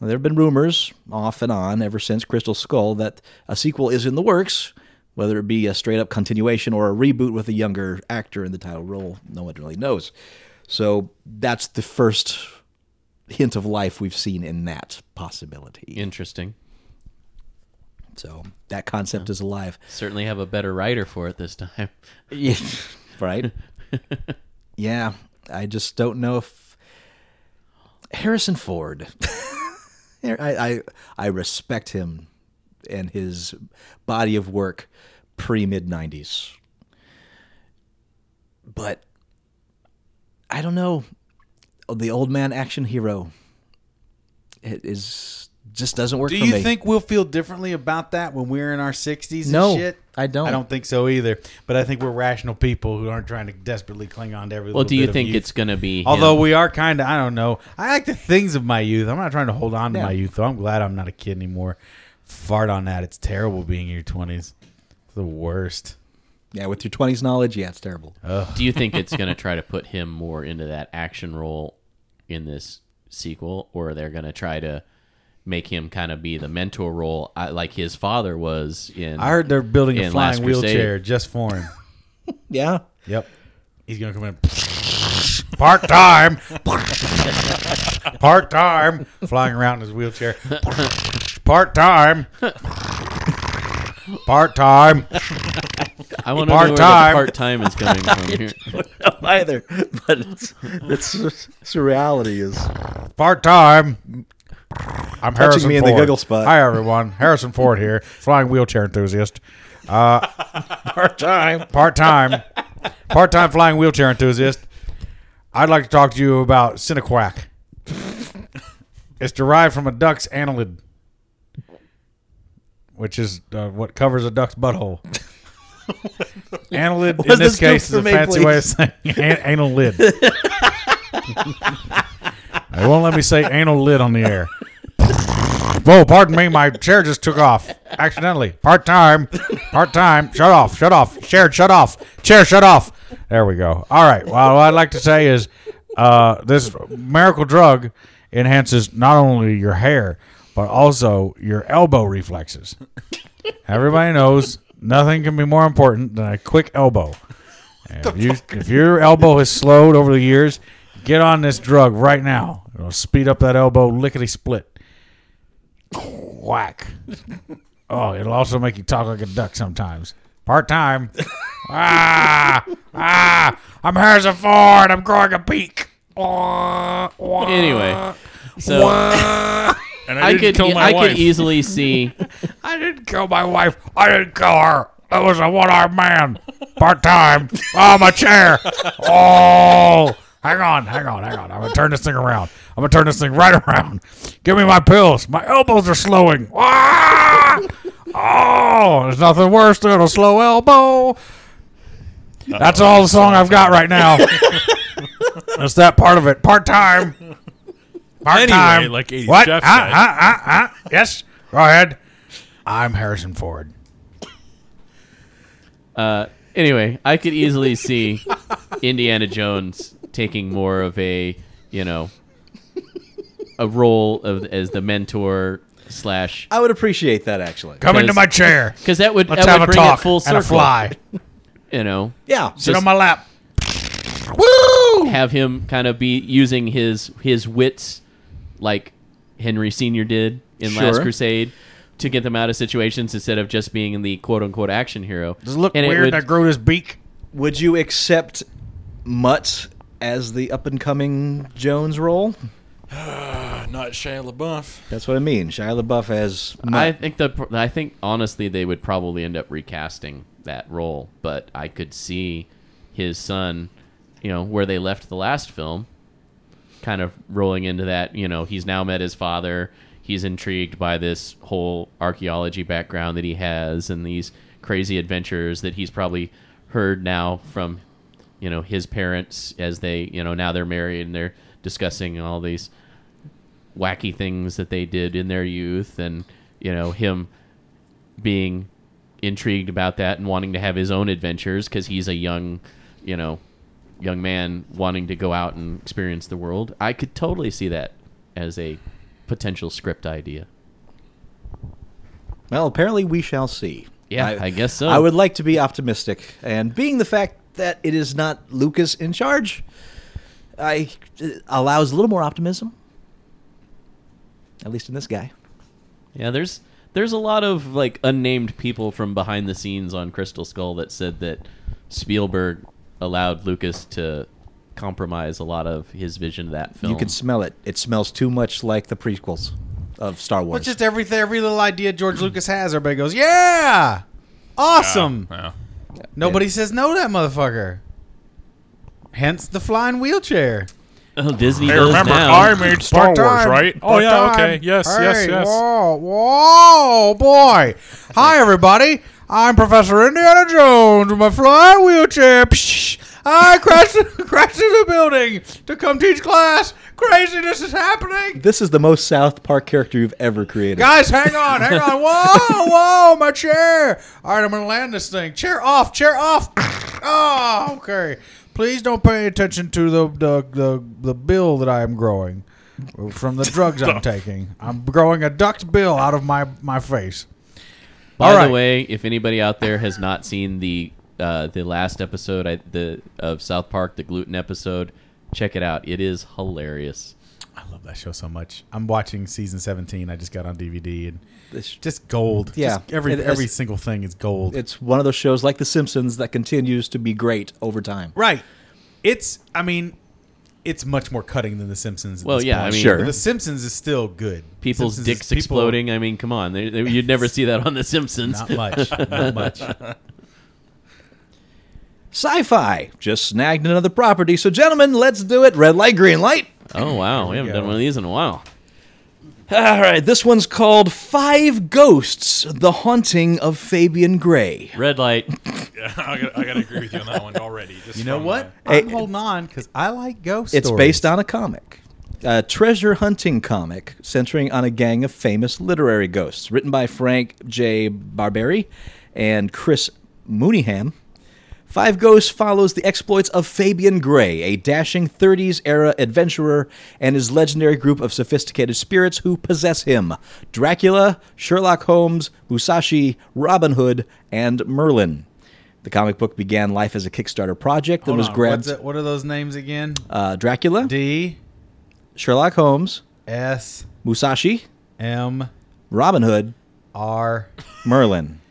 There have been rumors off and on ever since Crystal Skull that a sequel is in the works, whether it be a straight up continuation or a reboot with a younger actor in the title role. No one really knows. So that's the first hint of life we've seen in that possibility. Interesting. So that concept is alive. Certainly have a better writer for it this time. Yeah. right? yeah. I just don't know if Harrison Ford. I, I I respect him and his body of work pre mid nineties. But I don't know. The old man action hero it is just doesn't work Do for you me. think we'll feel differently about that when we're in our 60s and No, shit? I don't. I don't think so either. But I think we're rational people who aren't trying to desperately cling on to every Well, little do you bit of think youth. it's going to be? Although him? we are kind of, I don't know. I like the things of my youth. I'm not trying to hold on to Yeah. my youth. Though. I'm glad I'm not a kid anymore. Fart on that. It's terrible being in your 20s. It's the worst. yeah, with your twenties knowledge, yeah, it's terrible. do you think it's going to try to put him more into that action role in this sequel, or they're going to try to make him kind of be the mentor role, I, like his father was in? I heard they're building a In flying Last Crusade. wheelchair just for him. yeah. Yep. He's gonna come in part time. part time. Flying around in his wheelchair. Part time. Part time. I want to know where the part-time. part time is coming from here. either, but it's, it's surreality is Part time. I'm Harrison me in the Ford. giggle spot. Hi everyone. Harrison Ford here, flying wheelchair enthusiast. Uh, part time. Part time. part time flying wheelchair enthusiast. I'd like to talk to you about Cinequack. it's derived from a duck's annelid, which is uh, what covers a duck's butthole. annelid, in Was this this joke case, is for a me, fancy way of saying an- anal lid. they won't let me say anal lid on the air. Whoa, pardon me, my chair just took off accidentally. Part time, part time. Shut off, shut off. Chair, shut off. Chair, shut off. There we go. All right. Well, what I'd like to say is uh, this miracle drug enhances not only your hair, but also your elbow reflexes. Everybody knows nothing can be more important than a quick elbow. And If, you, if your elbow has slowed over the years, get on this drug right now. It'll speed up that elbow lickety split. Whack. Oh, it'll also make you talk like a duck sometimes. Part time. ah, ah, I'm Harrison Ford. I'm growing a beak. Wah, wah, Anyway, so wah. And I I, Uh, didn't could e- kill my I wife. could easily see I didn't kill my wife. I didn't kill her. I was a one armed man. Part time. Oh, my chair. Oh. Hang on, hang on, hang on. I'm going to turn this thing around. I'm going to turn this thing right around. Give me my pills. My elbows are slowing. Ah! Oh, there's nothing worse than a slow elbow. That's all the song I've got right now. That's that part of it. Part time. Part time. Anyway, like 80s what? Ah, Jeff Huh? said. Huh? Huh? Huh? ah. Yes. Go ahead. I'm Harrison Ford. Uh, anyway, I could easily see Indiana Jones taking more of a, you know, a role of as the mentor slash I would appreciate that actually. Come into Because- my chair. because that would Let's that have would a bring talk it full circle. and a fly. You know, Yeah, Sit Just- on my lap. Woo! have him kind of be using his his wits, like Henry Senior did in Last Sure. Crusade, to get them out of situations instead of just being the quote unquote action hero. Does it look And weird would- that I grew this beak? Would you accept Mutt as the up and coming Jones role? Not Shia LaBeouf. That's what I mean. Shia LaBeouf as Mutt. I think the I think honestly they would probably end up recasting that role, but I could see his son, you know, where they left the last film, kind of rolling into that. You know, he's now met his father. He's intrigued by this whole archaeology background that he has and these crazy adventures that he's probably heard now from, you know, his parents as they, you know, now they're married and they're discussing all these wacky things that they did in their youth and you know him being intrigued about that and wanting to have his own adventures because he's a young you know young man wanting to go out and experience the world i could totally see that as a potential script idea well, apparently we shall see. Yeah, I guess so. I would like to be optimistic, and being the fact that it is not Lucas in charge, I it allows a little more optimism. At least in this guy. yeah there's there's a lot of like unnamed people from behind the scenes on crystal skull that said that spielberg allowed lucas to compromise a lot of his vision of that film You can smell it. It smells too much like the prequels of Star Wars. But just everything, every little idea George Lucas has, everybody goes, "Yeah, awesome." Yeah. Nobody says no to that motherfucker. Hence the flying wheelchair. oh disney Hey, does remember, now. I made Star Wars, Part-time, right? Oh, yeah, part-time. okay. Yes, Hey, yes, yes. Whoa, whoa, boy! Hi, everybody. I'm Professor Indiana Jones with my flying wheelchair. Psh, I crashed crashed into the building to come teach class. Craziness is happening. this is the most South Park character you've ever created. Guys, hang on, hang on. Whoa, whoa, my chair. All right, I'm going to land this thing. Chair off, chair off. Oh, okay. Please don't pay attention to the, the, the, the bill that I am growing from the drugs I'm taking. I'm growing a duck's bill out of my, my face. By All right. the way, if anybody out there has not seen the uh, the last episode I, the of South Park, the gluten episode, check it out. It is hilarious. I love that show so much. I'm watching season 17. I just got on DVD and This- just gold. Yeah. Just every It- it's- every single thing is gold. It's one of those shows like The Simpsons that continues to be great over time. Right. It's I mean, it's much more cutting than The Simpsons. At Well, this yeah, point. I mean- Sure. But The Simpsons is still good. People's Simpsons is dicks people- exploding. I mean, come on, they, they- you'd never see that on The Simpsons. Not much. Not much. All Sci fi just snagged another property. So, gentlemen, let's do it. Red light, green light. oh wow, we haven't go. done one of these in a while. All right, this one's called Five Ghosts The Haunting of Fabian Gray. Red light. Yeah, I gotta, I gotta agree with you on that one already. Just You know from, uh, what? Hey, I'm holding on because I like ghost It's stories. based on a comic, a treasure hunting comic centering on a gang of famous literary ghosts, written by Frank J. Barberi and Chris Mooneyham. Five Ghosts follows the exploits of Fabian Gray, a dashing 30s era adventurer, and his legendary group of sophisticated spirits who possess him Dracula, Sherlock Holmes, Musashi, Robin Hood, and Merlin. The comic book began life as a Kickstarter project that Hold was on, grabbed Uh, what's it- what are those names again? uh, Dracula, D Sherlock Holmes, S Musashi, M Robin Hood, R Merlin.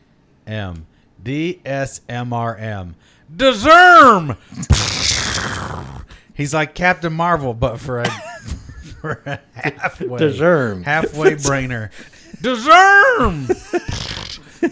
M D S M R M. Deserm. He's like Captain Marvel, but for a for a halfway Deserm. halfway brainer. Deserm.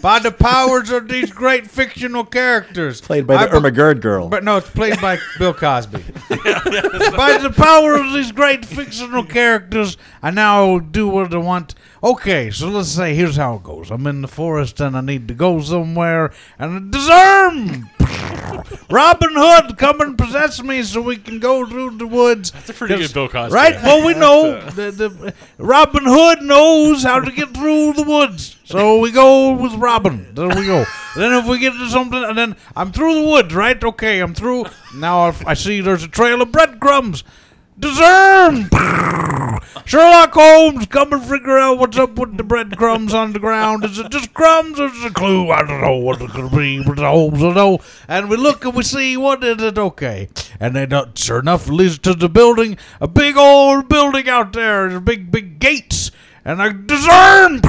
by the powers of these great fictional characters, Played by the I Irma Gerd girl. but no, it's played by Bill Cosby. by the power of these great fictional characters, I now do what I want. Okay, so let's say here's how it goes. I'm in the forest and I need to go somewhere, and disarm. Robin Hood, come and possess me so we can go through the woods. That's a pretty good Bill Cosby. uh, Right? Well, we know the, the Robin Hood knows how to get through the woods, so we go with Robin. There we go. then if we get to something, and then I'm through the woods, right? Okay, I'm through. Now I, I see there's a trail of breadcrumbs. Discern. Sherlock Holmes, come and figure out what's up with the breadcrumbs on the ground. Is it just crumbs or is it a clue? I don't know what it could be, but Holmes will know. And we look and we see what is it, okay. And then, uh, sure enough, it leads to the building, a big old building out there, there's big, big gates. And I discern.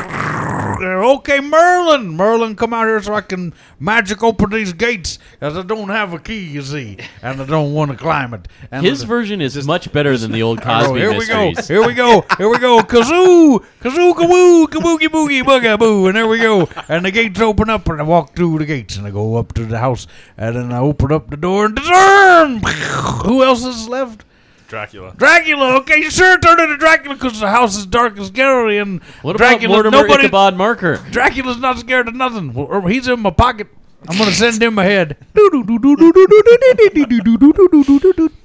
okay, Merlin, Merlin, come out here so I can magic open these gates, as I don't have a key, you see, and I don't want to climb it. And His the- version is much better than the old Cosby Oh, here we go. mysteries. Here we go. Here we go. Kazoo, kazoo, kawoo, kaboogie, boogie, bugaboo, and there we go. And the gates open up, and I walk through the gates, and I go up to the house, and then I open up the door and discern. Who else is left? Dracula. Dracula. Okay, sure, turn into Dracula because the house is dark as Gary, and What about Dracula. Mortimer nobody. Ichabod Marker? Dracula's not scared of nothing. Well, er, He's in my pocket. I'm gonna send him ahead. Do-do-do-do-do-do-do-do-do-do-do-do-do-do-do-do.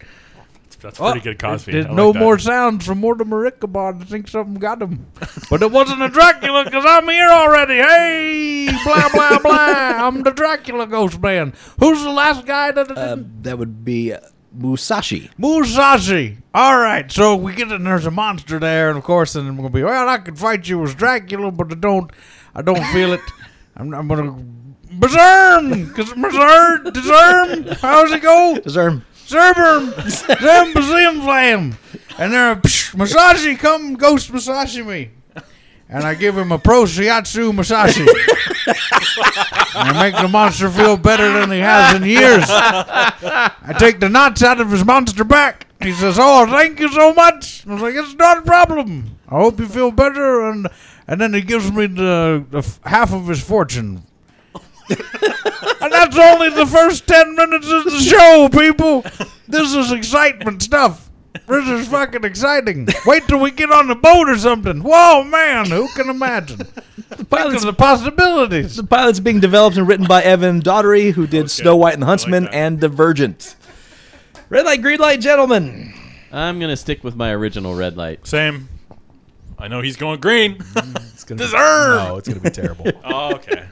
That's Oh, pretty good Cosby. There's I like no that. more sounds from Mortimer Ichabod. I think something got him. But it wasn't a Dracula because I'm here already. Hey, blah, blah, blah. I'm the Dracula ghost man. Who's the last guy that it Uh, didn't? that would be uh, Musashi. Musashi. All right, so we get in. There's a monster there, and of course, and I'm gonna be well. I could fight you as Dracula, but I don't. I don't feel it. I'm, I'm gonna berserm because berserm, berserm. How's it go? Zerm. Zerberm, Zerm Bazim Flam. And they're, psh, Masashi, come ghost Masashi me. And I give him a pro shiatsu Masashi. and I make the monster feel better than he has in years. I take the knots out of his monster back. He says, Oh, thank you so much. I was like, It's not a problem. I hope you feel better. And, and then he gives me the, the f- half of his fortune and that's only the first 10 minutes of the show, people. This is excitement stuff. This is fucking exciting. Wait till we get on the boat or something. Whoa, man, who can imagine? Think of Pilot's, the possibilities. the pilot's being developed and written by Evan Daugherty, who did Snow White and the Huntsman that. and Divergent. Red light, green light, gentlemen. I'm gonna stick with my original red light. Same. I know he's going green. It's gonna Deserve. No, it's going to be terrible. oh, okay.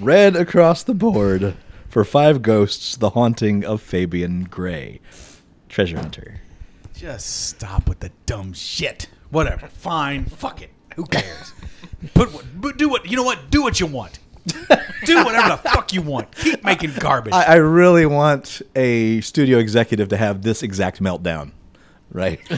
Red across the board for Five Ghosts, The Haunting of Fabian Gray. Treasure Hunter. Just stop with the dumb shit. Whatever. Fine. Fuck it. Who cares? Put what, but do what you know what? Do what you want. Do whatever the fuck you want. Keep making garbage. I, I really want a studio executive to have this exact meltdown, right? Do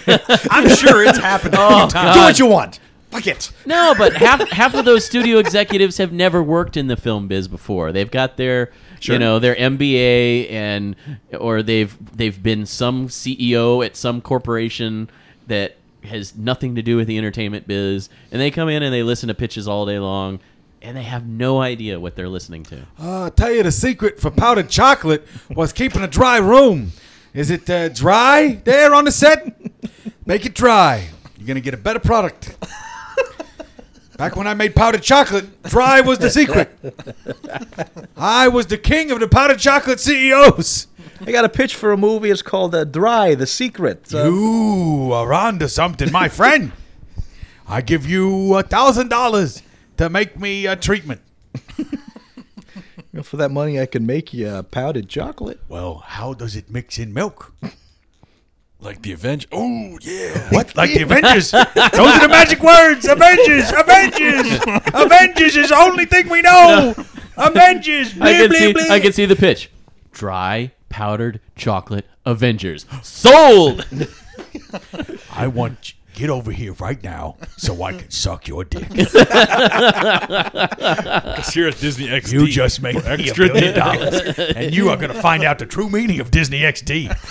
I'm sure it's happened a few times. what you want. Fuck it. No, but half half of those studio executives have never worked in the film biz before. They've got their you know their MBA and or they've they've been some CEO at some corporation that has nothing to do with the entertainment biz, and they come in and they listen to pitches all day long, and they have no idea what they're listening to. Uh, I'll tell you the secret for powdered chocolate was keeping a dry room. Is it uh, dry there on the set? Make it dry. You're going to get a better product. Back when I made powdered chocolate, dry was the secret. I was the king of the powdered chocolate E CEOs. I got a pitch for a movie. It's called uh, Dry, The Secret. Uh, You are onto something, my friend. I give you a thousand dollars to make me a treatment. for that money, I can make you a powdered chocolate. Well, how does it mix in milk? Like the Avengers. Oh yeah. What? Like the Avengers? Those are the magic words. Avengers. Avengers. Avengers is the only thing we know. Avengers. I Blee, can blee, see blee. I can see the pitch. Dry powdered chocolate Avengers sold. I want you- get over here right now so I can suck your dick. It's here at Disney XD. You just made me a extra billion dick. dollars, and you are going to find out the true meaning of Disney XD.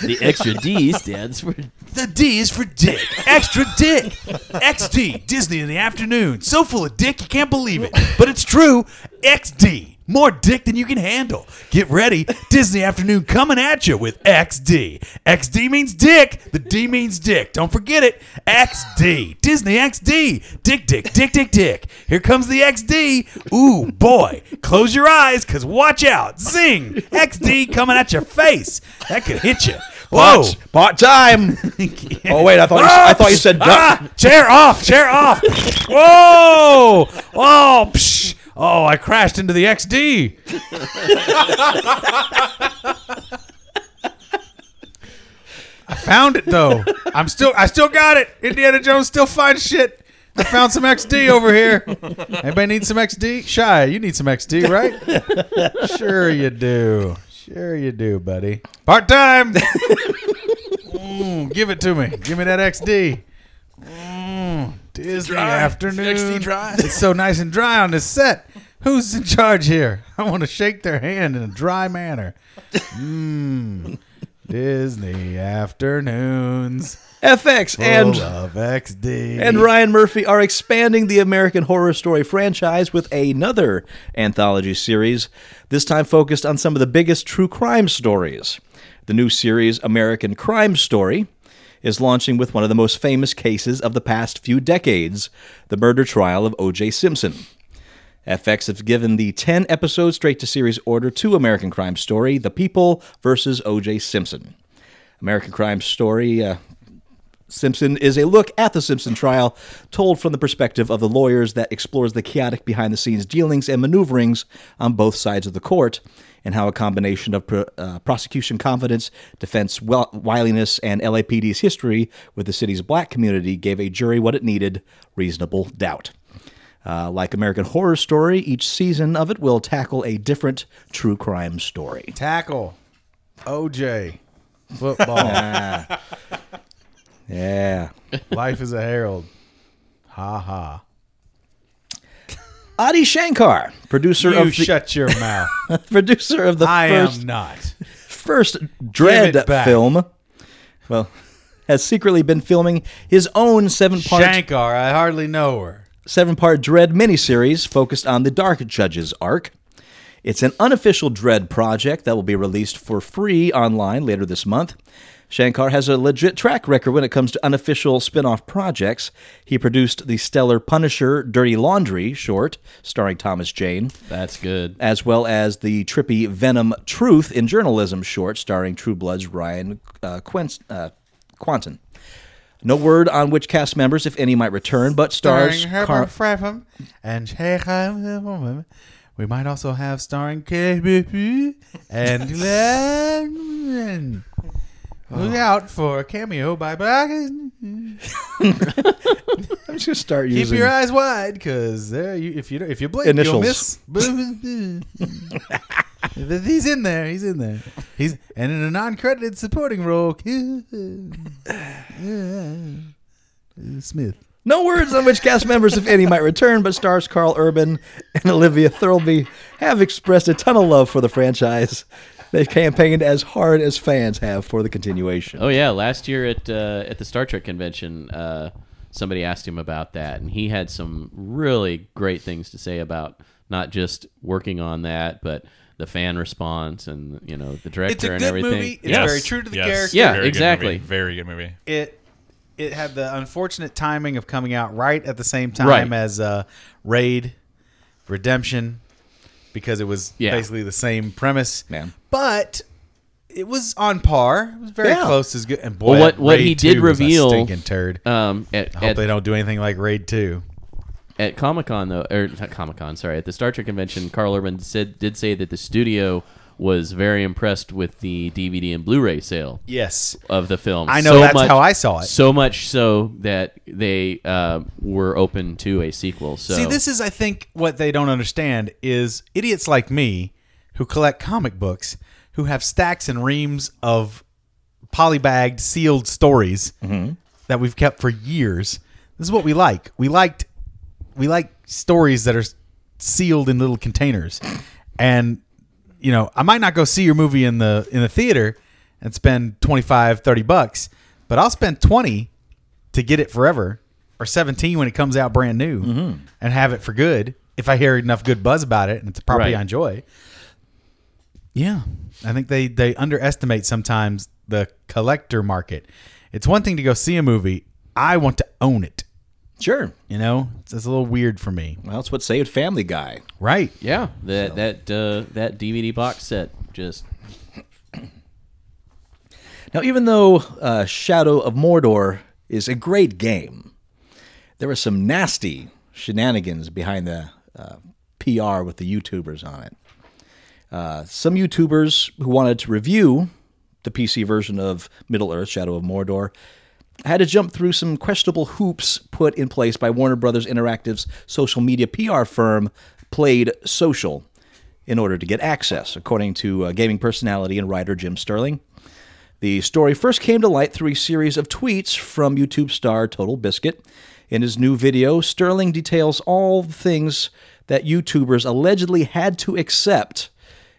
the extra D stands for The D is for dick. Extra dick. XD. Disney in the afternoon. So full of dick you can't believe it. But it's true. XD. More dick than you can handle. Get ready. Disney afternoon coming at you with XD. XD means dick. The D means dick. Don't forget it. XD. Disney XD. Dick, dick, dick, dick, dick. Here comes the XD. Ooh, boy. Close your eyes because watch out. Zing. XD coming at your face. That could hit you. Whoa. Part time. oh wait, I thought you, I thought you said. Ah, chair off, chair off. Whoa! Oh, psh. oh! I crashed into the XD. I found it though. I'm still, I still got it. Indiana Jones still finds shit. I found some XD over here. Anybody need some XD? Shy, you need some XD, right? Sure you do. Sure you do, buddy. Part time. Give it to me. Give me that XD. Mm, Disney dry. afternoon. XD dry. It's so nice and dry on this set. Who's in charge here? I want to shake their hand in a dry manner. Hmm. Mmm. Disney afternoons FX and and of XD and Ryan Murphy are expanding the American Horror Story franchise with another anthology series, this time focused on some of the biggest true crime stories. The new series, American Crime Story, is launching with one of the most famous cases of the past few decades the murder trial of O.J. Simpson. FX have given the 10 episode straight to series order to American Crime Story The People versus O.J. Simpson. American Crime Story uh, Simpson is a look at the Simpson trial, told from the perspective of the lawyers that explores the chaotic behind the scenes dealings and maneuverings on both sides of the court, and how a combination of pro- uh, prosecution confidence, defense wel- wiliness, and LAPD's history with the city's black community gave a jury what it needed reasonable doubt. Uh, like American Horror Story, each season of it will tackle a different true crime story. tackle OJ football. Yeah. Life is a herald. Ha ha. Adi Shankar, producer You of the, shut your mouth. producer of the I first am not. first Dread it back. film, well, has secretly been filming his own seven part Shankar, I hardly know her. seven part Dread miniseries focused on the Dark Judges arc. It's an unofficial Dread project that will be released for free online later this month. Shankar has a legit track record when it comes to unofficial spin off projects. He produced the stellar Punisher Dirty Laundry short, starring Thomas Jane That's good. as well as the trippy Venom Truth in Journalism short starring True Blood's Ryan uh, Quince, uh, Quanton. No word on which cast members, if any, might return, but stars starring Herbert Car- Frappham and Sheikh We might also have starring KBP and Glenn. Look out for a cameo by Black. I'm just gonna start Keep using. your eyes wide, because there, you, if you don't- if you blink, you'll Initials. miss. If he's in there. He's in there. He's and in a non-credited supporting role, Smith. no words on which cast members, if any, might return, but stars Carl Urban and Olivia Thirlby have expressed a ton of love for the franchise. They've campaigned as hard as fans have for the continuation. Oh yeah, last year at uh, at the Star Trek convention, uh, somebody asked him about that, and he had some really great things to say about not just working on that, but the fan response and you know the director It's a and good everything. movie. It's Yes, very true to the yes, character. Yeah, very good exactly. movie, Very good movie. it it had the unfortunate timing of coming out right at the same time Right. as uh, Raid Redemption because it was Yeah. basically the same premise. Man. But it was on par. It was very Yeah. close as good. And boy, Well, what- what Raid he did 2 was a reveal- stinking turd. Um, at, I hope at- they don't do anything like Raid Two. at Comic Con though, or not Comic Con, sorry, at the Star Trek convention, Carl Urban said did say that the studio was very impressed with the DVD and Blu-ray sale Yes, of the film. I know that's how I saw it. So much so that they uh, were open to a sequel. So See, this is, I think, what they don't understand is idiots like me who collect comic books, who have stacks and reams of polybagged, sealed stories that we've kept for years. This is what we like. We liked, we like stories that are s- sealed in little containers, and you know, I might not go see your movie in the in the theater and spend 25, 30 bucks, but I'll spend twenty to get it forever or 17 when it comes out brand new and have it for good if I hear enough good buzz about it and it's a property Right. I enjoy. Yeah. I think they, they underestimate sometimes the collector market. It's one thing to go see a movie, I want to own it. Sure. You know, it's, it's a little weird for me. Well, that's what saved Family Guy. Right. yeah that that uh, that DVD box set just Now, even though uh, Shadow of Mordor is a great game, there were some nasty shenanigans behind the uh, PR with the YouTubers on it. Uh, some YouTubers who wanted to review the PC version of Middle Earth Shadow of Mordor had to jump through some questionable hoops put in place by Warner Brothers Interactive's social media PR firm, Played Social, in order to get access, according to uh, gaming personality and writer Jim Sterling. The story first came to light through a series of tweets from YouTube star Total Biscuit In his new video, Sterling details all the things that YouTubers allegedly had to accept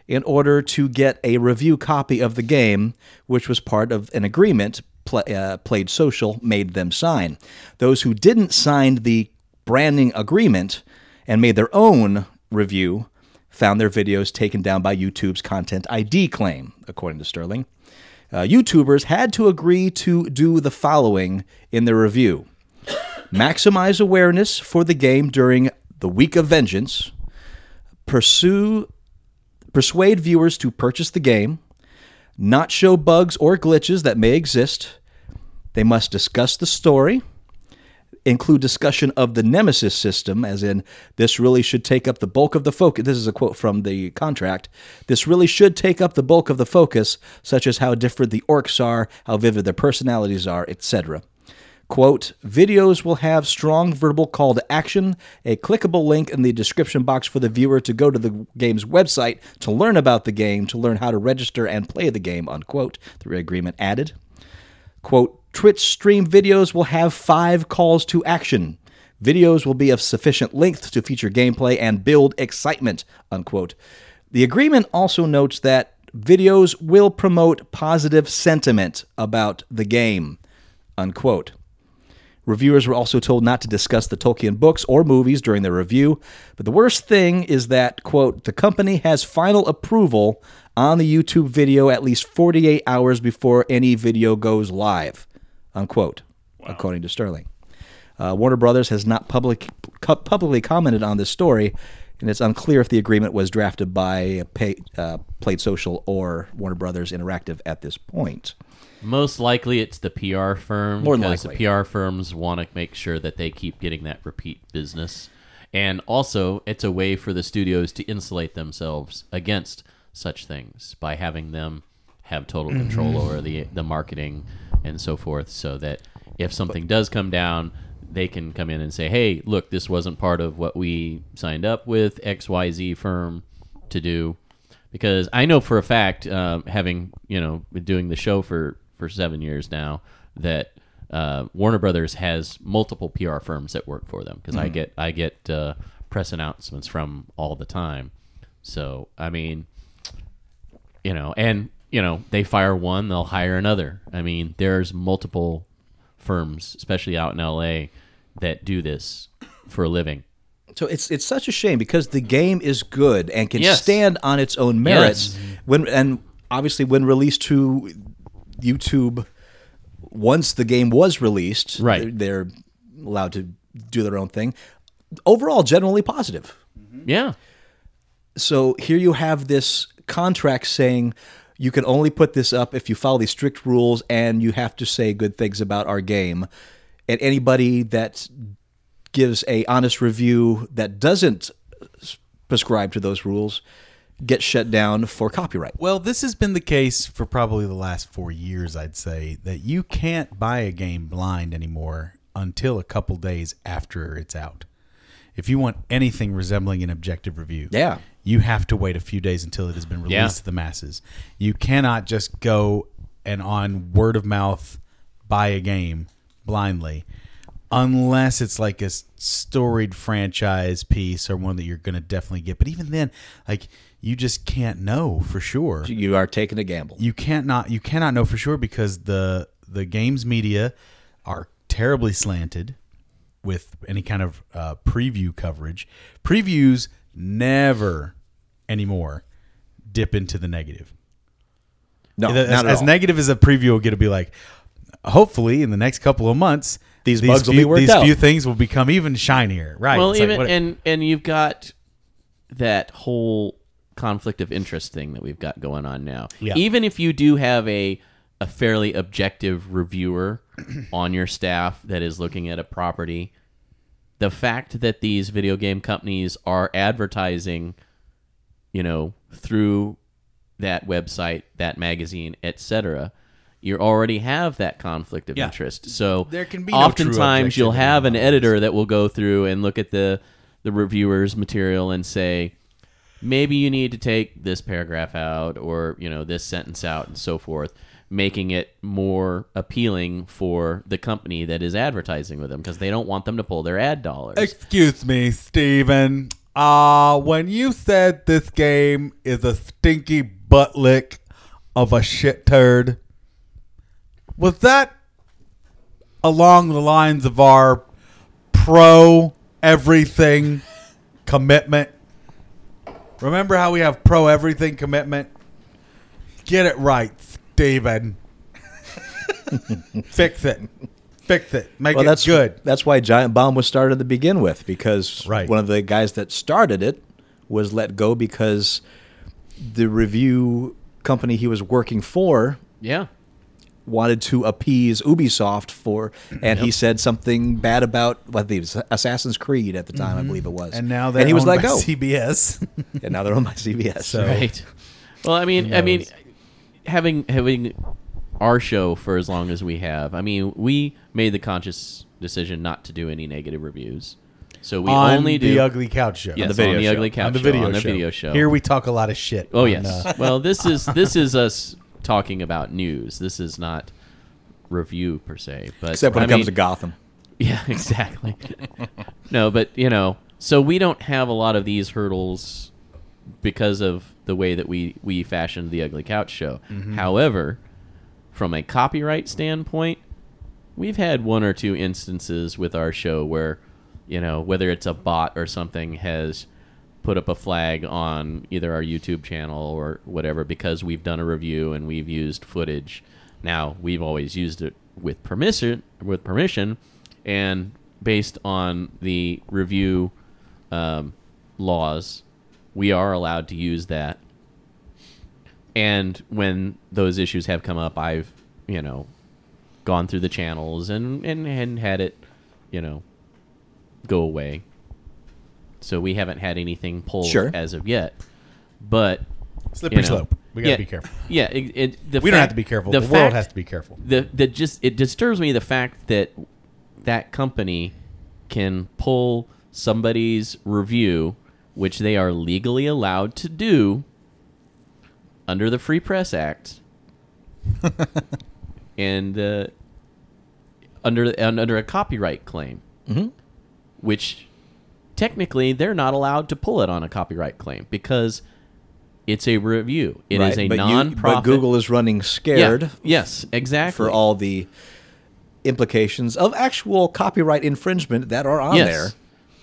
in order to get a review copy of the game, which was part of an agreement pl- uh, Played Social made them sign. Those who didn't sign the branding agreement and made their own review found their videos taken down by YouTube's content ID claim, according to Sterling. Uh, YouTubers had to agree to do the following in their review maximize awareness for the game during the week of vengeance, pursue persuade viewers to purchase the game, not show bugs or glitches that may exist. They must discuss the story, include discussion of the nemesis system, as in, this really should take up the bulk of the focus. This is a quote from the contract. This really should take up the bulk of the focus, such as how different the orcs are, how vivid their personalities are, etc. Quote, videos will have strong verbal call to action, a clickable link in the description box for the viewer to go to the game's website to learn about the game, to learn how to register and play the game, unquote, the agreement added. Quote, Twitch stream videos will have five calls to action. Videos will be of sufficient length to feature gameplay and build excitement, unquote. The agreement also notes that videos will promote positive sentiment about the game, unquote. Reviewers were also told not to discuss the Tolkien books or movies during their review. But the worst thing is that, quote, the company has final approval on the YouTube video at least 48 hours before any video goes live, unquote, according to Sterling. Uh, Warner Brothers has not public, cu- publicly commented on this story, and it's unclear if the agreement was drafted by pay, uh, Played Social or Warner Brothers Interactive at this point. Most likely, it's the PR firm. More than because likely. the PR firms want to make sure that they keep getting that repeat business, and also it's a way for the studios to insulate themselves against such things by having them have total Mm-hmm. control over the the marketing and so forth, so that if something does come down. They can come in and say, "Hey, look, this wasn't part of what we signed up with X Y Z firm to do." because I know for a fact, um, having you know been doing the show for for seven years now, that uh, Warner Brothers has multiple PR firms that work for them because I get I get uh, press announcements from all the time. So I mean, you know, and you know they fire one, they'll hire another. I mean, there's multiple firms, especially out in L.A., that do this for a living. So it's it's such a shame because the game is good and can Yes. stand on its own merits. When and obviously when released to YouTube, once the game was released, Right. they're, they're allowed to do their own thing. Overall, generally positive. Yeah, So here you have this contract saying you can only put this up if you follow these strict rules and you have to say good things about our game. And anybody that gives a honest review that doesn't s- prescribe to those rules gets shut down for copyright. Well, this has been the case for probably the last four years, I'd say, that you can't buy a game blind anymore until a couple days after it's out. If you want anything resembling an objective review, Yeah. you have to wait a few days until it has been released Yeah. to the masses. You cannot just go and on word of mouth buy a game blindly unless it's like a s- storied franchise piece or one that you're going to definitely get. But even then, like you just can't know for sure You are taking a gamble. you can't not you cannot know for sure because the the games media are terribly slanted with any kind of uh, preview coverage. Previews never anymore dip into the negative. No, as, not at as all. negative as a preview will get to be like, hopefully in the next couple of months These bugs will be few, worked these out. few things will become even shinier. Right. Well, It's like, even what- and and you've got that whole conflict of interest thing that we've got going on now. Yeah. Even if you do have a a fairly objective reviewer on your staff that is looking at a property, the fact that these video game companies are advertising, you know, through that website, that magazine, etc., you already have that conflict of Yeah. interest. So There can be no true oftentimes you'll objectivity have an on editor that will go through and look at the the reviewer's material and say maybe you need to take this paragraph out or you know this sentence out and so forth making it more appealing for the company that is advertising with them because they don't want them to pull their ad dollars. Excuse me, Steven. Uh, when you said this game is a stinky butt lick of a shit turd, was that along the lines of our pro everything commitment? Remember how we have pro everything commitment? Get it right, Steven. Fix it. Fix it. Make Well, it that's good. That's why Giant Bomb was started to begin with because Right. one of the guys that started it was let go because the review company he was working for yeah. wanted to appease Ubisoft for, and he said something bad about what the Assassin's Creed at the time, I believe it was. Mm-hmm. and now they're and he was owned let by go, CBS. and now they're on my CBS. So Right. Well, I mean, I mean, Oh. knows? having having our show for as long as we have, I mean, we made the conscious decision not to do any negative reviews. So we on only do the ugly couch show. Yes, on on the, the, video show. ugly couch on the show, video, on the show. video show. Here we talk a lot of shit. oh on, yes. uh, well, this is this is us talking about news. This is not review per se, but except when I it comes mean- to Gotham, yeah, exactly. no, but you know, so we don't have a lot of these hurdles because of the way that we we fashioned the Ugly Couch show. However, from a copyright standpoint, we've had one or two instances with our show where, you know, whether it's a bot or something has put up a flag on either our YouTube channel or whatever because we've done a review and we've used footage. Now, we've always used it with permission with permission and based on the review um, laws, we are allowed to use that and when those issues have come up i've you know gone through the channels and and, and had it you know go away so we haven't had anything pulled Sure. as of yet but slippery you know, slope. We gotta yeah, be careful. yeah it, it- the We don't fact- have to be careful. The, world fact- has to be careful. the the just it disturbs me the fact that that company can pull somebody's review which they are legally allowed to do under the Free Press Act and uh, under and under a copyright claim Mm-hmm. which technically they're not allowed to pull it on a copyright claim because it's a review It is right? a but you- non-profit but Google is running scared yeah. Yes, exactly. for all the implications of actual copyright infringement that are on yes. there.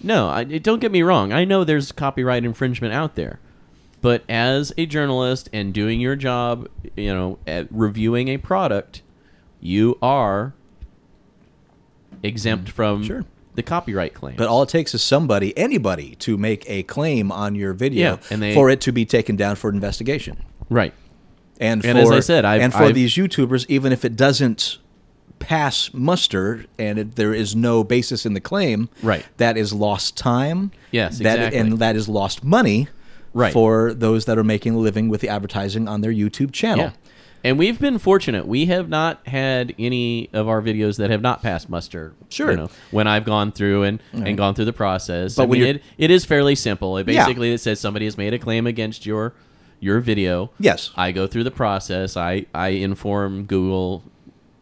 No, I, it- don't get me wrong. I know there's copyright infringement out there, but as a journalist and doing your job, you know, at reviewing a product, you are exempt from Sure. the copyright claim. But all it takes is somebody, anybody, to make a claim on your video Yeah, and they- for it to be taken down for investigation. right. And, And for, as I said, I've- and for I've- these YouTubers, even if it doesn't pass muster and it, there is no basis in the claim, Right. That is lost time. Yes, that, exactly. And that is lost money. Right. For those that are making a living with the advertising on their YouTube channel. Yeah. And we've been fortunate. We have not had any of our videos that have not passed muster. Sure. You know, when I've gone through and, and gone through the process. But I when mean, you're- it, it is fairly simple. It Yeah. basically it says somebody has made a claim against your your video. Yes. I go through the process. I, I inform Google,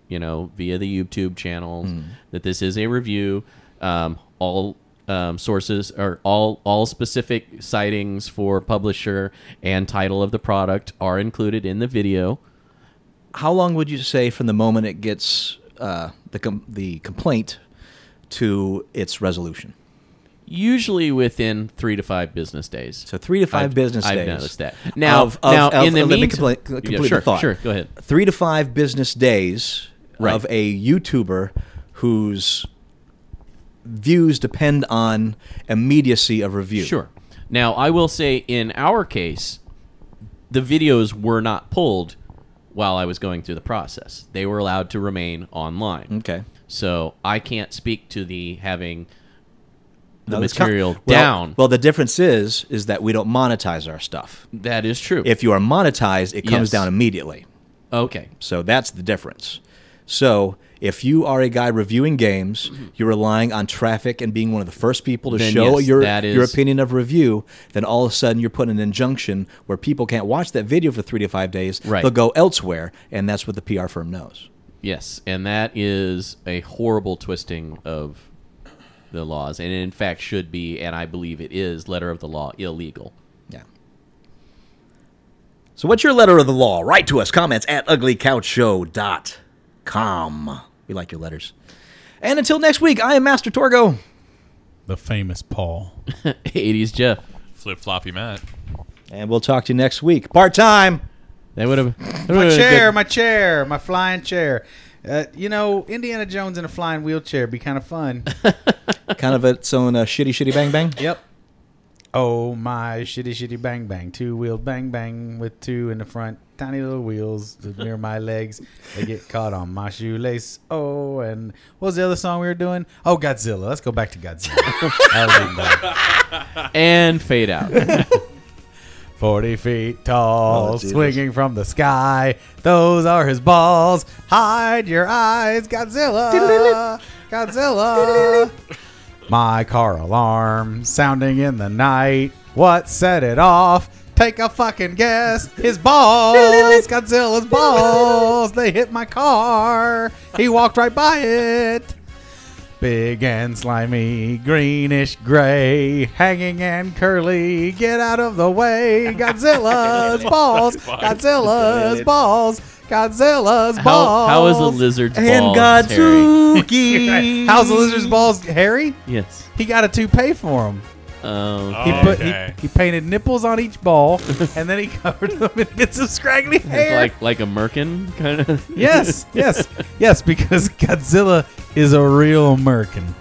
you know, via the YouTube channel Hmm. that this is a review. Um, all um, sources or all all specific sightings for publisher and title of the product are included in the video. How long would you say from the moment it gets uh, the com- the complaint to its resolution? usually within three to five business days. So three to 5 I've- business I've days. noticed that. Now- now, in the let me meantime- complete, Yeah, complete the sure, thought. sure, go ahead. Three to five business days Right. of a YouTuber whose views depend on immediacy of review. Sure. Now, I will say in our case, the videos were not pulled while I was going through the process. They were allowed to remain online. Okay. So I can't speak to the having the Now, this co- material well- down. Well, the difference is is that we don't monetize our stuff. that is true. If you are monetized, it comes Yes. down immediately. okay. So that's the difference. So if you are a guy reviewing games, you're relying on traffic and being one of the first people to Then show yes, your that is- your opinion of review. Then all of a sudden you're putting an injunction where people can't watch that video for three to five days. Right. They'll go elsewhere, and that's what the PR firm knows. Yes, and that is a horrible twisting of the laws, and in fact should be, and I believe it is, letter of the law, illegal. Yeah. So what's your letter of the law? Write to us. Comments at uglycouchshow.com. We like your letters. And until next week, I am Master Torgo. The famous Paul. 80s Jeff. Flip floppy Matt. And we'll talk to you next week. Part time. That would have my chair, my chair, my flying chair. Uh, you know, Indiana Jones in a flying wheelchair be kind of fun. kind of its own uh, shitty, shitty bang bang. yep. Oh my shitty shitty bang bang two wheel bang bang with two in the front tiny little wheels near my legs they get caught on my shoelace oh and what was the other song we were doing oh Godzilla let's go back to Godzilla That was even better. and fade out. 40 feet tall, Oh, Jesus. swinging from the sky. Those are his balls. Hide your eyes, Godzilla. Godzilla. My car alarm sounding in the night. What set it off? Take a fucking guess. His balls, Godzilla's balls. They hit my car. He walked right by it. Big and slimy, greenish gray, hanging and curly. Get out of the way, Godzilla's balls, Godzilla's balls, Godzilla's How, balls. how is the lizard's balls, Harry? Godzuki. How's the lizard's balls, Harry? Yes. He got a toupee for him. Um, He Oh, put okay. he, he painted nipples on each ball, and then he covered them in bits of scraggly it's hair. like like a merkin kind of. yes, yes, yes, because Godzilla is a real American.